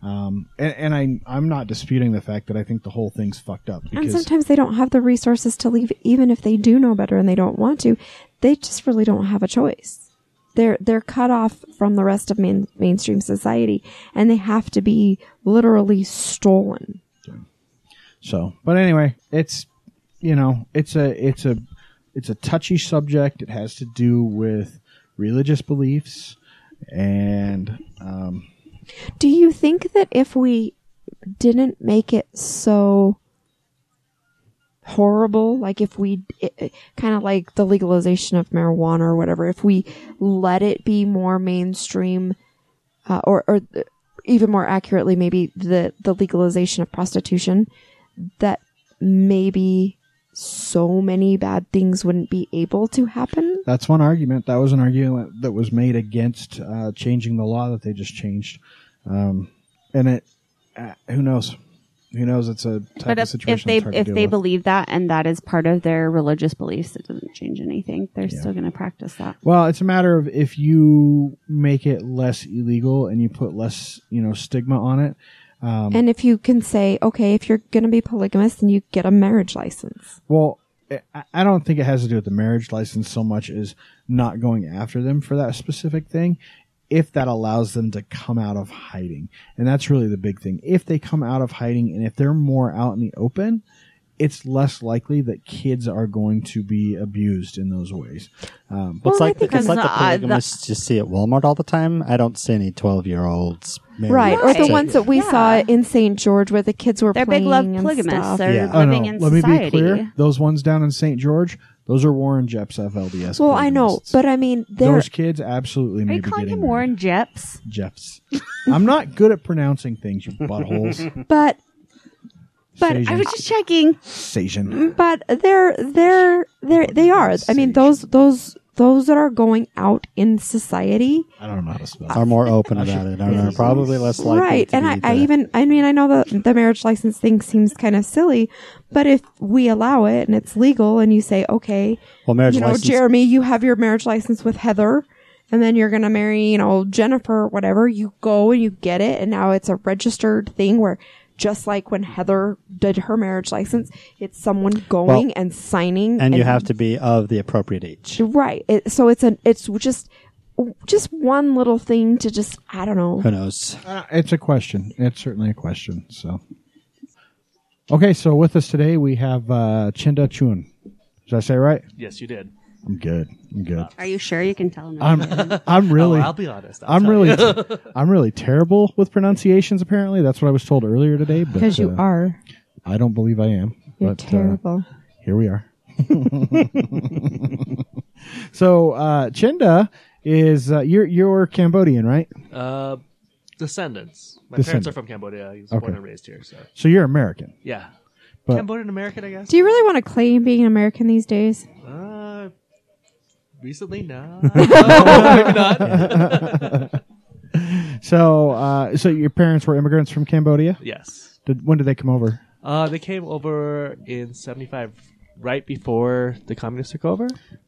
Speaker 2: Um, and, and I, I'm not disputing the fact that I think the whole thing's fucked up
Speaker 4: And
Speaker 2: because
Speaker 4: sometimes they don't have the resources to leave, even if they do know better and they don't want to. They just really don't have a choice. They're they're cut off from the rest of main, mainstream society, and they have to be literally stolen.
Speaker 2: so. But anyway, it's you know, it's a it's a it's a touchy subject. It has to do with religious beliefs, and um,
Speaker 4: Do you think that if we didn't make it so horrible, like if we kind of like the legalization of marijuana or whatever, if we let it be more mainstream, uh, or or th- even more accurately, maybe the the legalization of prostitution, that maybe so many bad things wouldn't be able to happen.
Speaker 2: that's one argument. That was an argument that was made against uh, changing the law that they just changed, um, and it. Uh, who knows? Who knows? It's a type
Speaker 1: But
Speaker 2: of
Speaker 1: if,
Speaker 2: situation.
Speaker 1: if they
Speaker 2: that's hard to
Speaker 1: if
Speaker 2: deal
Speaker 1: they
Speaker 2: with.
Speaker 1: believe that and that is part of their religious beliefs, it doesn't change anything. They're still going to practice that.
Speaker 2: Well, it's a matter of if you make it less illegal and you put less, you know, stigma on it.
Speaker 4: And if you can say, okay, if you're going to be polygamous, then you get a marriage license.
Speaker 2: Well, I- I don't think it has to do with the marriage license so much as not going after them for that specific thing. If that allows them to come out of hiding. And that's really the big thing. If they come out of hiding and if they're more out in the open, it's less likely that kids are going to be abused in those ways.
Speaker 3: It's
Speaker 4: Well, I
Speaker 3: like,
Speaker 4: think
Speaker 3: it's like
Speaker 1: that's, uh,
Speaker 3: the
Speaker 1: the-
Speaker 3: polygamists you see at Walmart all the time. I don't see any 12 year olds.
Speaker 4: Right, or the
Speaker 1: Right.
Speaker 4: ones that we
Speaker 1: Yeah.
Speaker 4: saw in St. George where the kids were
Speaker 1: They're
Speaker 4: playing
Speaker 1: big love
Speaker 4: and
Speaker 1: polygamists.
Speaker 4: stuff.
Speaker 1: They're
Speaker 3: Yeah.
Speaker 2: Oh,
Speaker 1: living
Speaker 2: no.
Speaker 1: in
Speaker 2: Let
Speaker 1: society.
Speaker 2: me be clear. Those ones down in St. George, those are Warren Jeff's FLDS.
Speaker 4: Well, I know,
Speaker 2: polygamists.
Speaker 4: but I mean, they're
Speaker 2: Those kids absolutely
Speaker 1: Are
Speaker 2: may
Speaker 1: you
Speaker 2: be
Speaker 1: calling
Speaker 2: getting
Speaker 1: him
Speaker 2: married.
Speaker 1: Warren Jeps?
Speaker 2: Jeffs. I'm not good at pronouncing things,
Speaker 1: [laughs]
Speaker 2: you buttholes.
Speaker 4: but
Speaker 1: But I
Speaker 2: Sajin.
Speaker 1: was just checking.
Speaker 2: Sajin.
Speaker 4: but they're they're they're they are. I mean, those those those that are going out in society,
Speaker 2: I don't know how to spell.
Speaker 1: Uh,
Speaker 3: Are more open about it and are probably less likely
Speaker 4: right?
Speaker 3: to
Speaker 4: And
Speaker 3: be
Speaker 4: I, I
Speaker 3: the-
Speaker 4: even I mean, I know the the marriage license thing seems kind of silly, but if we allow it and it's legal, and you say, okay,
Speaker 3: well, marriage
Speaker 4: you know,
Speaker 3: license
Speaker 4: Jeremy, you have your marriage license with Heather, and then you're gonna marry, you know, Jennifer, whatever. You go and you get it, and now it's a registered thing where, just like when Heather did her marriage license, it's someone going
Speaker 3: Well,
Speaker 4: and signing,
Speaker 3: and you have to be of the appropriate age.
Speaker 4: right. It, so it's an it's just just one little thing to just I don't know.
Speaker 3: Who knows?
Speaker 2: Uh, it's a question. It's certainly a question. So, okay. So with us today we have uh, Chinda Chun. Did I say it right?
Speaker 5: Yes, you did.
Speaker 2: I'm good. I'm good.
Speaker 1: Are you sure you can tell him?
Speaker 2: I'm [laughs] I'm really
Speaker 5: Oh, I'll be honest. I'll
Speaker 2: I'm
Speaker 5: tell
Speaker 2: really
Speaker 5: you. [laughs]
Speaker 2: I'm really terrible with pronunciations. Apparently, that's what I was told earlier today. but,
Speaker 4: Because you
Speaker 2: uh,
Speaker 4: are,
Speaker 2: I don't believe I am.
Speaker 4: you're
Speaker 2: but, uh,
Speaker 4: terrible.
Speaker 2: here we are. [laughs] so uh, Chinda is uh, you're you're Cambodian, right?
Speaker 5: Uh, descendants. My
Speaker 2: Descendant.
Speaker 5: parents are from Cambodia. He was
Speaker 2: Okay.
Speaker 5: born and raised here. So
Speaker 2: So you're American.
Speaker 5: yeah,
Speaker 2: But-
Speaker 5: Cambodian American, I guess.
Speaker 4: Do you really want to claim being an American these days?
Speaker 5: Uh,
Speaker 2: [laughs]
Speaker 5: recently, no. Oh, maybe not.
Speaker 2: So uh, so your parents were immigrants from Cambodia.
Speaker 5: Yes.
Speaker 2: Did, when did they come over?
Speaker 5: Uh, they came over in '75, right before the communists took over.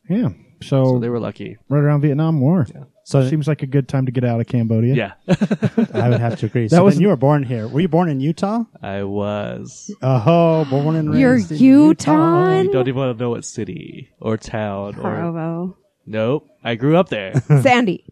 Speaker 2: Yeah. So,
Speaker 5: So they were lucky.
Speaker 2: right around Vietnam War.
Speaker 3: So
Speaker 2: Seems like a good time to get out of Cambodia.
Speaker 5: Yeah, [laughs]
Speaker 3: I would have
Speaker 2: [laughs]
Speaker 3: to agree. So
Speaker 2: was-
Speaker 3: then you were born here. Were you born in Utah?
Speaker 5: I was.
Speaker 2: Uh,
Speaker 3: Oh, born and
Speaker 1: You're
Speaker 3: raised in
Speaker 1: Utah.
Speaker 5: You don't even want to know what city or town or
Speaker 1: Provo.
Speaker 5: nope. I grew up there, [laughs]
Speaker 4: Sandy.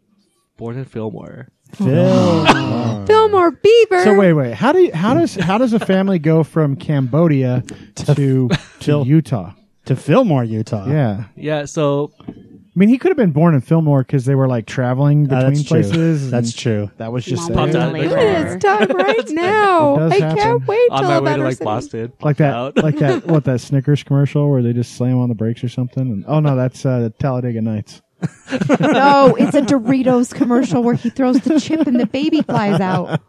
Speaker 5: born in Fillmore.
Speaker 3: Phil.
Speaker 4: Fillmore Beaver.
Speaker 2: So wait, wait. How do you, how does how does a family go from
Speaker 3: [laughs]
Speaker 2: Cambodia to to
Speaker 3: Phil-
Speaker 2: Utah?
Speaker 3: to Fillmore, Utah.
Speaker 2: Yeah,
Speaker 5: Yeah, so
Speaker 2: I mean, he could have been born in Fillmore because they were like traveling
Speaker 3: Ah,
Speaker 2: between
Speaker 3: that's
Speaker 2: places.
Speaker 3: True.
Speaker 2: and
Speaker 3: That's true.
Speaker 2: That was just
Speaker 1: Mom
Speaker 5: Popped
Speaker 2: there.
Speaker 5: out of the
Speaker 1: Later.
Speaker 5: car.
Speaker 4: It is time right now.
Speaker 2: It does
Speaker 4: I
Speaker 2: happen.
Speaker 4: can't wait till
Speaker 5: on my
Speaker 4: a
Speaker 5: way
Speaker 4: better
Speaker 5: to like
Speaker 4: city. [laughs]
Speaker 5: Boston,
Speaker 2: like that,
Speaker 5: out.
Speaker 2: [laughs] like that. What that Snickers commercial where they just slam on the brakes or something? And, oh no, that's uh, the Talladega Nights.
Speaker 4: No, it's a Doritos commercial where he throws the chip and the baby flies out.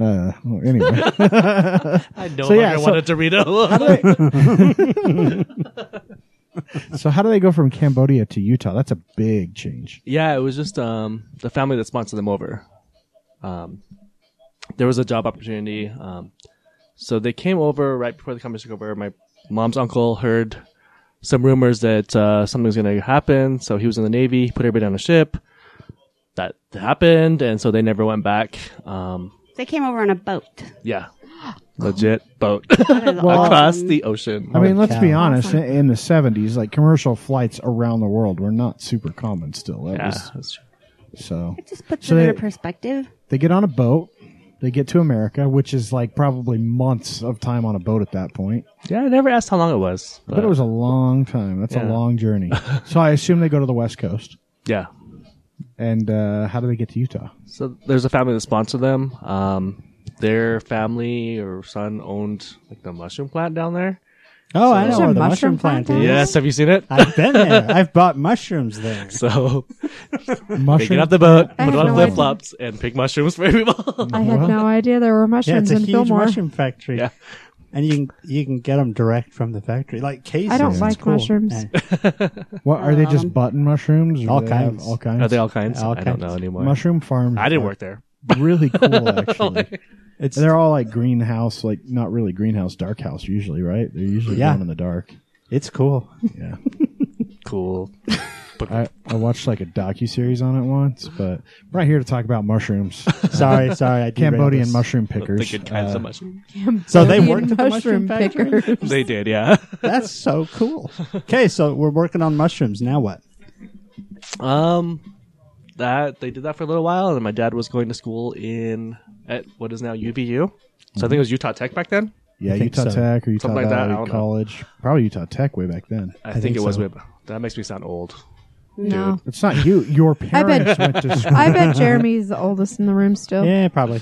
Speaker 2: Uh, well, anyway,
Speaker 5: I no
Speaker 2: So,
Speaker 5: longer
Speaker 2: yeah, so-
Speaker 5: want a Dorito.
Speaker 2: so how do they go from Cambodia to Utah? That's a big change.
Speaker 5: yeah, it was just um the family that sponsored them over. Um, there was a job opportunity. Um, so they came over right before the company took over. My mom's uncle heard some rumors that uh, something was going to happen. So he was in the Navy, he put everybody on a ship. That happened, and so they never went back. Um,
Speaker 1: They came over on a boat.
Speaker 5: yeah, legit boat [laughs]
Speaker 1: That
Speaker 2: [laughs]
Speaker 1: is
Speaker 5: across
Speaker 1: awesome.
Speaker 5: the ocean.
Speaker 2: I mean, let's be
Speaker 3: cow.
Speaker 2: honest. In, in the seventies, like commercial flights around the world were not super common. Still, that
Speaker 5: yeah,
Speaker 2: was so.
Speaker 1: It just puts
Speaker 2: So
Speaker 1: it
Speaker 2: they-
Speaker 1: in perspective.
Speaker 2: They get on a boat. They get to America, which is like probably months of time on a boat at that point.
Speaker 5: yeah. I never asked how long it was,
Speaker 2: But it was a long time. That's a
Speaker 5: Yeah.
Speaker 2: long journey. so I assume they go to the West Coast.
Speaker 5: yeah.
Speaker 2: And uh, how do they get to Utah?
Speaker 5: So there's a family that sponsored them. Um, their family or son owned like the mushroom plant down there.
Speaker 3: Oh, I know
Speaker 4: a
Speaker 3: where the
Speaker 4: mushroom
Speaker 3: mushroom plant
Speaker 4: plant
Speaker 3: is.
Speaker 4: there?
Speaker 5: Yes, have you seen it?
Speaker 3: I've been there.
Speaker 4: [laughs]
Speaker 3: I've bought mushrooms there.
Speaker 5: [laughs] So they
Speaker 2: Mushroom.
Speaker 5: get off the boat,
Speaker 4: I
Speaker 5: put
Speaker 4: have
Speaker 5: on
Speaker 4: no
Speaker 5: flip flops, and pick mushrooms for people.
Speaker 4: I had no idea there were
Speaker 3: Yeah,
Speaker 4: mushrooms
Speaker 3: it's a
Speaker 4: in
Speaker 3: huge
Speaker 4: Fillmore.
Speaker 3: mushroom factory.
Speaker 5: Yeah.
Speaker 3: And you can you can get them direct from the factory, like cases.
Speaker 4: I don't
Speaker 3: It's
Speaker 4: like
Speaker 3: cool.
Speaker 4: mushrooms.
Speaker 3: Yeah.
Speaker 2: what are they? Just button mushrooms? Or
Speaker 3: All
Speaker 2: do they have
Speaker 3: kinds.
Speaker 2: All kinds.
Speaker 5: Are they all kinds?
Speaker 3: All
Speaker 5: I don't
Speaker 3: kinds.
Speaker 5: know anymore.
Speaker 2: mushroom farms?
Speaker 5: I didn't
Speaker 2: are
Speaker 5: work there. [laughs]
Speaker 2: Really cool, actually.
Speaker 3: [laughs] It's
Speaker 2: They're all like greenhouse, like not really greenhouse, dark house usually, right? They're usually
Speaker 3: Yeah.
Speaker 2: down in the dark.
Speaker 3: it's
Speaker 4: [laughs]
Speaker 3: cool.
Speaker 2: Yeah.
Speaker 5: Cool.
Speaker 2: I, I watched like a docu series on it once, but we're not here to talk about
Speaker 3: [laughs]
Speaker 2: mushrooms.
Speaker 3: Sorry, sorry. I derailed
Speaker 2: Cambodian
Speaker 3: us.
Speaker 2: mushroom
Speaker 5: The
Speaker 2: pickers.
Speaker 5: good kinds
Speaker 2: Uh,
Speaker 5: of mushrooms. [laughs]
Speaker 3: So they
Speaker 4: Indian
Speaker 3: worked at the mushroom factory.
Speaker 4: [laughs] pickers.
Speaker 5: They did, yeah.
Speaker 3: That's so cool. Okay, so we're working on mushrooms now.
Speaker 2: [laughs]
Speaker 3: What?
Speaker 5: Um, that they did that for a little while, and my dad was going to school in at what is now UVU. So I think it was Utah Tech back then.
Speaker 2: yeah,
Speaker 3: think
Speaker 2: Utah
Speaker 3: so.
Speaker 2: Tech or Utah
Speaker 5: Something like that, I
Speaker 2: Valley
Speaker 5: don't know.
Speaker 2: College. Probably Utah Tech way back then.
Speaker 5: I,
Speaker 3: think
Speaker 5: think, it was.
Speaker 3: so.
Speaker 5: with- That makes me sound old.
Speaker 1: No.
Speaker 2: It's not you. Your parents
Speaker 4: bet-
Speaker 2: went to
Speaker 4: [laughs]
Speaker 2: school.
Speaker 4: I bet Jeremy's the oldest in the room still.
Speaker 3: Yeah, probably.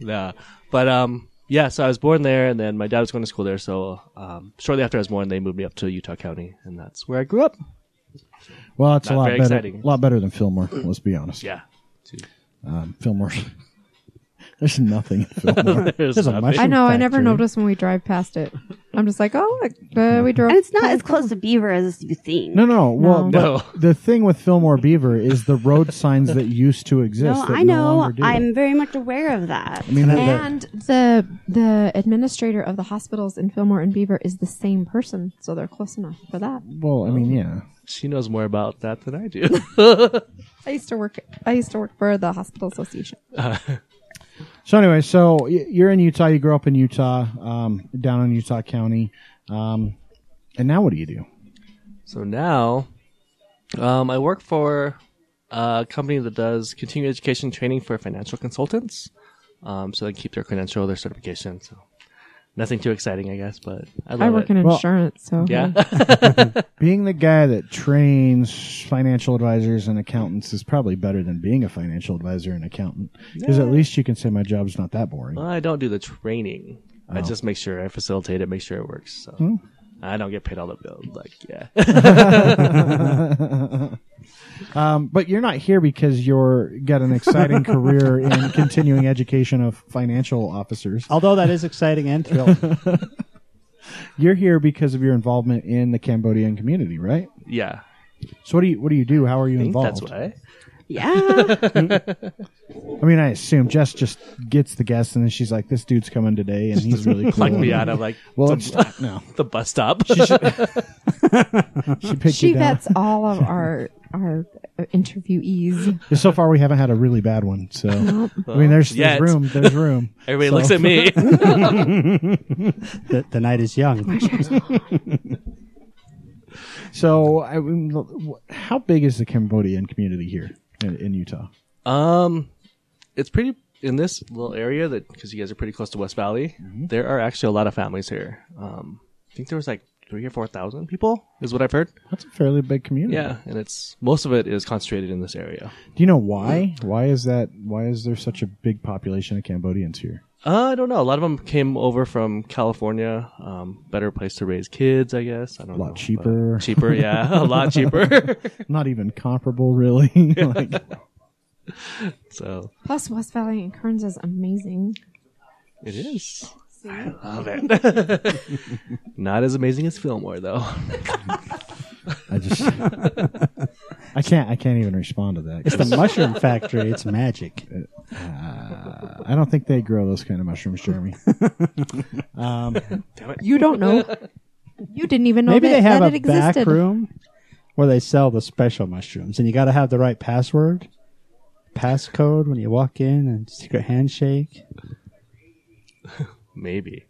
Speaker 5: Nah. But um yeah, so I was born there and then my dad was going to school there, so um shortly after I was born they moved me up to Utah County and that's where I grew up.
Speaker 2: well, it's a
Speaker 5: Not
Speaker 2: lot
Speaker 5: very
Speaker 2: better.
Speaker 5: exciting.
Speaker 2: A lot better than Fillmore. Let's be honest.
Speaker 5: [laughs] Yeah.
Speaker 2: Um, Fillmore's. [laughs] There's nothing in Fillmore.
Speaker 3: There's a
Speaker 5: nothing.
Speaker 3: mushroom.
Speaker 4: I know. I never
Speaker 3: factory.
Speaker 4: noticed when we drive past it. I'm just like, oh, look, uh, we drove.
Speaker 1: And
Speaker 4: [laughs]
Speaker 1: it's not as close to Beaver as you think.
Speaker 2: no, no. Well,
Speaker 4: No.
Speaker 2: but
Speaker 5: No.
Speaker 2: the thing with Fillmore Beaver is the road signs that used to exist. that
Speaker 1: I
Speaker 2: no
Speaker 1: know.
Speaker 2: longer do.
Speaker 1: I'm very much aware of that.
Speaker 2: I mean, that- that-
Speaker 4: And the the administrator of the hospitals in Fillmore and Beaver is the same person, so they're close enough for that.
Speaker 2: well, I mean, yeah.
Speaker 5: She knows more about that than I do. [laughs]
Speaker 4: I used to work. I used to work for the hospital association.
Speaker 2: So anyway, so y- you're in Utah. You grew up in Utah, um, down in Utah County, um, and now what do you do?
Speaker 5: so now um I work for a company that does continuing education training for financial consultants. Um so they keep their credential, their certification, so nothing too exciting I guess, but I love
Speaker 4: I work
Speaker 5: it.
Speaker 4: in
Speaker 2: Well-
Speaker 4: insurance, so
Speaker 5: yeah.
Speaker 2: Being the guy that trains financial advisors and accountants is probably better than being a financial advisor and accountant, because at least you can say my job's not that boring.
Speaker 5: Well, I don't do the training.
Speaker 2: Oh.
Speaker 5: I just make sure I facilitate it, make sure it works. So
Speaker 2: Hmm.
Speaker 5: I don't get paid all the bills. Like, yeah, [laughs]
Speaker 2: Um, but you're not here because you're got an exciting career in continuing education of financial officers.
Speaker 3: Although that is exciting and thrilling.
Speaker 2: You're here because of your involvement in the Cambodian community, right?
Speaker 5: yeah.
Speaker 2: So what do you what do you do? How are you
Speaker 5: I think
Speaker 2: involved?
Speaker 5: that's why.
Speaker 2: [laughs]
Speaker 1: Yeah.
Speaker 2: I mean, I assume Jess just gets the guess, and then she's like, "This dude's coming today, and he's really cool."
Speaker 5: [laughs] Like me out of like
Speaker 2: Well,
Speaker 5: [laughs] the,
Speaker 2: it's not, [laughs] no.
Speaker 5: the bus
Speaker 2: [laughs]
Speaker 5: stop.
Speaker 2: She picked
Speaker 6: She
Speaker 2: you down.
Speaker 6: vets all of our our
Speaker 4: uh,
Speaker 6: interviewees.
Speaker 2: So far, we haven't had a really bad one. So I mean, there's,
Speaker 5: Yet.
Speaker 2: there's room. There's room.
Speaker 5: [laughs] [laughs] Everybody
Speaker 2: So-
Speaker 5: looks at me.
Speaker 3: The, the night is young.
Speaker 2: [laughs] So, I mean, wh- how big is the Cambodian community here in, in Utah?
Speaker 5: Um, it's pretty in this little area that because you guys are pretty close to West Valley.
Speaker 2: Mm-hmm.
Speaker 5: There are actually a lot of families here. Um, I think there was like three or four thousand people is what I've heard.
Speaker 2: That's a fairly big community.
Speaker 5: Yeah, and it's most of it is concentrated in this area.
Speaker 2: Do you know why? Why is that? Why is there such a big population of Cambodians here?
Speaker 5: Uh, I don't know. A lot of them came over from California. Um, better place to raise kids, I guess. I don't know.
Speaker 2: A lot
Speaker 5: but-
Speaker 2: cheaper.
Speaker 5: Cheaper, yeah, [laughs] a lot cheaper.
Speaker 2: Not even comparable, really. [laughs] like,
Speaker 5: so
Speaker 6: Plus, West Valley and Kearns is amazing.
Speaker 5: it is. I love it. [laughs] Not as amazing as Fillmore, though. [laughs]
Speaker 2: I just, I can't. I can't even respond to that.
Speaker 3: It's
Speaker 2: 'cause,
Speaker 3: the mushroom factory. It's magic.
Speaker 2: uh, I don't think they grow those kind of mushrooms, Jeremy. um,
Speaker 4: You don't know.
Speaker 6: You didn't even know
Speaker 3: Maybe
Speaker 6: that,
Speaker 3: they have
Speaker 6: that
Speaker 3: a
Speaker 6: it existed.
Speaker 3: back room where they sell the special mushrooms, and you got to have the right password, passcode when you walk in, and secret handshake.
Speaker 5: Maybe.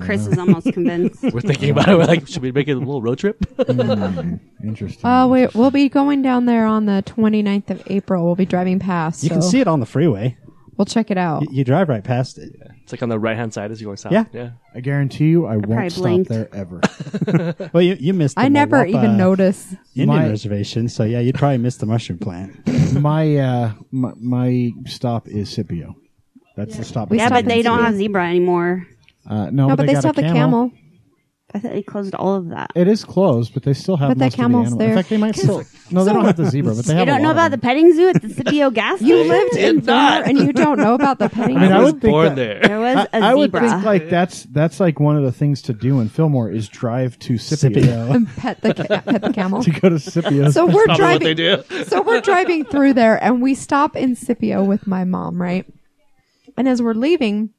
Speaker 1: Chris is
Speaker 2: [laughs]
Speaker 1: almost convinced.
Speaker 5: We're thinking about it. We're like, should we make it a little road trip? [laughs]
Speaker 2: hmm, interesting.
Speaker 4: Uh, we, we'll be going down there on the 29th of April. We'll be driving past.
Speaker 3: You can
Speaker 4: so
Speaker 3: see it on the freeway.
Speaker 4: We'll check it out.
Speaker 3: You, you drive right past it.
Speaker 5: It's like on the right hand side as you're going south.
Speaker 3: Yeah.
Speaker 5: Yeah.
Speaker 2: I guarantee you, I
Speaker 1: probably
Speaker 2: won't stop
Speaker 1: blinked.
Speaker 2: there ever.
Speaker 3: Well, you, you missed. The
Speaker 4: I never
Speaker 3: Moapa
Speaker 4: even noticed.
Speaker 3: Indian
Speaker 2: My-
Speaker 3: reservation, so yeah, you'd probably miss the mushroom plant.
Speaker 2: [laughs] my, uh, my my stop is Scipio. That's the stop.
Speaker 4: We
Speaker 1: Yeah,
Speaker 4: stopped
Speaker 1: but they
Speaker 4: in
Speaker 1: don't
Speaker 4: Seattle.
Speaker 1: have zebra anymore.
Speaker 2: Uh, no,
Speaker 4: No, but they,
Speaker 2: got
Speaker 4: still
Speaker 2: a
Speaker 4: have the camel.
Speaker 1: I thought they closed all of that.
Speaker 2: It is closed, but they still have.
Speaker 4: But that
Speaker 2: most
Speaker 4: camel's
Speaker 2: of the animal. In
Speaker 4: there.
Speaker 2: fact, they might still. No, they don't have the zebra, but they
Speaker 1: You
Speaker 2: have. a
Speaker 1: don't know
Speaker 2: lot
Speaker 1: about
Speaker 2: of
Speaker 1: the
Speaker 2: them.
Speaker 1: petting zoo at the
Speaker 2: [laughs]
Speaker 1: Scipio gas
Speaker 4: You
Speaker 1: station?
Speaker 4: lived in Denver and you don't know about the petting.
Speaker 2: I mean, I
Speaker 4: zoo?
Speaker 2: would think
Speaker 5: born
Speaker 2: that-
Speaker 5: there.
Speaker 1: There was a
Speaker 2: I would
Speaker 1: zebra.
Speaker 2: think like that's that's like one of the things to do in Fillmore is drive to Scipio,
Speaker 3: Scipio.
Speaker 4: pet the ca- pet the
Speaker 2: [laughs]
Speaker 4: camel.
Speaker 2: to go to Scipio.
Speaker 4: So we're
Speaker 5: Probably [laughs] what they
Speaker 4: driving.
Speaker 5: do.
Speaker 4: So we're driving through there, and we stop in Scipio with my mom, right? And as we're leaving,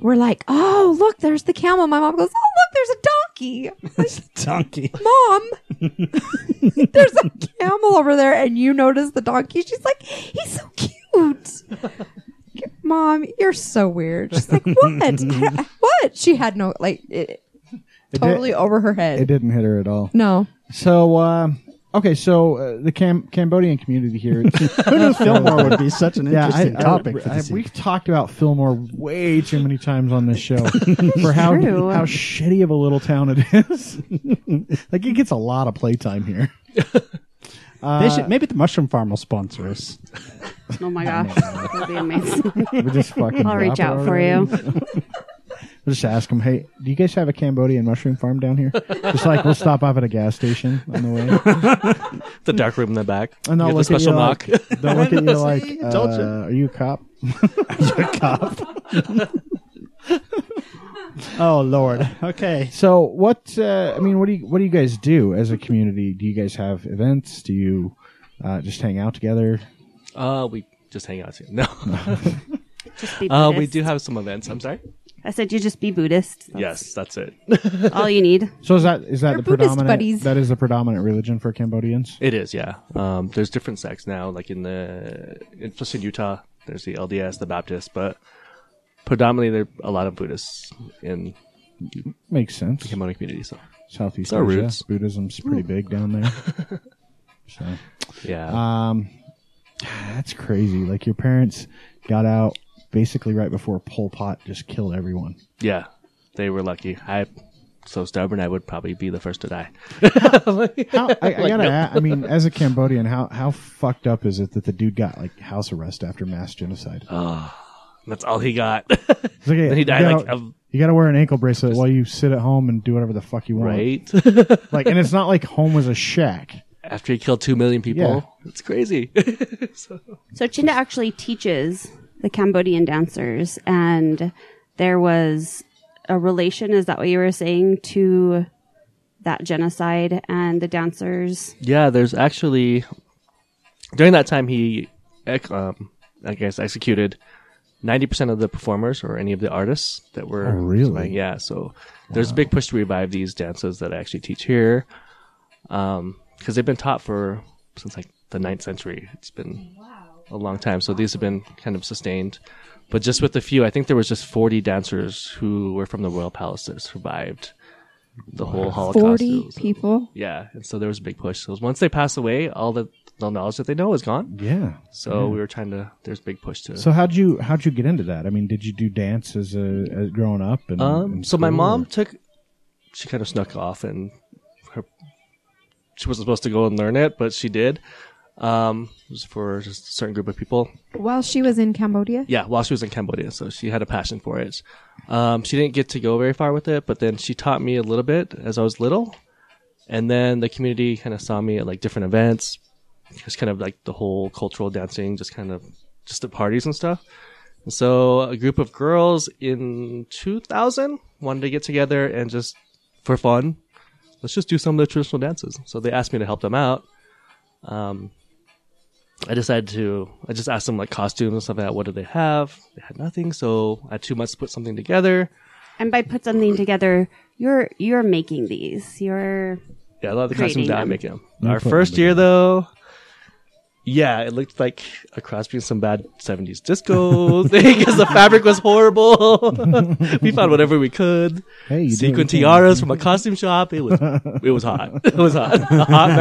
Speaker 4: we're like, "Oh, look, there's the camel." My mom goes, "Oh, look, there's a donkey."
Speaker 3: Donkey.
Speaker 4: Mom, [laughs] there's a camel over there, and you notice the donkey. She's like, "He's so cute." Mom, you're so weird. She's like, "What? I don't- what?" She had no like it,
Speaker 2: It di-
Speaker 4: totally over her head.
Speaker 2: it didn't hit her at all.
Speaker 4: no,
Speaker 2: So uh, okay, so uh, the Cam- Cambodian community
Speaker 3: [laughs]
Speaker 2: here.
Speaker 3: Who knew Fillmore would be such an
Speaker 2: Yeah, I,
Speaker 3: interesting
Speaker 2: I-
Speaker 3: topic for
Speaker 2: I-
Speaker 3: this?
Speaker 2: we've talked about Fillmore way too many times on this
Speaker 3: [laughs]
Speaker 2: show for how
Speaker 1: true.
Speaker 2: how shitty of a little town it is. [laughs] like it gets a lot of playtime
Speaker 3: [laughs]
Speaker 2: here.
Speaker 3: they should, maybe the mushroom farm will sponsor us.
Speaker 1: oh my gosh, that'd be
Speaker 2: [laughs]
Speaker 1: amazing.
Speaker 2: We just fucking.
Speaker 1: I'll reach
Speaker 2: drop it
Speaker 1: out for
Speaker 2: already.
Speaker 1: you.
Speaker 2: We'll just ask them, hey, do you guys have a Cambodian mushroom farm down here? just like we'll stop off at a gas station on the way.
Speaker 5: The dark room in the back.
Speaker 2: [laughs] And
Speaker 5: you
Speaker 2: they'll
Speaker 5: get
Speaker 2: look
Speaker 5: the
Speaker 2: at
Speaker 5: special
Speaker 2: you
Speaker 5: knock.
Speaker 2: like, they'll look at you like,
Speaker 3: See,
Speaker 2: uh,
Speaker 3: told you.
Speaker 2: are you a cop?
Speaker 3: Oh Lord. [laughs] Okay.
Speaker 2: So what? Uh, I mean, what do you what do you guys do as a community? Do you guys have events? Do you uh, just hang out together?
Speaker 5: [laughs] uh, we just hang out. Here. No. [laughs]
Speaker 1: Just be
Speaker 5: Uh,
Speaker 1: Buddhist.
Speaker 5: we do have some events. I'm sorry.
Speaker 1: I said you just be Buddhist. That's
Speaker 5: Yes, that's it.
Speaker 1: [laughs] all you need.
Speaker 2: So is that is that the
Speaker 4: Buddhist
Speaker 2: predominant
Speaker 4: buddies.
Speaker 2: that is the predominant religion for Cambodians?
Speaker 5: It is. Yeah. Um, there's different sects now. Like in the, especially in Utah, there's the LDS, the Baptist, but predominantly there are a lot of Buddhists in
Speaker 2: Makes sense.
Speaker 5: Cambodian community. So
Speaker 2: Southeast
Speaker 5: our
Speaker 2: Asia,
Speaker 5: roots.
Speaker 2: Buddhism's pretty big down there. so.
Speaker 5: yeah,
Speaker 2: Um, that's crazy. Like your parents got out basically right before Pol Pot just killed everyone.
Speaker 5: yeah, they were lucky. I. So stubborn, I would probably be the first to die.
Speaker 2: How,
Speaker 5: [laughs]
Speaker 2: I, I gotta. a- I mean, as a Cambodian, how how fucked up is it that the dude got like house arrest after mass genocide?
Speaker 5: That's all he got. [laughs]
Speaker 2: It's like,
Speaker 5: Uh, then he
Speaker 2: you
Speaker 5: died,
Speaker 2: gotta-
Speaker 5: like, of-
Speaker 2: you got to wear an ankle bracelet while you sit at home and do whatever the fuck you want.
Speaker 5: right?
Speaker 2: Like, and it's not like home was a shack.
Speaker 5: after he killed two million people.
Speaker 2: Yeah.
Speaker 5: It's crazy. [laughs]
Speaker 1: So Chinda actually teaches the Cambodian dancers, and there was a relation. Is that what you were saying to that genocide and the dancers?
Speaker 5: yeah, there's actually during that time, he, ec- um, I guess, executed ninety percent of the performers or any of the artists that were
Speaker 2: Oh, really?
Speaker 5: playing. Yeah, so there's a big push to revive these dances that I actually teach here, because they've been taught for since like the ninth century. It's been a long time, so these have been kind of sustained. But just with a few, I think there was just forty dancers who were from the royal palace that survived the whole Holocaust. It
Speaker 4: Forty
Speaker 5: was-
Speaker 4: people.
Speaker 5: yeah, and so there was a big push. So once they pass away, all the the knowledge that they know is gone.
Speaker 2: Yeah.
Speaker 5: So we were trying to. There's a big push to.
Speaker 2: So how'd you how'd you get into that? I mean, did you do dance as a as growing up? And,
Speaker 5: um,
Speaker 2: and
Speaker 5: so my
Speaker 2: school,
Speaker 5: mom
Speaker 2: or-
Speaker 5: took. She kind of snuck off, and her. She wasn't supposed to go and learn it, but she did. Um, it was for just a certain group of people.
Speaker 6: While she was in Cambodia,
Speaker 5: Yeah, while she was in Cambodia, so she had a passion for it. Um, she didn't get to go very far with it, but then she taught me a little bit as I was little, and then the community kind of saw me at like different events, just kind of like the whole cultural dancing, just kind of just at parties and stuff. And so a group of girls in 2000 wanted to get together and just for fun, let's just do some of the traditional dances. So they asked me to help them out. Um, I decided to. I just asked them like costumes and stuff like that. What do they have? They had nothing, so I had two months to put something together.
Speaker 1: And by put something together, you're you're making these. You're
Speaker 5: Yeah, a lot of the
Speaker 1: Creating
Speaker 5: costumes that I
Speaker 1: them.
Speaker 5: make them.
Speaker 2: You
Speaker 5: Our
Speaker 2: put them
Speaker 5: first year
Speaker 2: together.
Speaker 5: though, yeah, it looked like a cross between some bad '70s
Speaker 2: [laughs]
Speaker 5: disco thing because the fabric was horrible. [laughs] we found whatever we could.
Speaker 2: hey, you do
Speaker 5: Sequin
Speaker 2: everything.
Speaker 5: tiaras from a costume shop. It was it was hot. [laughs] It was hot. A hot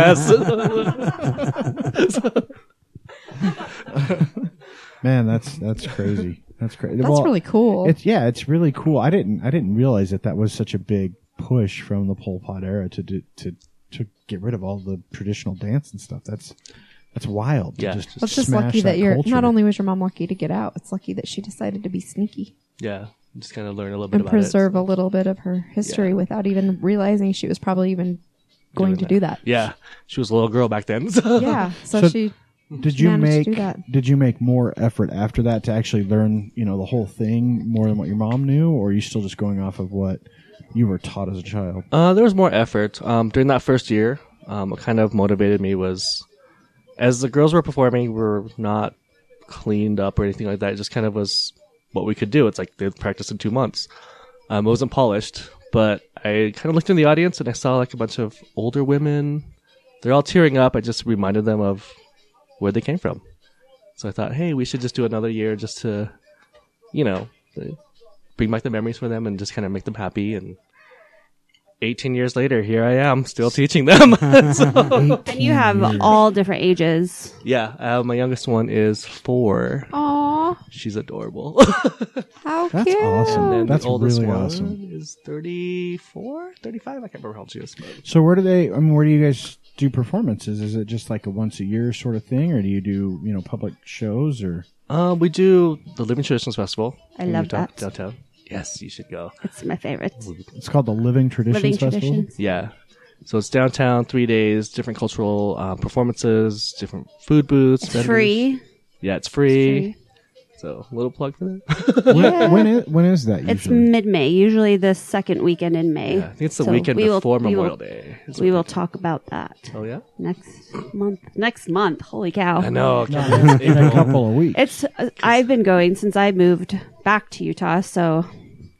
Speaker 5: mess.
Speaker 2: Man, that's that's crazy. That's crazy.
Speaker 6: that's really cool.
Speaker 2: It's yeah, it's really cool. I didn't I didn't realize that that was such a big push from the Pol Pot era to do, to to get rid of all the traditional dance and stuff. That's that's wild. to
Speaker 5: Yeah.
Speaker 2: just,
Speaker 6: Well, it's just
Speaker 2: smash
Speaker 6: lucky that, you're
Speaker 2: culture.
Speaker 6: not only was your mom lucky to get out, it's lucky that she decided to be sneaky
Speaker 5: [laughs] yeah, just kind of learn a little bit
Speaker 6: and
Speaker 5: about
Speaker 6: preserve a little bit of her history without even realizing she was probably even going to do that.
Speaker 5: it. Yeah, she was a little girl back then. [laughs]
Speaker 2: [laughs]
Speaker 5: so-
Speaker 6: Yeah. So,
Speaker 2: So-
Speaker 6: she
Speaker 2: did you
Speaker 6: managed
Speaker 2: make
Speaker 6: to do that.
Speaker 2: did you make more effort after that to actually learn you know the whole thing more than what your mom knew, or are you still just going off of what you were taught as a child?
Speaker 5: Uh, there was more effort um, during that first year. Um, what kind of motivated me was, as the girls were performing, we were not cleaned up or anything like that. It just kind of was what we could do. It's like they've practiced in two months. Um, it wasn't polished, but I kind of looked in the audience and I saw like a bunch of older women. They're all tearing up. I just reminded them of where they came from. So I thought, hey, we should just do another year just to, you know, bring back the memories for them and just kind of make them happy and 18 years later, here I am still teaching them. [laughs] So,
Speaker 1: and you have
Speaker 5: Mm.
Speaker 1: all different ages.
Speaker 5: yeah, uh, my youngest one is four.
Speaker 4: Aw,
Speaker 1: [laughs]
Speaker 5: She's adorable. [laughs]
Speaker 4: how
Speaker 2: That's
Speaker 4: cute.
Speaker 2: awesome.
Speaker 5: and
Speaker 2: That's
Speaker 5: the oldest
Speaker 2: really
Speaker 5: one
Speaker 2: awesome.
Speaker 5: is 34, 35. I can't remember how old she is. but-
Speaker 2: So where do they? I mean, where do you guys do performances? Is it just like a once a year sort of thing, or do you do you know public shows or?
Speaker 5: Uh, we do the Living Traditions Festival.
Speaker 1: I
Speaker 5: in
Speaker 1: love
Speaker 5: Utah,
Speaker 1: that.
Speaker 5: Downtown. Yes, you should go.
Speaker 1: It's my favorite.
Speaker 2: It's called the Living Traditions
Speaker 1: Living
Speaker 2: Festival.
Speaker 1: traditions.
Speaker 5: Yeah. So it's downtown, three days, different cultural uh, performances, different food booths.
Speaker 1: It's
Speaker 5: vendors.
Speaker 1: free.
Speaker 5: Yeah, it's free.
Speaker 1: Free.
Speaker 5: So a little plug for that.
Speaker 2: When, when, is, when is that
Speaker 1: It's
Speaker 2: usually?
Speaker 1: mid May, usually the second weekend in May.
Speaker 5: Yeah, I think it's the
Speaker 1: So
Speaker 5: weekend
Speaker 1: we will-
Speaker 5: before
Speaker 1: we will-
Speaker 5: Memorial Day. is
Speaker 1: We
Speaker 5: what
Speaker 1: will
Speaker 5: they-
Speaker 1: talk about that
Speaker 5: Oh, yeah?
Speaker 1: next month. Next month. Holy cow.
Speaker 5: I know.
Speaker 2: in [laughs] a couple of weeks.
Speaker 1: It's uh, I've been going since I moved back to Utah, so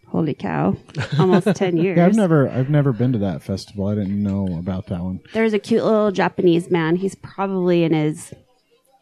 Speaker 1: holy cow. Almost
Speaker 5: [laughs]
Speaker 1: 10 years.
Speaker 2: yeah, I've never I've never been to that festival. I didn't know about that one.
Speaker 1: There's a cute little Japanese man. He's probably in his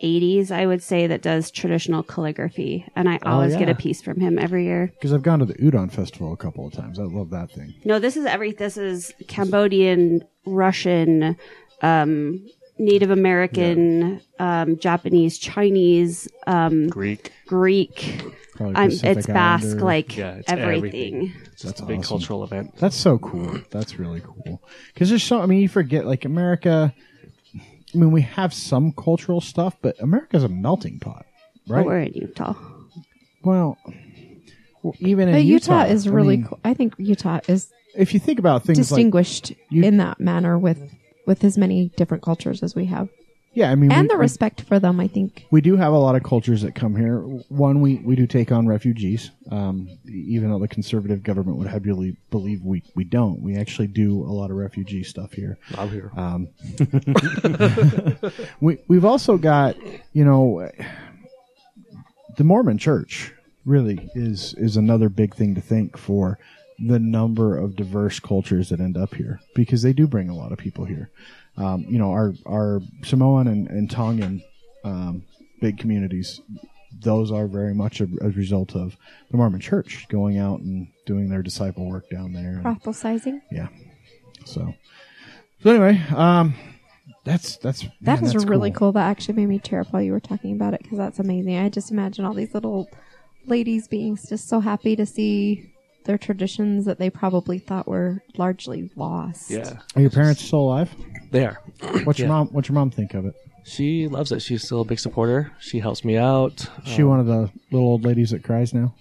Speaker 1: 80s, I would say, that does traditional calligraphy, and
Speaker 2: Oh,
Speaker 1: I always get
Speaker 3: yeah.
Speaker 1: a piece from him every year.
Speaker 2: Because I've gone to the Udon Festival a couple of times. I love that thing.
Speaker 1: No, this is every this is Cambodian, Russian, um, Native American, um, Japanese, Chinese, um,
Speaker 5: Greek.
Speaker 1: Greek.
Speaker 2: Probably
Speaker 1: Um,
Speaker 2: Pacific
Speaker 1: it's Basque,
Speaker 2: Islander.
Speaker 1: like
Speaker 5: Yeah, it's
Speaker 1: everything.
Speaker 5: everything. It's just
Speaker 2: That's
Speaker 5: a big
Speaker 2: awesome.
Speaker 5: cultural event.
Speaker 2: That's so cool. That's really cool. Because there's so I mean you forget like America. I mean we have some cultural stuff, but America's a melting pot,
Speaker 1: But
Speaker 2: right?
Speaker 1: we're in Utah.
Speaker 2: Well, well, even in
Speaker 4: But Utah,
Speaker 2: Utah,
Speaker 4: is
Speaker 2: I
Speaker 4: really
Speaker 2: mean,
Speaker 4: cool. I think Utah is
Speaker 2: If you think about things like
Speaker 4: distinguished
Speaker 2: you-
Speaker 4: in that manner with with as many different cultures as we have.
Speaker 2: Yeah, I mean,
Speaker 6: and
Speaker 2: we,
Speaker 6: the respect for them. I think
Speaker 2: we do have a lot of cultures that come here. One, we, we do take on refugees, um, even though the conservative government would have you le- believe we, we don't. We actually do a lot of refugee stuff here.
Speaker 5: I'm here.
Speaker 2: Um, we we've also got you know the Mormon Church really is is another big thing to think for the number of diverse cultures that end up here because they do bring a lot of people here. Um, you know our our Samoan and, and Tongan um, big communities. Those are very much a, a result of the Mormon Church going out and doing their disciple work down there. and-
Speaker 6: proselytizing.
Speaker 2: yeah. So, so anyway, um, that's that's
Speaker 6: That
Speaker 2: man,
Speaker 6: is
Speaker 2: that's
Speaker 6: really cool. That actually made me tear up while you were talking about it because that's amazing. I just imagine all these little ladies being just so happy to see their traditions that they probably thought were largely lost.
Speaker 5: Yeah,
Speaker 2: Are your parents still alive?
Speaker 5: they are.
Speaker 2: What's your
Speaker 5: Yeah.
Speaker 2: mom? What's your mom think of it?
Speaker 5: She loves it. She's still a big supporter. She helps me out.
Speaker 2: She one of the little old ladies that cries now.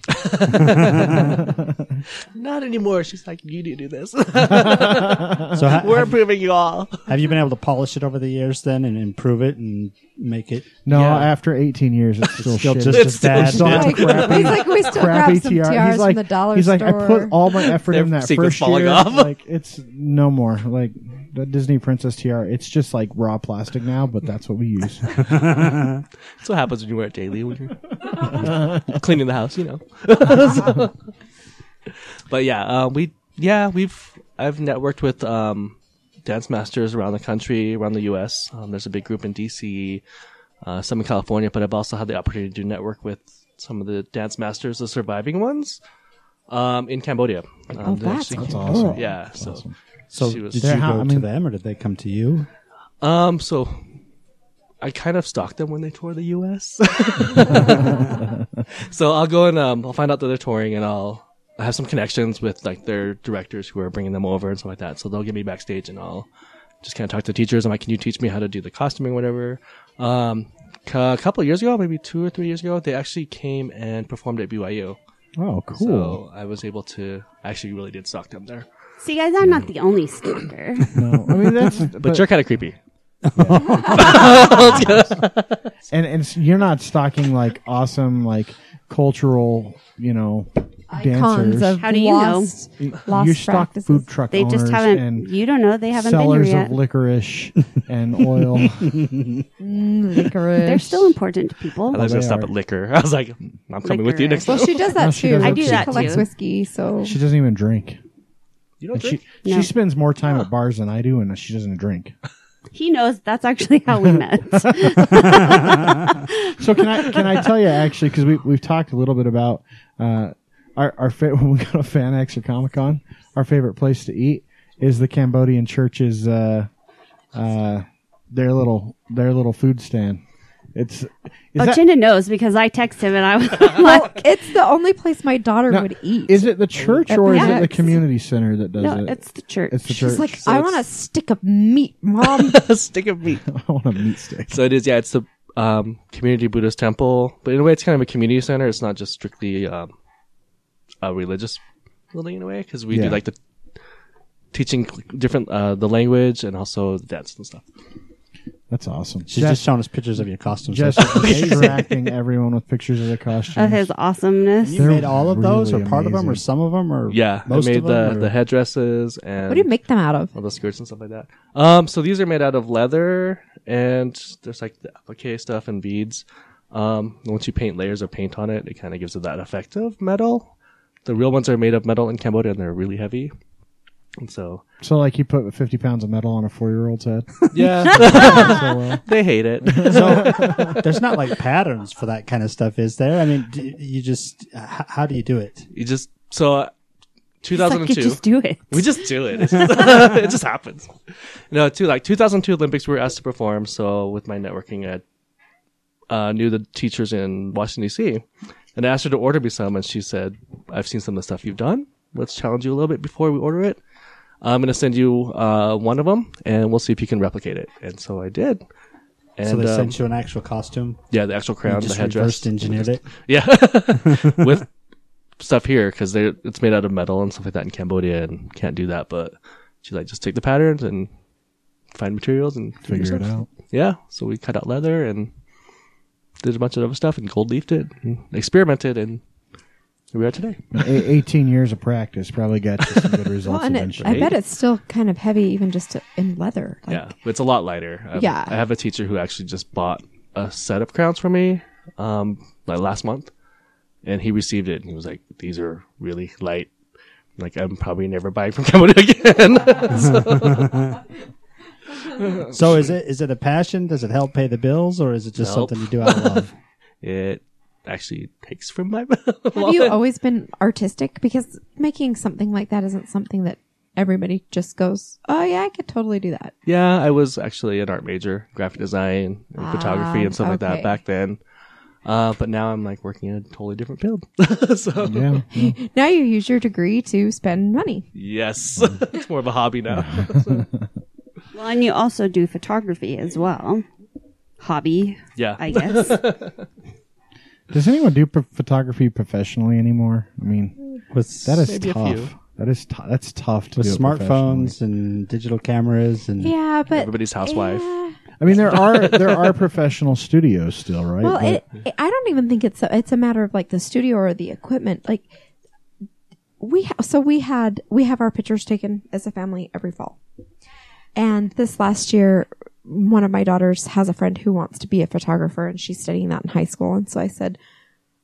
Speaker 5: Not anymore. She's like, you need to do [laughs] this.
Speaker 3: So ha-
Speaker 5: We're
Speaker 3: have,
Speaker 5: approving you all.
Speaker 3: have you been able to polish it over the years then and improve it and make it
Speaker 2: No,
Speaker 5: Yeah.
Speaker 2: after 18 years, it's still,
Speaker 3: still
Speaker 2: shit.
Speaker 3: just
Speaker 5: It's
Speaker 3: as
Speaker 5: still
Speaker 3: bad?
Speaker 2: shit. Still have
Speaker 6: Like, he's like, we still
Speaker 2: Crappy
Speaker 6: grab some
Speaker 2: tiara.
Speaker 6: tiaras
Speaker 2: He's like,
Speaker 6: from the dollar
Speaker 2: he's
Speaker 6: store.
Speaker 2: like, I put all my effort
Speaker 5: [laughs] Their
Speaker 2: in that
Speaker 5: secret's
Speaker 2: first
Speaker 5: falling
Speaker 2: year.
Speaker 5: off.
Speaker 2: Like, it's no more. Like the Disney princess tiara. It's just like raw plastic now, but that's what we
Speaker 5: [laughs]
Speaker 2: use.
Speaker 5: That's what happens when you wear it daily when you're [laughs] cleaning the house, you know. [laughs] but yeah, uh, we yeah we've I've networked with um, dance masters around the country, around the U.S. Um, there's a big group in D.C., uh, some in California, but I've also had the opportunity to network with some of the dance masters, the surviving ones, um, in Cambodia. Um,
Speaker 6: Oh,
Speaker 5: they
Speaker 6: that's
Speaker 5: actually-
Speaker 2: That's awesome.
Speaker 5: Yeah,
Speaker 2: That's
Speaker 5: so-
Speaker 2: awesome.
Speaker 3: So
Speaker 5: She was-
Speaker 3: did you
Speaker 2: They're
Speaker 3: go
Speaker 2: how- I
Speaker 3: to
Speaker 2: mean-
Speaker 3: them or did they come to you?
Speaker 5: Um, so I kind of stalked them when they toured the U.S. [laughs] so I'll go and um, I'll find out that they're touring, and I'll I have some connections with like their directors who are bringing them over and stuff like that. So they'll get me backstage, and I'll just kind of talk to teachers. I'm like, can you teach me how to do the costuming, whatever? Um, c- a couple of years ago, maybe two or three years ago, they actually came and performed at BYU.
Speaker 2: Oh, cool.
Speaker 5: So I was able to I actually really did stalk them there,
Speaker 1: See, guys, I'm not the only stalker.
Speaker 2: No, I mean that's
Speaker 5: but, you're kind of creepy.
Speaker 2: and and s- you're not stocking like awesome like cultural you know dancers.
Speaker 6: Icons of
Speaker 1: How do you know?
Speaker 6: lost,
Speaker 2: You-
Speaker 6: lost
Speaker 2: you stock
Speaker 6: practices.
Speaker 2: food truck
Speaker 1: They
Speaker 2: owners
Speaker 1: just haven't.
Speaker 2: and
Speaker 1: You don't know. They haven't been here
Speaker 2: sellers
Speaker 1: yet.
Speaker 2: of licorice and oil.
Speaker 1: [laughs] They're still important to people.
Speaker 5: I was
Speaker 2: Oh, they
Speaker 5: gonna stop
Speaker 2: are.
Speaker 5: at liquor. [laughs] I was like, I'm coming with
Speaker 1: Liquor.
Speaker 5: you next time.
Speaker 6: Well, she does that
Speaker 2: No, she
Speaker 6: too.
Speaker 2: doesn't.
Speaker 1: I do that
Speaker 6: She collects
Speaker 1: too.
Speaker 6: whiskey, so
Speaker 2: she doesn't even drink.
Speaker 5: You don't
Speaker 2: And
Speaker 5: drink?
Speaker 2: she she
Speaker 1: No.
Speaker 2: spends more time at bars than I do, and she doesn't
Speaker 5: [laughs]
Speaker 2: drink.
Speaker 1: He knows that's actually how
Speaker 2: [laughs]
Speaker 1: we met.
Speaker 2: So can I can I tell you actually because we we've talked a little bit about uh, our our fa- [laughs] when we go to FanX or Comic Con, our favorite place to eat is the Cambodian church's uh, uh, their little their little food stand. It's is
Speaker 1: oh,
Speaker 2: that-
Speaker 1: Chinda knows because I text him and I was
Speaker 6: well,
Speaker 1: like,
Speaker 6: it's the only place my daughter
Speaker 2: No,
Speaker 6: would eat.
Speaker 2: is it the church
Speaker 6: At
Speaker 2: or is
Speaker 1: FanX.
Speaker 2: it the community center that does
Speaker 1: no,
Speaker 2: it?
Speaker 1: it's the church.
Speaker 2: It's the church.
Speaker 6: She's like,
Speaker 5: So
Speaker 6: I
Speaker 5: it's-
Speaker 6: want a stick of meat, [laughs] mom.
Speaker 5: stick of meat.
Speaker 2: [laughs] I want a meat stick.
Speaker 5: So it is, yeah, it's the um, community Buddhist temple, but in a way, it's kind of a community center. It's not just strictly um, a religious building in a way, because we
Speaker 2: Yeah.
Speaker 5: do like the teaching different uh, the language and also the dance and stuff.
Speaker 2: That's awesome.
Speaker 3: She's just showing us pictures of your costumes.
Speaker 2: just
Speaker 4: [laughs]
Speaker 2: distracting everyone with pictures of the costumes.
Speaker 1: of his awesomeness.
Speaker 3: you made all of those,
Speaker 2: really
Speaker 3: or part of them, or
Speaker 2: amazing.
Speaker 3: some of them, or
Speaker 5: Yeah, I
Speaker 3: most
Speaker 5: made
Speaker 3: of them. or-
Speaker 5: the
Speaker 3: [laughs]
Speaker 5: the headdresses and
Speaker 6: what do you make them out of?
Speaker 5: all the skirts and stuff like that. Um, so these are made out of leather, and there's like the applique stuff and beads. Um, and once you paint layers of paint on it, it kind of gives it that effect of metal. The real ones are made of metal in Cambodia, and they're really heavy. And so,
Speaker 2: So like you put 50 pounds of metal on a four year old's
Speaker 4: [laughs]
Speaker 2: head.
Speaker 5: [laughs]
Speaker 1: [laughs]
Speaker 5: yeah,
Speaker 2: So, uh,
Speaker 5: they hate it.
Speaker 3: so there's not like patterns for that kind of stuff, is there? I mean, do, you just h- how do you do it?
Speaker 5: You just so uh,
Speaker 1: It's like you
Speaker 5: 2002.
Speaker 1: just do it.
Speaker 5: We just do it. It's just- [laughs] it just happens. No, too like 2002 Olympics, we were asked to perform. So with my networking, I uh, knew the teachers in Washington D.C. and I asked her to order me some, and she said, "I've seen some of the stuff you've done. Let's challenge you a little bit before we order it. I'm going to send you uh, one of them, and we'll see if you can replicate it." And so I did. And
Speaker 3: so they
Speaker 5: um,
Speaker 3: sent you an actual costume.
Speaker 5: yeah, the actual
Speaker 3: You
Speaker 5: crown, the
Speaker 3: just
Speaker 5: headdress,
Speaker 3: reversed engineered
Speaker 5: [laughs]
Speaker 3: it.
Speaker 5: yeah, with stuff here because they it's made out of metal and stuff like that in Cambodia and can't do that. But she's like, just take the patterns and find materials and figure,
Speaker 2: figure it
Speaker 5: stuff.
Speaker 2: out.
Speaker 5: yeah, so we cut out leather and did a bunch of other stuff and gold leafed it and experimented and here we are today.
Speaker 2: A- 18 years of practice probably got you some
Speaker 4: [laughs]
Speaker 2: good results
Speaker 4: Well, and it,
Speaker 2: eventually.
Speaker 4: I bet it's still kind of heavy, even just to, in leather. Like,
Speaker 5: yeah, it's a lot lighter. i
Speaker 4: Yeah.
Speaker 5: I have a teacher who actually just bought a set of crowns for me um, like last month, and he received it and he was like, "These are really light. Like I'm probably never buying from [laughs] Komodo again."
Speaker 3: So is it is it a passion? Does it help pay the bills, or is it just
Speaker 5: Nope.
Speaker 3: something you do out
Speaker 2: [laughs]
Speaker 3: of love?
Speaker 5: it actually takes from my
Speaker 4: Have you always been artistic? Because making something like that isn't something that everybody just goes, "Oh yeah, I could totally do that."
Speaker 5: [laughs] Yeah, I was actually an art major, graphic design and photography and stuff like that
Speaker 4: Ah, okay.
Speaker 5: back then. Uh, but now I'm like working in a totally different field. [laughs] so
Speaker 2: yeah. yeah.
Speaker 4: Now you use your degree to spend money.
Speaker 5: yes, it's more of a hobby now.
Speaker 1: Well, and you also do photography as well. Hobby,
Speaker 5: yeah,
Speaker 1: I guess.
Speaker 2: Does anyone do pro- photography professionally anymore? I mean,
Speaker 3: With
Speaker 2: that is
Speaker 5: Maybe a few.
Speaker 2: tough. That is tou- that's tough to
Speaker 3: with
Speaker 2: do it
Speaker 3: smartphones and digital cameras and
Speaker 4: Yeah, but
Speaker 5: everybody's housewife.
Speaker 4: Yeah.
Speaker 2: professionally. I mean, there are
Speaker 5: [laughs]
Speaker 2: there are professional studios still, right?
Speaker 4: Well,
Speaker 2: But-
Speaker 4: it, it, I don't even think it's a, it's a matter of like the studio or the equipment. Like we ha- so we had we have our pictures taken as a family every fall, and this last year, one of my daughters has a friend who wants to be a photographer, and she's studying that in high school. And so I said,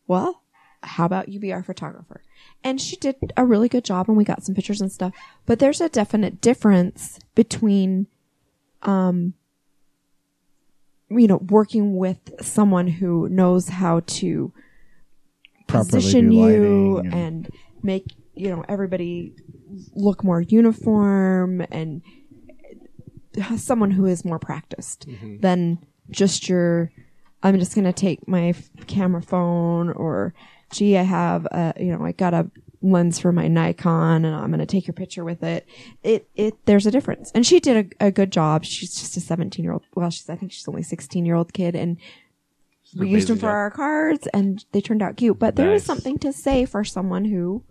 Speaker 4: "Well, how about you be our photographer?" And she did a really good job, and we got some pictures and stuff. But there's a definite difference between um, you know, working with someone who knows how to
Speaker 2: Properly
Speaker 4: position
Speaker 2: do
Speaker 4: you
Speaker 2: lighting
Speaker 4: and,
Speaker 2: and-
Speaker 4: make, you know, everybody look more uniform and has someone who is more practiced
Speaker 5: Mm-hmm.
Speaker 4: than just your, I'm just going to take my f- camera phone or, gee, I have a, you know, I got a lens for my Nikon and I'm going to take your picture with it. It, it, there's a difference. And she did a, a good job. She's just a 17 year old. Well, she's, I think she's only 16 year old kid and we used them
Speaker 5: amazing
Speaker 4: for
Speaker 5: job.
Speaker 4: our cards and they turned out cute. But there is
Speaker 5: Nice.
Speaker 4: something to say for someone who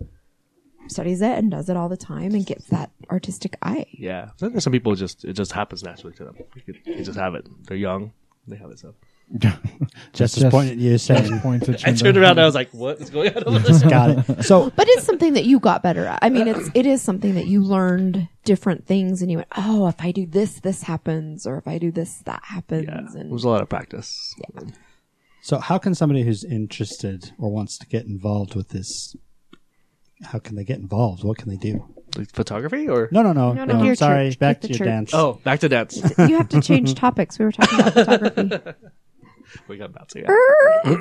Speaker 4: studies it and does it all the time and gets that artistic eye.
Speaker 5: Yeah, I think there's some people just it just happens naturally to them. They could- They just have it. They're young. They have it. So
Speaker 3: just as
Speaker 2: Just-
Speaker 3: pointed
Speaker 2: [laughs]
Speaker 3: you saying
Speaker 2: points at you
Speaker 5: I
Speaker 2: and
Speaker 5: turned
Speaker 2: go,
Speaker 5: around. and I was like, "What is going on?" Over there?
Speaker 3: got it. So
Speaker 4: But it's something that you got better at. I mean, it's it is something that you learned different things and you went, oh, if I do this, this happens, or if I do this, that happens.
Speaker 5: Yeah, [laughs] it
Speaker 4: And
Speaker 5: was a lot of practice.
Speaker 3: so how can somebody who's interested or wants to get involved with this how can they get involved? What can they do?
Speaker 5: Like photography or
Speaker 3: No, no, no.
Speaker 4: No, no.
Speaker 3: I'm
Speaker 4: Your
Speaker 3: sorry.
Speaker 4: church.
Speaker 3: Back
Speaker 4: Like
Speaker 3: to
Speaker 4: the
Speaker 3: your
Speaker 4: church.
Speaker 3: dance.
Speaker 5: oh, back to dance.
Speaker 4: you have to change topics. We were talking about photography.
Speaker 5: [laughs] we got about to yeah.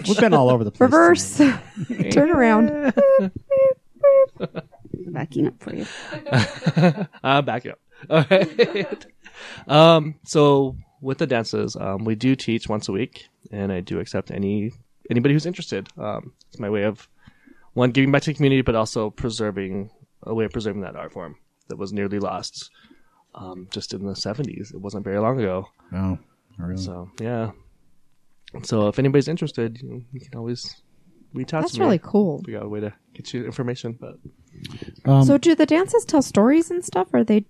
Speaker 3: We've been all over the place.
Speaker 4: Reverse. [laughs] Turn around.
Speaker 1: Backing up for you.
Speaker 5: Uh, back up. [laughs] All right. um, so with the dances, um, we do teach once a week, and I do accept any anybody who's interested. Um, it's my way of one giving back to the community, but also preserving a way of preserving that art form that was nearly lost. Um, just in the '70s, it wasn't very long ago.
Speaker 2: No, Oh, really.
Speaker 5: So yeah. So if anybody's interested, you, know, you can always reach out
Speaker 4: That's
Speaker 5: to me.
Speaker 4: really cool.
Speaker 5: We got a way to get you information, but
Speaker 2: Um,
Speaker 4: So do the dances tell stories and stuff? Or they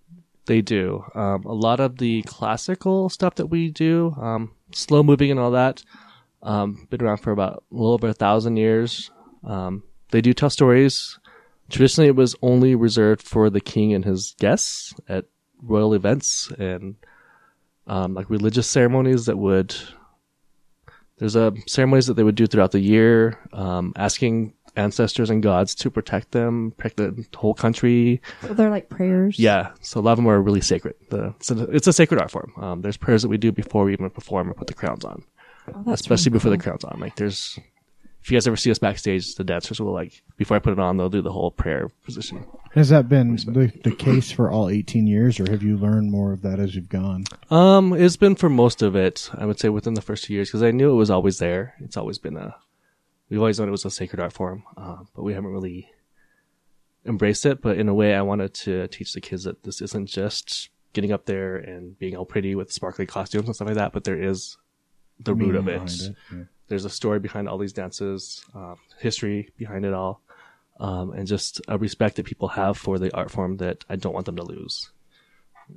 Speaker 5: They do. Um, a lot of the classical stuff that we do, um, slow moving and all that, um, been around for about a little over a thousand years. Um, they do tell stories. Traditionally, it was only reserved for the king and his guests at royal events and um, like religious ceremonies that would. There's a ceremonies that they would do throughout the year, um, asking ancestors and gods to protect them, protect the whole country,
Speaker 4: so they're like prayers.
Speaker 5: yeah, so a lot of them are really sacred. The so the- it's a sacred art form. Um, there's prayers that we do before we even perform or put the crowns on, especially before the crowns on. Like there's, if you guys ever see us backstage, the dancers will like before I put it on, they'll do the whole prayer position.
Speaker 2: has that been the, the case for all 18 years, or have you learned more of that as you've gone?
Speaker 5: Um, it's been for most of it, I would say, within the first two years, because I knew it was always there. It's always been a, we've always known it was a sacred art form, uh, but we haven't really embraced it. But in a way, I wanted to teach the kids that this isn't just getting up there and being all pretty with sparkly costumes and stuff like that, but there is the root of
Speaker 2: Meaning
Speaker 5: it.
Speaker 2: behind yeah.
Speaker 5: There's a story behind all these dances, um, history behind it all, um, and just a respect that people have for the art form that I don't want them to lose.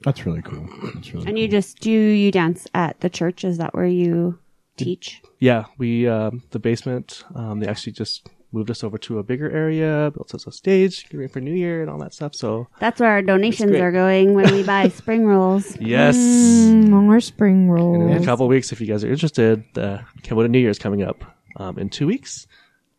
Speaker 2: That's really cool. That's really
Speaker 1: And you just do you dance at the church? Is that where you teach?
Speaker 5: Yeah, we um, the basement. Um, they actually just moved us over to a bigger area, built us a stage, getting ready for New Year and all that stuff. So
Speaker 1: That's where our donations
Speaker 5: great.
Speaker 1: are going when we buy spring rolls.
Speaker 5: yes,
Speaker 4: Mm, more spring rolls.
Speaker 5: in a couple weeks, if you guys are interested, the Cambodia New Year is coming up um, in two weeks,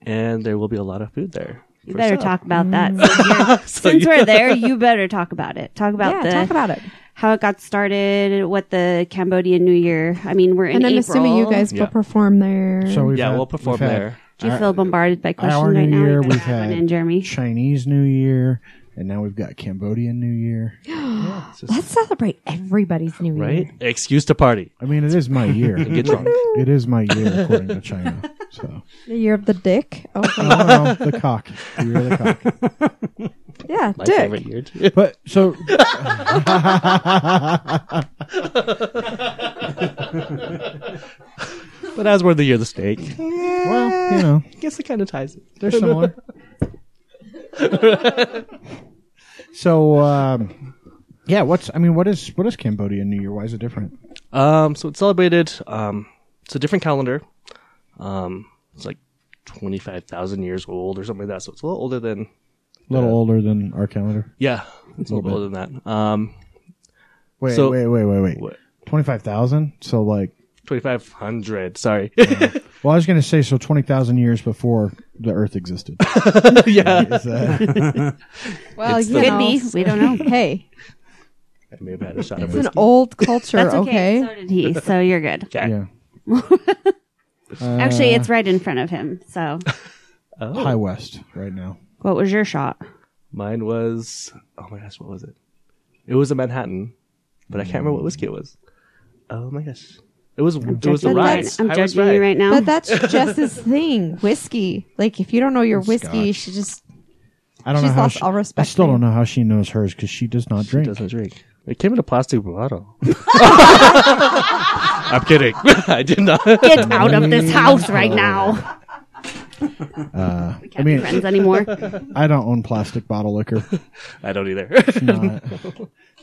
Speaker 5: and there will be a lot of food there.
Speaker 1: You
Speaker 5: for
Speaker 1: better
Speaker 5: sale. [laughs]
Speaker 1: talk about that. Since, you're-
Speaker 5: So
Speaker 1: since
Speaker 5: you-
Speaker 1: we're there, you better talk about it. Talk about
Speaker 4: yeah,
Speaker 1: the
Speaker 4: talk about it.
Speaker 1: how it got started, what the Cambodian New Year. I mean, we're in
Speaker 4: And I'm
Speaker 1: April.
Speaker 4: assuming you guys
Speaker 5: Yeah.
Speaker 4: will perform there.
Speaker 2: cool. So we've
Speaker 5: Yeah,
Speaker 2: had-
Speaker 5: we'll perform
Speaker 2: we've had
Speaker 5: there.
Speaker 1: Do you
Speaker 2: our-
Speaker 1: feel bombarded by
Speaker 2: Our
Speaker 1: questions Mm-hmm. right
Speaker 2: New
Speaker 1: now?
Speaker 2: Year,
Speaker 1: Like,
Speaker 2: we've
Speaker 1: I got one
Speaker 2: had
Speaker 1: in Jeremy.
Speaker 2: Chinese New Year, and now we've got Cambodian New Year.
Speaker 5: It's just-
Speaker 6: Let's celebrate everybody's new
Speaker 5: right?
Speaker 6: year.
Speaker 5: Excuse to party.
Speaker 2: I mean, it is my year.
Speaker 5: [laughs] Get drunk.
Speaker 2: It is my year according to China. So
Speaker 4: The year of the dick. Oh,
Speaker 5: [laughs]
Speaker 2: oh, no, the cock, the year of the cock.
Speaker 4: yeah,
Speaker 5: My
Speaker 4: dick.
Speaker 5: favorite year. [laughs] too.
Speaker 2: But so
Speaker 5: but as we're the year of
Speaker 1: [laughs]
Speaker 5: the snake,
Speaker 2: well, you know,
Speaker 5: I guess it kind of ties it.
Speaker 2: they're similar. so um, yeah, what's I mean, what is what is Cambodian New Year? Why is it different?
Speaker 5: Um, so it's celebrated. Um, it's a different calendar. Um, it's like twenty five thousand years old or something like that. So it's a little older than
Speaker 2: A
Speaker 5: Uh,
Speaker 2: little older than our calendar.
Speaker 5: yeah, it's a little bit older than that. Um,
Speaker 2: Wait,
Speaker 5: So-
Speaker 2: wait, wait, wait, wait.
Speaker 5: what?
Speaker 2: Twenty five thousand. So like,
Speaker 5: Twenty five hundred. [laughs] Sorry.
Speaker 2: well, I was gonna say so twenty thousand years before the Earth
Speaker 5: [laughs]
Speaker 2: existed.
Speaker 5: yeah.
Speaker 2: Is
Speaker 5: [laughs]
Speaker 2: that-
Speaker 4: Well,
Speaker 5: It's
Speaker 4: you
Speaker 5: the-
Speaker 1: Could
Speaker 4: know,
Speaker 1: be. We don't know.
Speaker 4: [laughs] Hey,
Speaker 5: I may have had a shot of
Speaker 4: it's an
Speaker 5: whiskey.
Speaker 4: old culture,
Speaker 1: That's okay.
Speaker 4: okay?
Speaker 1: So did he. So you're good.
Speaker 5: Okay.
Speaker 2: [laughs] yeah,
Speaker 1: Actually, it's right in front of him.
Speaker 2: [laughs]
Speaker 1: So,
Speaker 5: Oh.
Speaker 2: High West right now.
Speaker 1: what was your shot?
Speaker 5: Mine was oh my gosh, what was it? It was a Manhattan, but I can't remember what whiskey it was. Oh my gosh, it was it was the
Speaker 1: Judging
Speaker 5: rye.
Speaker 1: right- I'm
Speaker 5: High West
Speaker 1: judging
Speaker 5: rye.
Speaker 1: you right now.
Speaker 4: But that's Jess's thing. Whiskey. Like, if you don't know your whiskey, she just.
Speaker 2: I don't
Speaker 4: She's
Speaker 2: know how
Speaker 4: lost
Speaker 2: she,
Speaker 4: all respect
Speaker 2: I still
Speaker 4: for you.
Speaker 2: don't know how she knows hers because she does not drink.
Speaker 5: doesn't drink. It came in a
Speaker 1: [laughs]
Speaker 5: plastic bottle. [laughs] I'm [laughs] kidding. I did not.
Speaker 1: Get out of
Speaker 2: Mm.
Speaker 1: this house right
Speaker 2: [laughs]
Speaker 1: now. we can't
Speaker 2: Uh, I mean-
Speaker 1: be
Speaker 2: [laughs]
Speaker 1: friends anymore.
Speaker 2: I don't own plastic bottle liquor.
Speaker 5: I don't either. [laughs]
Speaker 2: Not,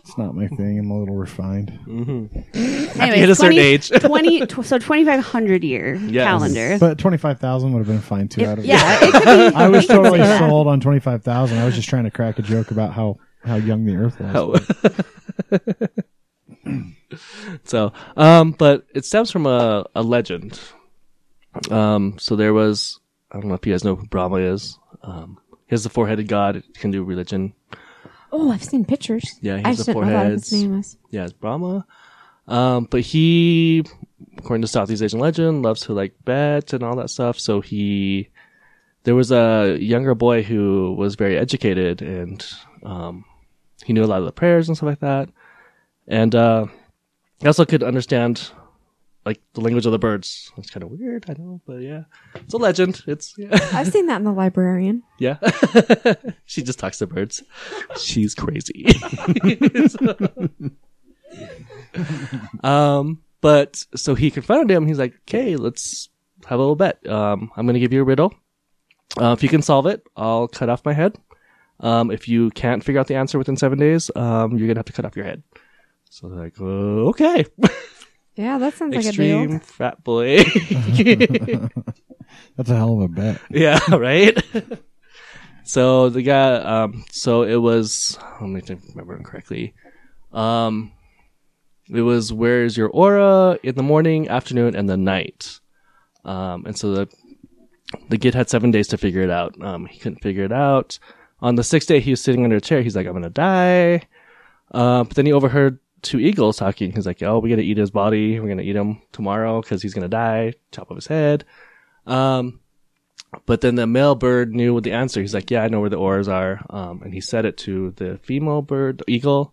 Speaker 2: it's not my thing. I'm a little refined.
Speaker 1: Anyways,
Speaker 5: hit a certain age. [laughs]
Speaker 1: 20 tw- so 2500 year
Speaker 5: Yes.
Speaker 1: calendar.
Speaker 2: But twenty five thousand would have been fine too. I don't
Speaker 1: yeah, it could be.
Speaker 2: I
Speaker 1: [laughs]
Speaker 2: was totally sold on twenty five thousand. I was just trying to crack a joke about how how young the Earth was.
Speaker 5: Oh. [laughs] so, um, but it stems from a, a legend. Um, so there was, I don't know if you guys know who Brahma is. Um, he has the four headed god, Hindu religion.
Speaker 6: Oh, I've seen pictures.
Speaker 5: Yeah, he
Speaker 6: I
Speaker 5: has
Speaker 6: just
Speaker 5: the
Speaker 6: didn't
Speaker 5: four
Speaker 6: know that his
Speaker 5: heads.
Speaker 6: name was.
Speaker 5: Yeah, it's Brahma. Um, but he, according to Southeast Asian legend, loves to like bet and all that stuff. So he, there was a younger boy who was very educated and um, he knew a lot of the prayers and stuff like that. And uh, he also could understand like the language of the birds. It's kind of weird, I know, but yeah, it's a legend. It's yeah,
Speaker 4: I've seen that in the librarian. [laughs]
Speaker 5: yeah. she just talks to birds.
Speaker 4: [laughs]
Speaker 5: She's crazy. Um, but so he confronted him. He's like, "Okay, let's have a little bet. Um, I'm going to give you a riddle. Uh, if you can solve it, I'll cut off my head. Um, if you can't figure out the answer within seven days, um, you're going to have to cut off your head." So they're like, "Uh, "Okay,
Speaker 4: Yeah, that sounds like a deal.
Speaker 5: extreme frat boy." [laughs]
Speaker 2: That's a hell of a bet.
Speaker 5: yeah, [laughs] right. so the guy, um, so it was. Let me think, remember it correctly. Um, it was where is your aura in the morning, afternoon, and the night. Um, and so the the kid had seven days to figure it out. Um, he couldn't figure it out. On the sixth day, he was sitting under a chair. He's like, "I'm gonna die." Uh, but then he overheard two eagles talking. He's like, "Oh, we gotta eat his body. We're gonna eat him tomorrow because he's gonna die. Chop off his head." Um, but then the male bird knew the answer. He's like, "Yeah, I know where the oars are," um, and he said it to the female bird, the eagle.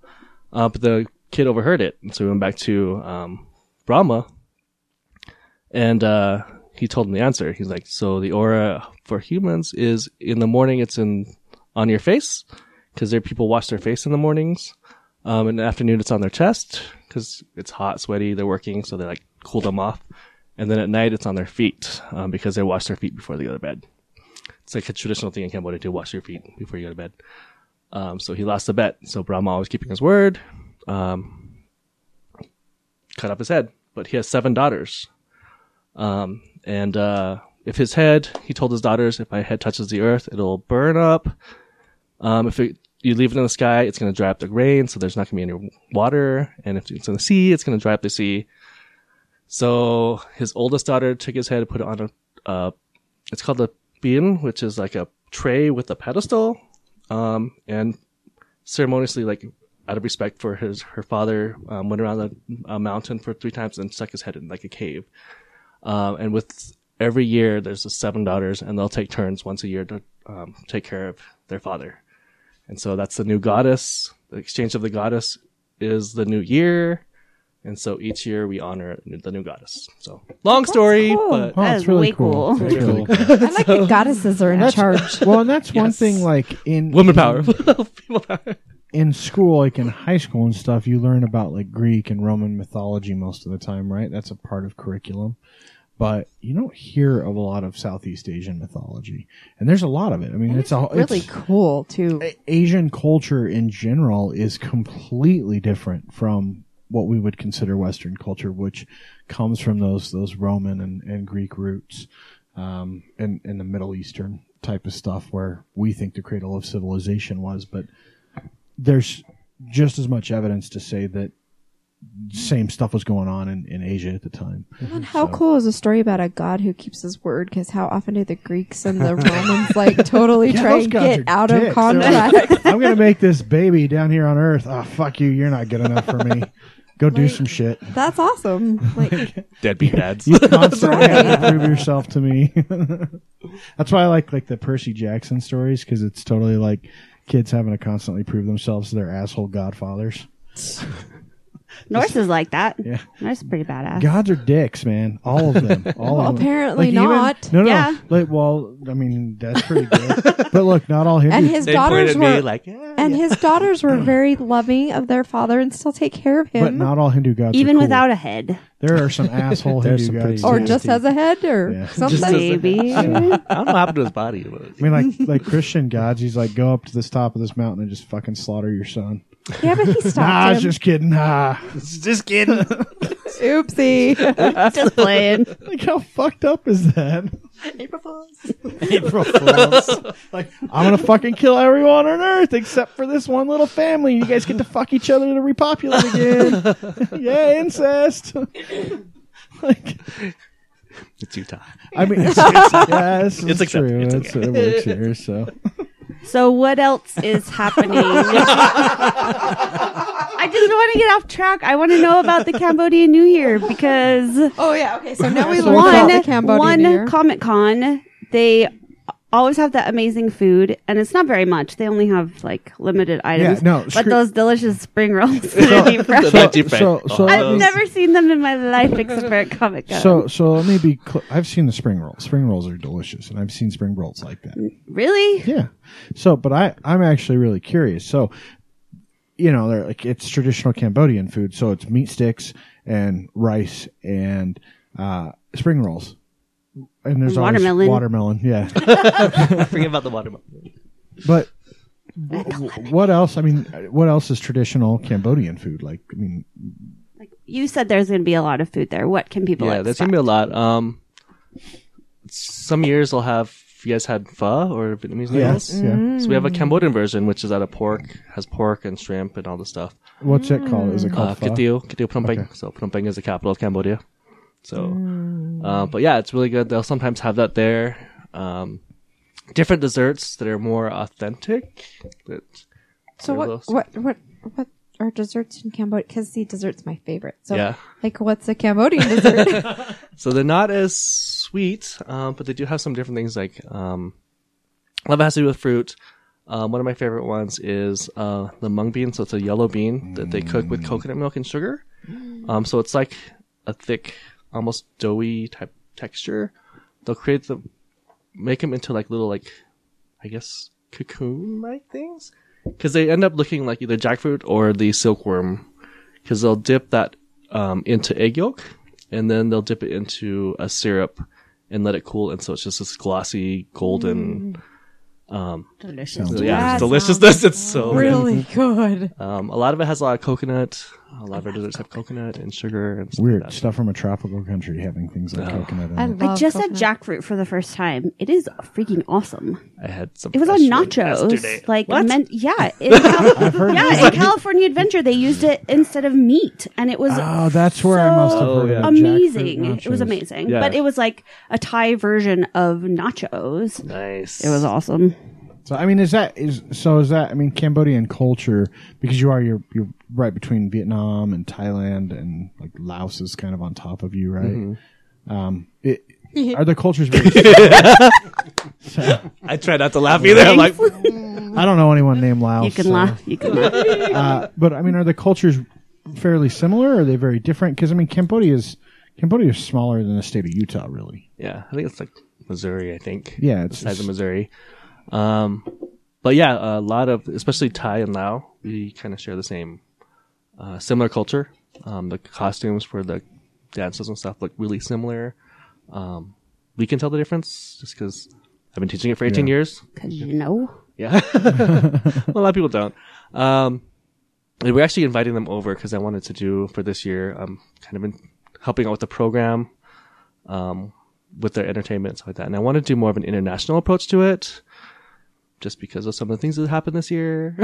Speaker 5: Uh, but the kid overheard it, and so he went back to um, Brahma, and uh, he told him the answer. He's like, "So the aura for humans is in the morning. It's in on your face because their people wash their face in the mornings. Um, in the afternoon, it's on their chest because it's hot, sweaty. They're working, so they like cool them off. And then at night, it's on their feet um, because they wash their feet before they go to bed. It's like a traditional thing in Cambodia to wash your feet before you go to bed. Um, so he lost the bet. So Brahma was keeping his word. um, cut off his head. But he has seven daughters. Um, and uh, if his head, he told his daughters, if my head touches the earth, it'll burn up. Um, if it, you leave it in the sky, it's going to dry up the rain, so there's not going to be any water. And if it's in the sea, it's going to dry up the sea. So his oldest daughter took his head and put it on a, uh, it's called a bin, which is like a tray with a pedestal. Um, and ceremoniously, like out of respect for his her father, um, went around a, a mountain for three times and stuck his head in like a cave. Um, and with every year, there's the seven daughters, and they'll take turns once a year to um, take care of their father. And so that's the new goddess. The exchange of the goddess is the new year. And so each year we honor the new goddess. So long story,
Speaker 6: cool.
Speaker 5: but
Speaker 2: Oh,
Speaker 1: That
Speaker 2: it's
Speaker 1: is
Speaker 2: really
Speaker 1: way
Speaker 2: cool.
Speaker 1: cool.
Speaker 2: It's really cool.
Speaker 6: I like
Speaker 2: [laughs]
Speaker 6: the goddesses are in
Speaker 2: That's- [laughs]
Speaker 6: charge.
Speaker 2: well, and that's one
Speaker 5: Yes.
Speaker 2: thing. Like in
Speaker 5: woman [laughs] power, people power.
Speaker 2: in school, like in high school and stuff, you learn about like Greek and Roman mythology most of the time, right? That's a part of curriculum. But you don't hear of a lot of Southeast Asian mythology, and there's a lot of it. I mean, it's all
Speaker 6: Really
Speaker 2: it's-
Speaker 6: cool too.
Speaker 2: A- Asian culture in general is completely different from what we would consider Western culture, which comes from those those Roman and, and Greek roots, um, and and the Middle Eastern type of stuff where we think the cradle of civilization was. But there's just as much evidence to say that same stuff was going on in, in Asia at the time.
Speaker 4: And how cool is a story about a god who keeps his word? Because how often do the Greeks and the Romans [laughs] like totally
Speaker 2: Yeah,
Speaker 4: try
Speaker 2: those
Speaker 4: and
Speaker 2: guys
Speaker 4: get
Speaker 2: are
Speaker 4: out
Speaker 2: dicks.
Speaker 4: of
Speaker 2: They're like, [laughs]
Speaker 4: contract?
Speaker 2: I'm gonna make this baby down here on Earth. Ah, fuck you. You're not good enough for me. Go do
Speaker 4: Like-
Speaker 2: some
Speaker 4: [laughs]
Speaker 2: shit.
Speaker 4: That's awesome.
Speaker 2: [laughs]
Speaker 4: Like,
Speaker 5: Deadbeat dads.
Speaker 2: You constantly have to prove yourself to me. [laughs] That's why I like like the Percy Jackson stories because it's totally like kids having to constantly prove themselves to their asshole godfathers.
Speaker 1: Norse is like that.
Speaker 2: Yeah.
Speaker 1: Norse is pretty badass.
Speaker 2: Gods are dicks, man. All of
Speaker 4: [laughs]
Speaker 2: them. All
Speaker 4: well,
Speaker 2: of them.
Speaker 4: apparently
Speaker 2: Like, even-
Speaker 4: not.
Speaker 2: no, no.
Speaker 1: Yeah.
Speaker 2: Like, well, I mean, that's pretty good. but look, not all Hindus.
Speaker 4: [laughs] And his
Speaker 5: They
Speaker 4: daughters
Speaker 5: pointed
Speaker 4: were
Speaker 5: at me like, "Yeah."
Speaker 4: [laughs] and his daughters were very loving of their father and still take care of
Speaker 2: but
Speaker 4: him.
Speaker 2: not all Hindu gods. are
Speaker 1: Even
Speaker 2: cool.
Speaker 1: without
Speaker 2: [laughs]
Speaker 1: a head.
Speaker 2: there are some asshole
Speaker 3: [laughs] There's
Speaker 2: Hindu
Speaker 3: some pretty
Speaker 2: gods.
Speaker 4: or
Speaker 3: Yeah.
Speaker 4: just as a head or
Speaker 2: Yeah.
Speaker 4: something.
Speaker 5: Just as a-
Speaker 1: Maybe.
Speaker 5: I don't know what happened to his body. but-
Speaker 2: I mean, like like Christian gods, he's like, go up to this top of this mountain and just fucking slaughter your son.
Speaker 4: yeah, but he stopped
Speaker 2: Nah, I
Speaker 4: him.
Speaker 2: was just kidding. Ah. Nah.
Speaker 5: Just kidding.
Speaker 4: [laughs] Oopsie.
Speaker 1: Just playing.
Speaker 2: Like, how fucked up is that? April Fools. April Fools. like, I'm gonna fucking kill everyone on Earth except for this one little family. You guys get to fuck each other to repopulate again. [laughs] yeah, incest. like,
Speaker 5: It's Utah.
Speaker 2: I mean, it's,
Speaker 5: [laughs]
Speaker 2: it's, yeah, this is
Speaker 5: It's accepted.
Speaker 2: true.
Speaker 5: It's
Speaker 2: It's- It works here, so.
Speaker 1: So what else is
Speaker 4: [laughs]
Speaker 1: happening? I just want to get off track. I want to know about the Cambodian New Year
Speaker 4: [laughs]
Speaker 1: because
Speaker 4: [laughs] oh yeah, okay. So now [laughs] we learned about the
Speaker 1: one,
Speaker 4: Cambodian
Speaker 1: one
Speaker 4: year.
Speaker 1: Comic Con, they always have that amazing food, and it's not very much. They only have like limited items.
Speaker 2: no,
Speaker 1: but
Speaker 2: screw-
Speaker 1: those delicious
Speaker 4: [laughs]
Speaker 1: spring rolls. that they fry.
Speaker 5: The veggie fry.
Speaker 2: so- so-
Speaker 1: I've
Speaker 2: those-
Speaker 1: never seen them in my life except for at Comic Con.
Speaker 2: So, so let me be. Cl- I've seen the spring rolls. Spring rolls are delicious, and I've seen spring rolls like that.
Speaker 1: really?
Speaker 2: Yeah. So, but I, I'm actually really curious. So, you know, they're like, it's traditional Cambodian food. So it's meat sticks and rice and, uh, spring rolls. And there's always
Speaker 1: Watermelon.
Speaker 2: watermelon. Yeah. [laughs]
Speaker 5: I forget about the watermelon.
Speaker 2: but w- what else? I mean, what else is traditional Cambodian food? Like, I mean,
Speaker 1: You said there's going to be a lot of food there. What can people
Speaker 5: Yeah,
Speaker 1: expect?
Speaker 5: there's gonna be a lot. Um, some years they'll have. You guys had pho or Vietnamese
Speaker 2: yes.
Speaker 5: noodles?
Speaker 4: Mm.
Speaker 1: Mm.
Speaker 2: Yeah.
Speaker 5: So we have a Cambodian version, which is out of pork, has pork and shrimp and all this stuff.
Speaker 2: What's it called? Is it
Speaker 5: Uh,
Speaker 2: called pho?
Speaker 5: Kitio, Kitio Phnom Penh. So Phnom Penh is the capital of Cambodia. So, uh, but yeah, it's really good. They'll sometimes have that there. Um, different desserts that are more authentic. That
Speaker 4: so what, what what what are desserts in Cambodia? Because see, dessert's my favorite. So
Speaker 5: Yeah.
Speaker 4: like, what's a Cambodian [laughs] dessert?
Speaker 5: So they're not as sweet, um, but they do have some different things like um, a lot of it has to do with fruit. Um, one of my favorite ones is uh, the mung bean. So it's a yellow bean that they cook with coconut milk and sugar. Um, so it's like a thick, almost doughy type texture. They'll create the, make them into like little like, I guess cocoon like things, because they end up looking like either jackfruit or the silkworm because they'll dip that um, into egg yolk and then they'll dip it into a syrup and let it cool and so it's just this glossy golden Um,
Speaker 1: Delicious.
Speaker 5: so yeah,
Speaker 4: That
Speaker 5: it's deliciousness. [laughs] It's so good.
Speaker 4: Really good.
Speaker 5: Um, a lot of it has a lot of coconut. A lot of our desserts have coconut and sugar and stuff like
Speaker 2: Weird
Speaker 5: that.
Speaker 2: stuff from a tropical country having things like coconut in
Speaker 6: I
Speaker 2: it.
Speaker 6: love
Speaker 1: I just had
Speaker 6: coconut.
Speaker 1: jackfruit for the first time. It is freaking awesome.
Speaker 5: I had some.
Speaker 1: It was on
Speaker 5: fresh
Speaker 1: nachos.
Speaker 5: yesterday.
Speaker 1: Like
Speaker 5: What?
Speaker 1: meant,
Speaker 2: [laughs]
Speaker 1: yeah, in Cal-
Speaker 2: heard
Speaker 1: yeah, in California Adventure they used it instead of meat, and it was
Speaker 2: Oh, that's where I must have
Speaker 5: so
Speaker 2: heard of the
Speaker 1: amazing.
Speaker 2: jackfruit
Speaker 1: It was
Speaker 2: nachos.
Speaker 1: amazing,
Speaker 5: Yeah.
Speaker 1: but it was like a Thai version of nachos.
Speaker 5: nice.
Speaker 1: It was awesome.
Speaker 2: So I mean, is that is so? Is that I mean, Cambodian culture because you are you're you're right between Vietnam and Thailand and like Laos is kind of on top of you, right?
Speaker 5: Mm-hmm.
Speaker 2: Um,
Speaker 1: [laughs]
Speaker 2: it, are the cultures?
Speaker 5: [laughs]
Speaker 2: Very,
Speaker 5: [laughs] I try not to laugh either.
Speaker 1: [laughs]
Speaker 5: I'm like,
Speaker 2: I don't know anyone named Laos.
Speaker 1: You can
Speaker 2: so-
Speaker 1: laugh. You can laugh.
Speaker 2: Uh, but I mean, are the cultures fairly similar? Or are they very different? Because I mean, Cambodia is Cambodia is smaller than the state of Utah, really.
Speaker 5: yeah, I think it's like Missouri. I think.
Speaker 2: Yeah,
Speaker 5: the
Speaker 2: it's,
Speaker 5: size of
Speaker 2: it's
Speaker 5: Missouri. Um, but yeah, a lot of especially Thai and Lao, we kind of share the same, uh, similar culture. Um, the costumes for the dances and stuff look really similar. Um, we can tell the difference just because I've been teaching it for 18 years.
Speaker 1: Because you know.
Speaker 5: Yeah, a lot of people don't. Um, and we're actually inviting them over because I wanted to do for this year. I'm kind of been helping out with the program, um, with their entertainment and stuff like that. And I want to do more of an international approach to it, just because of some of the things that happened this year. [laughs]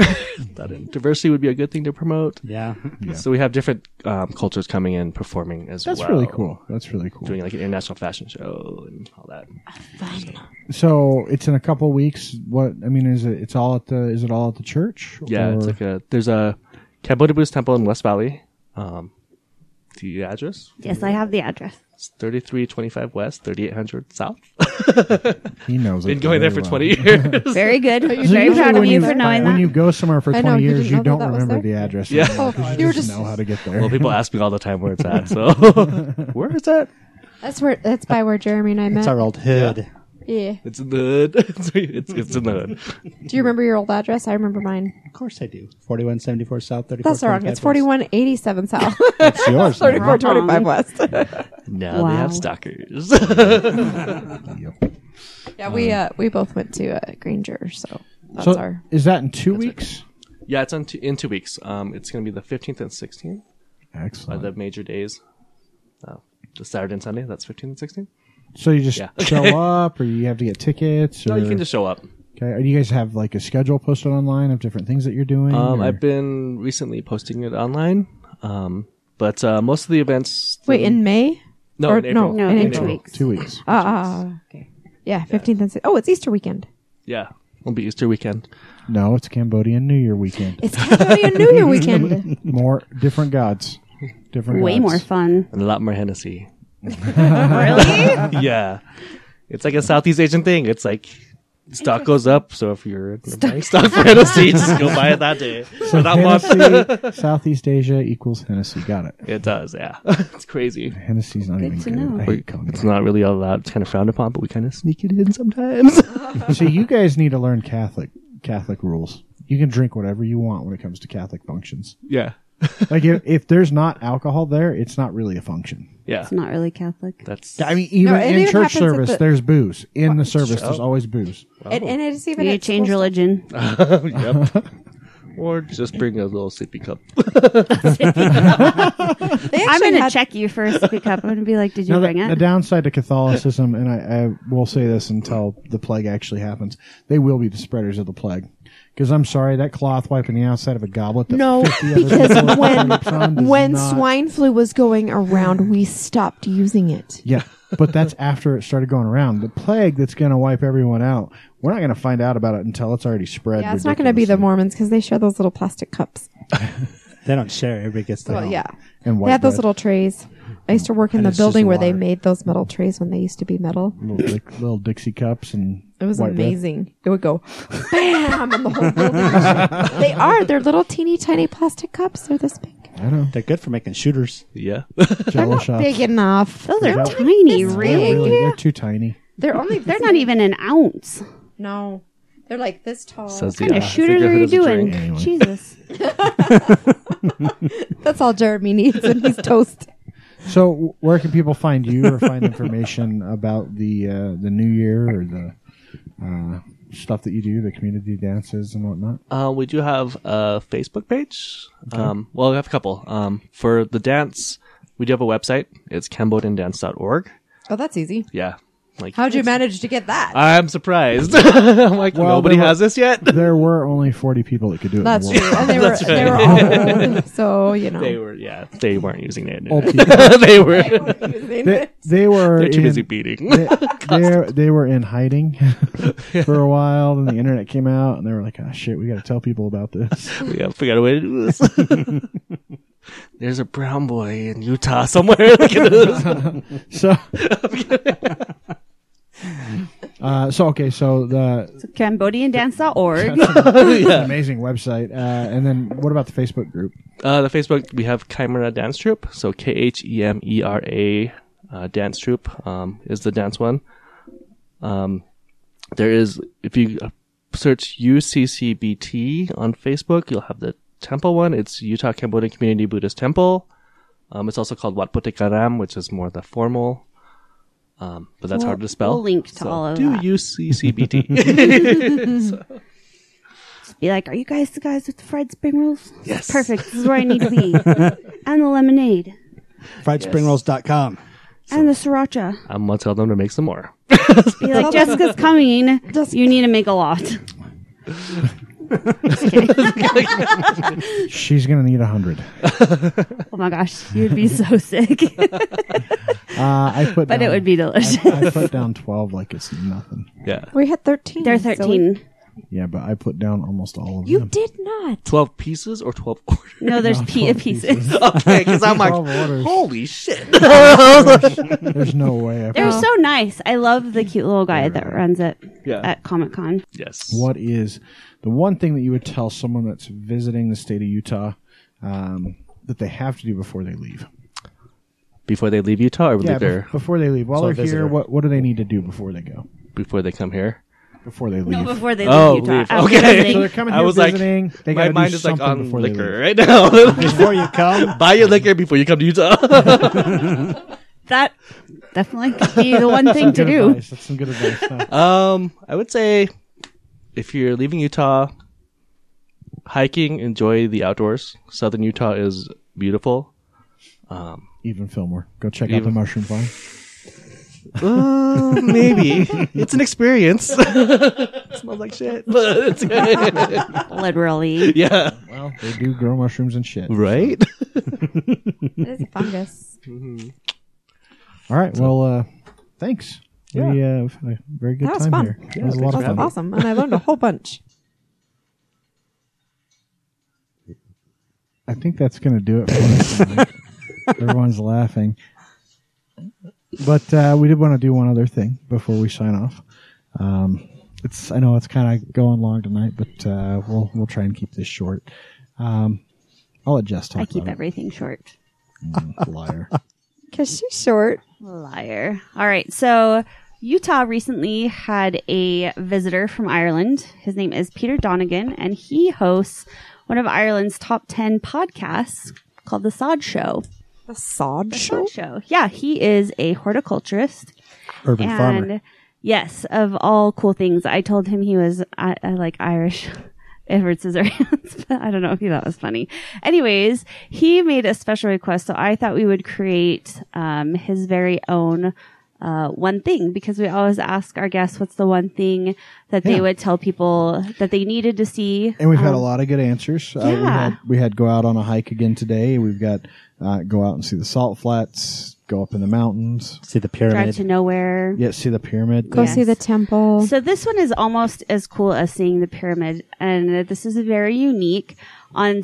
Speaker 5: Thought it- diversity would be a good thing to promote.
Speaker 3: Yeah.
Speaker 5: So we have different um, cultures coming in performing as
Speaker 2: that's
Speaker 5: well.
Speaker 2: really cool. That's really cool.
Speaker 5: Doing like an international fashion show and all that.
Speaker 2: So it's in a couple weeks. What I mean is it? It's all at the. Is it all at the church?
Speaker 5: Yeah, it's
Speaker 2: Or-
Speaker 5: like a there's a Cambodia Buddhist temple in West Valley. Um, the address
Speaker 1: Yes, I have the address.
Speaker 5: it's 3325 West, 3800 South.
Speaker 2: he knows.
Speaker 5: Been
Speaker 2: it
Speaker 5: going there for
Speaker 2: very well.
Speaker 5: 20 years.
Speaker 2: [laughs]
Speaker 1: Very good.
Speaker 2: So
Speaker 1: Very
Speaker 2: usually
Speaker 1: proud of
Speaker 2: when
Speaker 1: you for knowing
Speaker 2: When
Speaker 1: that.
Speaker 2: you go somewhere for
Speaker 4: I know,
Speaker 2: 20
Speaker 4: he
Speaker 2: years,
Speaker 4: didn't
Speaker 2: you
Speaker 4: know
Speaker 2: don't
Speaker 4: that was
Speaker 2: remember
Speaker 4: there. Oh,
Speaker 2: the address.
Speaker 5: Yeah.
Speaker 2: anymore 'cause
Speaker 4: you were
Speaker 2: just
Speaker 4: just-
Speaker 2: know how to get there.
Speaker 5: [laughs]
Speaker 2: [laughs]
Speaker 5: well, people ask me all the time where it's at. [laughs] So where is that?
Speaker 6: That's where that's by where Jeremy and I met.
Speaker 3: It's our old hood.
Speaker 6: Yeah.
Speaker 5: It's in the hood. [laughs] It's, it's, it's in the hood.
Speaker 4: Do you remember your old address? I remember mine.
Speaker 3: Of course I do. 4174 South 34.
Speaker 4: That's wrong. It's 4187 South,
Speaker 3: It's
Speaker 4: [laughs]
Speaker 3: yours. man.
Speaker 4: 3425 West.
Speaker 5: Now they
Speaker 1: Wow.
Speaker 5: have stalkers.
Speaker 4: Yeah, we uh, we both went to uh, Granger, so that's
Speaker 2: So
Speaker 4: our.
Speaker 2: is that in two weeks?
Speaker 5: [laughs] yeah, it's on two, in two weeks. Um, it's going to be the 15th and 16th are
Speaker 2: Excellent.
Speaker 5: the major days. Uh, the Saturday and Sunday, that's 15th and 16th.
Speaker 2: so you just
Speaker 5: Yeah.
Speaker 2: show
Speaker 5: [laughs]
Speaker 2: up, or you have to get tickets? Or,
Speaker 5: No, you can just show up.
Speaker 2: Okay. Or do you guys have like a schedule posted online of different things that you're doing?
Speaker 5: Um,
Speaker 2: or-
Speaker 5: I've been recently posting it online, um, but uh, most of the events.
Speaker 4: Wait, in May?
Speaker 5: no,
Speaker 4: or-
Speaker 5: in April.
Speaker 4: no.
Speaker 1: No,
Speaker 4: In
Speaker 1: in
Speaker 4: April.
Speaker 1: two weeks.
Speaker 2: two weeks.
Speaker 4: Ah, okay. Yeah, 15th and 16th. Oh, it's Easter weekend.
Speaker 5: Yeah, it'll be Easter weekend.
Speaker 2: No, it's Cambodian New Year weekend.
Speaker 4: [laughs] It's Cambodian New Year [laughs]
Speaker 2: [laughs]
Speaker 4: weekend.
Speaker 2: More different gods. Different.
Speaker 1: Way
Speaker 2: gods.
Speaker 1: more fun.
Speaker 5: and a lot
Speaker 1: [laughs]
Speaker 5: more Hennessy.
Speaker 1: Really?
Speaker 5: [laughs] yeah, it's like a Southeast Asian thing. It's like stock goes up, so if you're gonna buy stock for Hennessy, just go buy it that day
Speaker 2: So
Speaker 5: or that month.
Speaker 2: Hennessy,
Speaker 5: [laughs]
Speaker 2: Southeast Asia equals Hennessy. Got it.
Speaker 5: It does, yeah. it's crazy.
Speaker 2: Hennessy's not even
Speaker 1: to
Speaker 2: good.
Speaker 1: know.
Speaker 2: I hate calling it
Speaker 5: It's not really allowed. It's kind of frowned upon, but we kind of sneak it in sometimes.
Speaker 2: See, you guys need to learn Catholic Catholic rules. You can drink whatever you want when it comes to Catholic functions.
Speaker 5: [laughs] yeah,
Speaker 2: Like if, if there's not alcohol there, it's not really a function.
Speaker 5: yeah.
Speaker 1: It's not really Catholic.
Speaker 5: That's
Speaker 2: I mean, even
Speaker 4: No, it
Speaker 2: in
Speaker 4: even
Speaker 2: church
Speaker 4: happens at
Speaker 2: service,
Speaker 4: the-
Speaker 2: there's booze. In the service, there's always booze.
Speaker 4: and, and it's even.
Speaker 1: You
Speaker 4: at
Speaker 1: change
Speaker 4: school
Speaker 1: religion.
Speaker 5: yep. Or just bring a little sippy cup.
Speaker 4: stuff. They
Speaker 1: I'm
Speaker 4: actually
Speaker 1: going to
Speaker 4: had- [laughs]
Speaker 1: check you for a sippy cup. I'm going to be like, did you
Speaker 2: Now, the,
Speaker 1: bring
Speaker 2: the
Speaker 1: it?
Speaker 2: downside to Catholicism, and I, I will say this until the plague actually happens, they will be the spreaders of the plague. Because I'm sorry, that cloth wiping the outside of a goblet. That
Speaker 4: No,
Speaker 2: 50 other
Speaker 4: because
Speaker 2: people
Speaker 4: when
Speaker 2: wiped on does
Speaker 4: when
Speaker 2: not-
Speaker 4: swine flu was going around, we stopped using it.
Speaker 2: Yeah, [laughs] but that's after it started going around. The plague that's going to wipe everyone out. We're not going to find out about it until it's already spread.
Speaker 4: Yeah, it's not going to be the Mormons because they share those little plastic cups.
Speaker 3: They don't share. Everybody gets their
Speaker 4: Well,
Speaker 3: own.
Speaker 4: yeah,
Speaker 2: And
Speaker 4: they
Speaker 2: white
Speaker 4: have those
Speaker 2: bread.
Speaker 4: little trays. I used to work in
Speaker 3: And
Speaker 4: the
Speaker 3: it's just
Speaker 4: building where they
Speaker 3: water.
Speaker 4: made those metal trays when they used to be metal.
Speaker 2: little, dic- little Dixie cups and
Speaker 4: It was
Speaker 2: white bread.
Speaker 4: amazing. It would go bam, and the whole building. they are. They're little teeny tiny plastic cups. They're this big.
Speaker 2: I know.
Speaker 3: They're good for making shooters.
Speaker 5: Yeah. [laughs]
Speaker 4: They're
Speaker 2: Jello
Speaker 4: not
Speaker 2: shots.
Speaker 4: big enough.
Speaker 1: Those are
Speaker 2: Yeah.
Speaker 1: Oh, tiny,
Speaker 2: They're
Speaker 1: really.
Speaker 2: really, they're too tiny.
Speaker 4: They're only.
Speaker 1: They're not even an ounce. What
Speaker 4: No, they're like this tall.
Speaker 5: Says
Speaker 1: kind
Speaker 5: the,
Speaker 1: of
Speaker 5: uh,
Speaker 1: shooters are
Speaker 5: figure who
Speaker 1: you
Speaker 5: doesn't
Speaker 1: doing?
Speaker 5: drink.
Speaker 2: Anyway.
Speaker 1: Jesus.
Speaker 4: That's all Jeremy needs, and he's toast.
Speaker 2: So, w- where can people [laughs] find you or find information about the uh, the new year or the uh, stuff that you do, the community dances and whatnot?
Speaker 5: Uh, we do have a Facebook page. Um, well, we have a couple. Um, for the dance, we do have a website. It's cambodiandance.org.
Speaker 4: Oh, that's easy.
Speaker 5: Yeah. Like
Speaker 4: How'd you manage to get that?
Speaker 5: I'm surprised. [laughs] I'm like
Speaker 2: Well,
Speaker 5: nobody
Speaker 2: there were-
Speaker 5: has
Speaker 2: [laughs]
Speaker 5: this yet.
Speaker 2: There were only 40 people that could do it. in the
Speaker 4: That's
Speaker 2: world.
Speaker 4: true.
Speaker 2: [laughs]
Speaker 4: And they were they were all old, so you know.
Speaker 5: They were yeah, they weren't using it. [laughs]
Speaker 2: Old [laughs]
Speaker 5: they were
Speaker 2: They, they were
Speaker 5: they're too
Speaker 2: in-
Speaker 5: busy
Speaker 1: [laughs]
Speaker 5: beating. [laughs]
Speaker 2: they,
Speaker 1: Oh,
Speaker 2: they're- they were in hiding for a while, and the internet came out, and they were like, "Ah, shit, we got to tell people about
Speaker 1: [laughs]
Speaker 2: this."
Speaker 5: we gotta figure out a way to do this.
Speaker 2: [laughs]
Speaker 5: [laughs] There's a brown boy in Utah somewhere. [laughs] Look at this.
Speaker 2: So, uh, so okay, so the
Speaker 1: [laughs] So CambodianDance.org.
Speaker 2: an amazing website, uh, and then what about the Facebook group?
Speaker 5: uh, the Facebook we have Chimera Dance Troupe. So K H E M E R A uh, Dance Troupe um, is the dance one. Um, there is if you uh, search UCCBT on Facebook, you'll have the temple one. It's Utah Cambodian Community Buddhist Temple. Um, it's also called Wat Putih Karam, which is more the formal. Um, but that's
Speaker 1: We'll-
Speaker 5: hard to spell.
Speaker 1: we'll link to all of
Speaker 5: do
Speaker 1: that. [laughs]
Speaker 5: UCCBT. So-
Speaker 1: Be like, are you guys the guys with the fried spring rolls?
Speaker 5: Yes.
Speaker 1: Perfect. This is where I need to be. and the lemonade.
Speaker 3: FriedSpringRolls.com.
Speaker 1: And the sriracha.
Speaker 5: I'm gonna tell them to make some more.
Speaker 1: Be like, Jessica's coming. You need to make a lot. Just kidding.
Speaker 2: She's gonna need a hundred.
Speaker 1: oh my gosh, you'd be so sick. [laughs]
Speaker 2: Uh, I put,
Speaker 1: but
Speaker 2: down,
Speaker 1: it would be delicious.
Speaker 2: [laughs] I, I put down twelve like it's nothing.
Speaker 5: Yeah,
Speaker 4: We had thirteen.
Speaker 1: They're
Speaker 4: so we-
Speaker 1: 13.
Speaker 2: Yeah, but I put down almost all of
Speaker 4: you
Speaker 2: them.
Speaker 4: did not.
Speaker 2: [laughs]
Speaker 5: twelve pieces or twelve orders.
Speaker 1: [laughs] No, there's pea pieces.
Speaker 5: okay, because I'm like,
Speaker 2: Twelve orders.
Speaker 5: holy shit.
Speaker 2: There's no
Speaker 1: [laughs]
Speaker 2: way. I
Speaker 1: They're so nice. I love the cute little guy that runs it
Speaker 5: Yeah.
Speaker 1: at Comic Con.
Speaker 5: Yes.
Speaker 2: what is the one thing that you would tell someone that's visiting the state of Utah um, that they have to do before they leave?
Speaker 5: Before they leave Utah, or
Speaker 2: Yeah,
Speaker 5: leave there
Speaker 2: bef- before they leave. While
Speaker 3: So a
Speaker 2: they're here,
Speaker 3: visitor.
Speaker 2: what what do they need to do before they go?
Speaker 5: before they come here.
Speaker 2: Before they leave. [laughs]
Speaker 1: No, before they leave
Speaker 5: Oh,
Speaker 1: Utah.
Speaker 5: leave.
Speaker 1: After
Speaker 5: Okay.
Speaker 1: visiting.
Speaker 2: so they're
Speaker 5: [laughs]
Speaker 2: coming
Speaker 5: I
Speaker 2: here
Speaker 5: was like-
Speaker 2: visiting. they
Speaker 5: My
Speaker 2: gotta
Speaker 5: mind
Speaker 2: do
Speaker 5: is like
Speaker 2: something
Speaker 5: on
Speaker 2: before they
Speaker 5: liquor
Speaker 2: leave.
Speaker 5: right now.
Speaker 2: [laughs]
Speaker 5: [laughs]
Speaker 3: Before you come,
Speaker 5: Buy your liquor before you come to Utah. [laughs]
Speaker 1: that definitely could be the one thing to
Speaker 2: Good
Speaker 1: do.
Speaker 2: advice. That's some good advice. Huh?
Speaker 5: um, I would say if you're leaving Utah, hiking, enjoy the outdoors. Southern Utah is
Speaker 2: [laughs]
Speaker 5: beautiful.
Speaker 2: Even Fillmore, go check out
Speaker 5: Even-
Speaker 2: the mushroom farm.
Speaker 5: Uh, maybe it's an [laughs] experience. it smells like shit, but it's [laughs] good.
Speaker 1: Literally.
Speaker 5: [laughs] yeah,
Speaker 2: Well, they do grow mushrooms and shit. [laughs]
Speaker 5: right.
Speaker 6: It is a fungus.
Speaker 2: All right. Well, uh, thanks.
Speaker 5: Yeah.
Speaker 2: We uh, we've had a very good
Speaker 4: That was
Speaker 2: time
Speaker 4: fun.
Speaker 2: here.
Speaker 5: Yeah,
Speaker 2: that was a lot of
Speaker 4: That's
Speaker 2: fun.
Speaker 4: awesome. And I learned a whole bunch.
Speaker 2: I think that's going to do it for us. tonight. Everyone's laughing. But uh, we did want to do one other thing before we sign off. Um, it's I know it's kind of going long tonight, but uh, we'll we'll try and keep this short. Um, I'll let Jess talk.
Speaker 1: I keep
Speaker 2: about
Speaker 1: everything short.
Speaker 2: it. liar.
Speaker 4: Cause she's short.
Speaker 1: Liar. All right. So Utah recently had a visitor from Ireland. His name is Peter Donegan, and he hosts one of Ireland's top 10 podcasts called The Sod Show.
Speaker 4: The sod
Speaker 1: The
Speaker 4: show.
Speaker 1: Sod Show. Yeah, he is a horticulturist.
Speaker 3: urban farmer.
Speaker 1: and yes, of all cool things, I told him he was I, I like Irish. [laughs] Edward Scissorhands, [laughs] but I don't know if he thought it was funny. Anyways, he made a special request, so I thought we would create um, his very own uh, one thing because we always ask our guests what's the one thing that they
Speaker 2: Yeah.
Speaker 1: would tell people that they needed to see.
Speaker 2: And we've had a lot of good answers. Uh, we,
Speaker 1: yeah.
Speaker 2: had, we had go out on a hike again today. We've got uh, go out and see the salt flats, go up in the mountaes,
Speaker 3: See the
Speaker 1: Drive to
Speaker 3: pyramid.
Speaker 1: nowhere.
Speaker 2: yeah, see the pyramid.
Speaker 4: Go
Speaker 1: Yes.
Speaker 4: see the temple.
Speaker 1: So this one is almost as cool as seeing the pyramid, and uh, this is very unique. On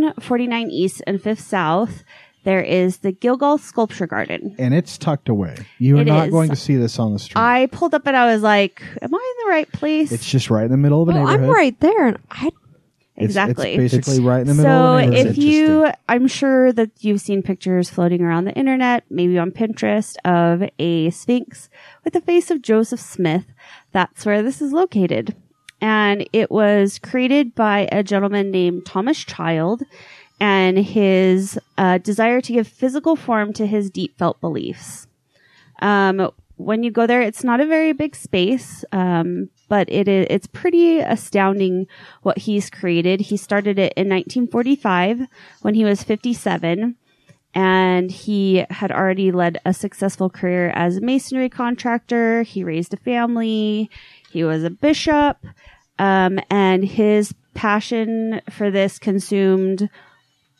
Speaker 1: 749 East and 5th South, there is the Gilgal Sculpture Garden.
Speaker 2: and it's tucked away. You are
Speaker 1: It
Speaker 2: not
Speaker 1: is.
Speaker 2: going to see this on the street.
Speaker 1: I pulled up and I was like, "Am I in the right place?"
Speaker 2: it's just right in the middle of a
Speaker 4: Well, I'm
Speaker 2: neighborhood.
Speaker 4: right there, and I
Speaker 2: It's-
Speaker 1: exactly.
Speaker 2: It's, basically
Speaker 3: It's-
Speaker 2: right in the middle
Speaker 1: so
Speaker 2: of a
Speaker 1: if
Speaker 2: neighborhood.
Speaker 1: you, I'm sure that you've seen pictures floating around the internet, maybe on Pinterest, of a sphinx with the face of Joseph Smith. That's where this is located. And it was created by a gentleman named Thomas Child and his uh, desire to give physical form to his deep felt beliefs. Um, when you go there, it's not a very big space, um, but it is it's pretty astounding what he's created. He started it in 1945 when he was 57 and he had already led a successful career as a masonry contractor. He raised a family. He was a bishop. Um, and his passion for this consumed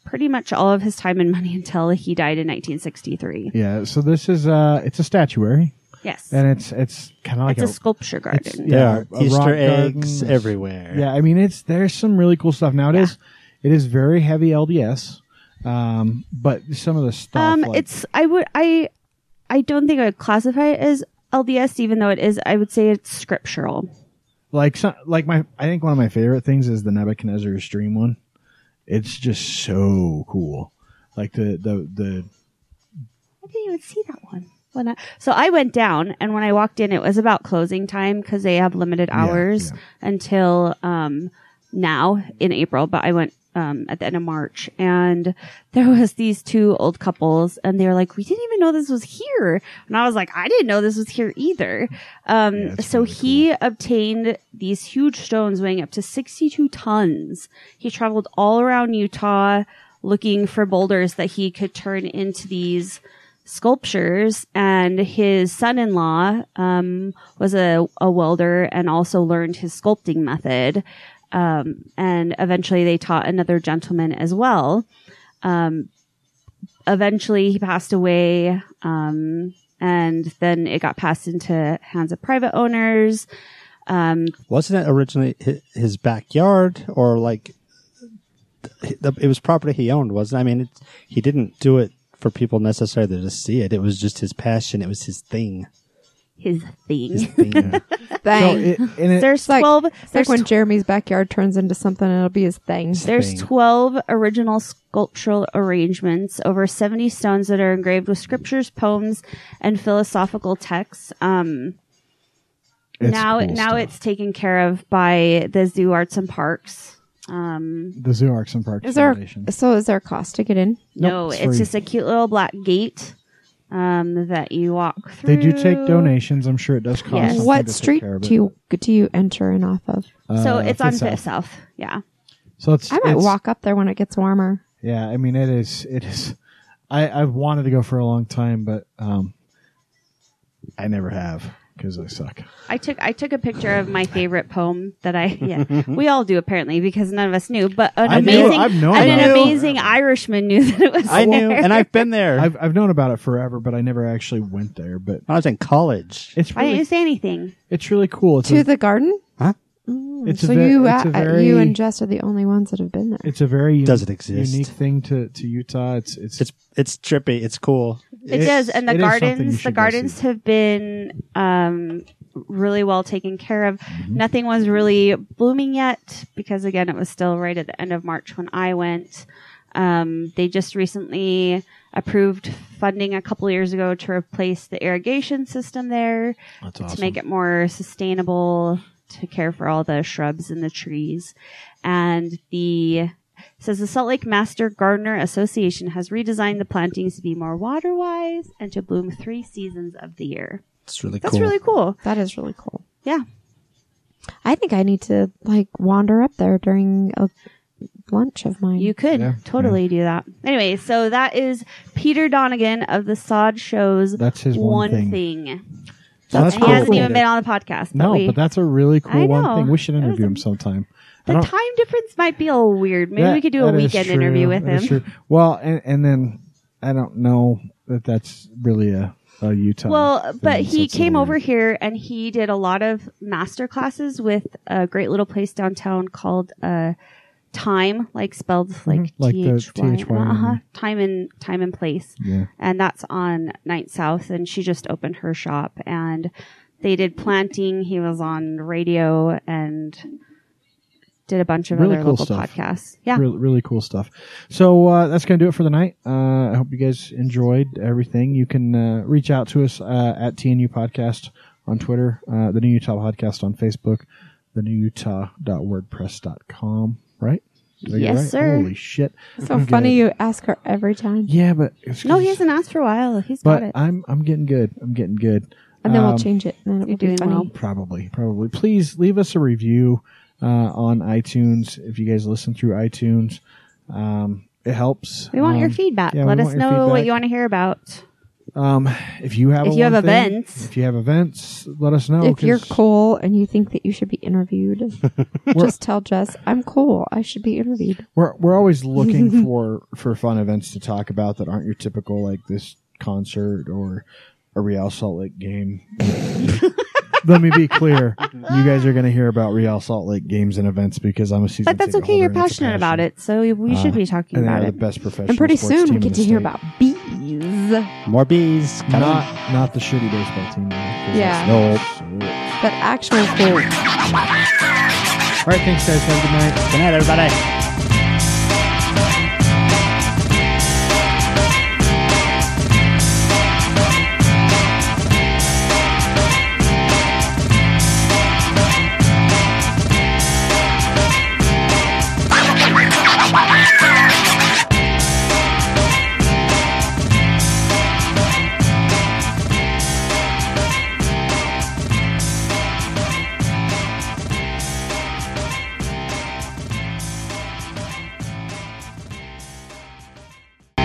Speaker 1: pretty much all of his time and money [laughs] until he died in 1963.
Speaker 2: Yeah. So this is uh, it's a statuary,
Speaker 1: Yes.
Speaker 2: and it's it's kind of like
Speaker 1: it's a sculpture
Speaker 2: it's-
Speaker 1: garden.
Speaker 3: There
Speaker 2: Yeah,
Speaker 3: are
Speaker 2: a rock
Speaker 3: Easter
Speaker 2: garden.
Speaker 3: eggs everywhere.
Speaker 2: Yeah, I mean it's there's some really cool stuff nowadays. It is very heavy LDS, um, but some of the stuff
Speaker 1: Um,
Speaker 2: like-
Speaker 1: it's I would I I don't think I would classify it as LDS, even though it is. I would say it's scriptural.
Speaker 2: like some, like my I think one of my favorite things is the Nebuchadnezzar's dream one. It's just so cool. Like the the
Speaker 1: [laughs]
Speaker 2: the
Speaker 1: I didn't even see that one. When I, so I went down, and when I walked in, it was about closing time because they have limited hours
Speaker 2: yeah.
Speaker 1: until um, now in April. But I went um, at the end of March, and there was these two old couples, and they were like, "We didn't even know this was here," and I was like, "I didn't know this was here either." Um,
Speaker 2: Yeah, it's
Speaker 1: so
Speaker 2: really
Speaker 1: he obtained these huge stones weighing up to sixty-two tons. He traveled all around Utah looking for boulders that he could turn into these sculptures and his son-in-law um, was a, a welder and also learned his sculpting method um, and eventually they taught another gentleman as well um, eventually he passed away um, and then it got passed into hands of private owners um,
Speaker 3: Wasn't it originally hi- his backyard or like th- it was property he owned? Wasn't it? I mean, it, he didn't do it for people necessarily to see it. It was just his passion. It was his thing.
Speaker 1: his
Speaker 3: His
Speaker 1: thing
Speaker 3: thing.
Speaker 2: uh, so
Speaker 4: Thing.
Speaker 2: it, and it,
Speaker 1: there's
Speaker 4: like-
Speaker 1: 12
Speaker 4: it's
Speaker 1: there's
Speaker 4: like when Jeremy's backyard turns into something, it'll be his thing.
Speaker 1: There's
Speaker 3: thing.
Speaker 1: 12 original sculptural arrangements, over 70 stones that are engraved with scriptures, poems, and philosophical texts. Um,
Speaker 2: it's
Speaker 1: now,
Speaker 2: cool
Speaker 1: now
Speaker 2: stuff.
Speaker 1: it's taken care of by the Zoo Arts and Parks. Um,
Speaker 2: the Zoo Arcs and Parks
Speaker 4: Is there
Speaker 2: Foundation.
Speaker 4: so is there a cost to get in?
Speaker 1: no,
Speaker 2: it's
Speaker 1: it's,
Speaker 2: free.
Speaker 1: just a cute little black gate um, that you walk
Speaker 2: They do
Speaker 1: through.
Speaker 2: take donations. I'm sure it does cost.
Speaker 1: Yes.
Speaker 2: something
Speaker 4: What
Speaker 2: to take
Speaker 4: street
Speaker 2: care of
Speaker 4: do you do you enter in off of?
Speaker 2: it.
Speaker 1: So
Speaker 2: Uh,
Speaker 1: it's on
Speaker 2: Fifth
Speaker 1: Fifth
Speaker 2: South.
Speaker 1: South. Yeah.
Speaker 2: So it's
Speaker 4: I might
Speaker 2: it's-
Speaker 4: walk up there when it gets warmer.
Speaker 2: Yeah, I mean it is it is I I've wanted to go for a long time but um I never have cuz I suck.
Speaker 1: I took I took a picture of my favorite poem that
Speaker 2: [laughs]
Speaker 1: I yeah we all do apparently because none of us knew but an
Speaker 2: I knew-
Speaker 1: amazing
Speaker 2: I've known
Speaker 1: and
Speaker 3: about
Speaker 1: an
Speaker 3: it.
Speaker 1: amazing Irishman knew that it was
Speaker 3: I
Speaker 2: [laughs]
Speaker 3: knew,
Speaker 1: there.
Speaker 3: and I've been there.
Speaker 2: I've I've known about it forever but I never actually went there but
Speaker 3: when I was in college.
Speaker 2: it's
Speaker 1: I
Speaker 2: really
Speaker 1: didn't say anything.
Speaker 2: it's really cool. It's
Speaker 4: to
Speaker 2: a,
Speaker 4: the garden?
Speaker 3: Huh?
Speaker 4: Mm,
Speaker 2: It's a
Speaker 4: so
Speaker 2: ve-
Speaker 4: you
Speaker 2: it's a
Speaker 4: uh,
Speaker 2: very-
Speaker 4: you and Jess are the only ones that have been there.
Speaker 2: it's a very un-
Speaker 3: Does it exist?
Speaker 2: unique thing to to Utah. It's it's,
Speaker 3: It's it's trippy. It's cool.
Speaker 1: It does, and the
Speaker 2: it is something you
Speaker 1: gardens
Speaker 2: should go
Speaker 1: the gardens
Speaker 2: see.
Speaker 1: have been um, really well taken care of.
Speaker 2: Mm-hmm.
Speaker 1: Nothing was really blooming yet because again, it was still right at the end of March when I went. Um, they just recently approved funding a couple years ago to replace the irrigation system there
Speaker 2: That's
Speaker 1: to make it more sustainable, to care for all the shrubs and the trees. And the it says the Salt Lake Master Gardener Association has redesigned the plantings to be more water wise and to bloom three seasons of the year.
Speaker 3: It's really
Speaker 1: That's
Speaker 3: cool.
Speaker 1: really cool.
Speaker 4: That is really cool.
Speaker 1: Yeah.
Speaker 4: I think I need to like wander up there during a lunch of mine.
Speaker 1: You could
Speaker 2: Yeah,
Speaker 1: totally do that. Anyway, so that is Peter Donegan of the Sod Shows.
Speaker 2: That's his one
Speaker 1: one
Speaker 2: thing.
Speaker 1: thing.
Speaker 2: So that's
Speaker 1: And
Speaker 2: cool.
Speaker 1: he hasn't even been on the podcast. But
Speaker 2: No,
Speaker 1: we,
Speaker 2: but that's a really cool
Speaker 1: I
Speaker 2: one
Speaker 1: know.
Speaker 2: thing. We should
Speaker 1: That was
Speaker 2: interview
Speaker 1: a-
Speaker 2: him sometime. I
Speaker 1: the
Speaker 2: don't-
Speaker 1: time difference might be a little weird. Maybe
Speaker 2: That-
Speaker 1: we could do a
Speaker 2: that is
Speaker 1: weekend
Speaker 2: true.
Speaker 1: interview with
Speaker 2: That is
Speaker 1: him.
Speaker 2: true. Well, and, and then I don't know that that's really a, a Utah.
Speaker 1: Well, uh,
Speaker 2: thing,
Speaker 1: but
Speaker 2: so
Speaker 1: he
Speaker 2: it's a
Speaker 1: came
Speaker 2: little
Speaker 1: over
Speaker 2: weird.
Speaker 1: here and he did a lot of master classes with a great little place downtown called uh, Time, like spelled like
Speaker 2: Mm-hmm. like
Speaker 1: T
Speaker 2: the
Speaker 1: H Y.
Speaker 2: THY,
Speaker 1: Uh-huh.
Speaker 2: mhm.
Speaker 1: Time and time and place,
Speaker 2: Yeah.
Speaker 1: and that's on Ninth South. And she just opened her shop, and they did planting. He was on radio and did a bunch of
Speaker 2: Really
Speaker 1: other
Speaker 2: cool
Speaker 1: local
Speaker 2: stuff.
Speaker 1: podcasts. Yeah,
Speaker 2: Really, really cool stuff. So uh, that's going to do it for the night. Uh, I hope you guys enjoyed everything. You can uh, reach out to us uh, at TNU Podcast on Twitter, uh, the New Utah Podcast on Facebook, the New Utah.wordpress.com, right? Did I get it
Speaker 1: Yes,
Speaker 2: right?
Speaker 1: sir.
Speaker 2: Holy shit.
Speaker 4: so
Speaker 2: Okay.
Speaker 4: funny you ask her every time.
Speaker 2: Yeah, but it's
Speaker 1: no, he hasn't asked for a while. He's got
Speaker 2: But
Speaker 1: it.
Speaker 2: I'm I'm getting good. I'm getting good.
Speaker 4: and then
Speaker 2: Um,
Speaker 4: we'll change it. And then it
Speaker 1: You're
Speaker 4: will be
Speaker 1: doing
Speaker 4: funny.
Speaker 1: well.
Speaker 2: Probably, probably. Please leave us a review uh, on iTunes if you guys listen through iTunes. Um, it helps.
Speaker 1: We want your
Speaker 2: Um,
Speaker 1: feedback.
Speaker 2: yeah, we
Speaker 1: Let us
Speaker 2: want your
Speaker 1: know
Speaker 2: feedback.
Speaker 1: what you want to hear about.
Speaker 2: Um, if you have
Speaker 1: If
Speaker 2: a
Speaker 1: you have
Speaker 2: one thing,
Speaker 1: events.
Speaker 2: if you have events, let us know.
Speaker 4: if you're
Speaker 2: 'cause
Speaker 4: cool and you think that you should be interviewed,
Speaker 2: We're-
Speaker 4: just tell Jess, I'm cool. I should be interviewed.
Speaker 2: we're we're always
Speaker 1: [laughs]
Speaker 2: looking for for fun events to talk about that aren't your typical like this concert or a Real Salt Lake game.
Speaker 1: [laughs]
Speaker 2: Let me be clear. You guys are going to hear about Real Salt Lake games and events because I'm a season.
Speaker 1: But that's
Speaker 2: ticket
Speaker 1: okay. You're
Speaker 2: holder and it's a
Speaker 1: passionate about
Speaker 2: passion.
Speaker 1: it, so we should
Speaker 2: Uh,
Speaker 1: be talking
Speaker 2: And they
Speaker 1: about
Speaker 2: are the
Speaker 1: it.
Speaker 2: best professional.
Speaker 4: And pretty
Speaker 2: sports
Speaker 4: soon we
Speaker 2: team in
Speaker 4: get
Speaker 2: the
Speaker 4: to hear
Speaker 2: state.
Speaker 4: about bees.
Speaker 3: More bees. Come on.
Speaker 2: not not the shitty baseball team. though, 'cause
Speaker 4: Yeah.
Speaker 2: that's- no.
Speaker 4: But actual cool.
Speaker 2: All right, thanks guys. Have a good night.
Speaker 3: Good night, everybody.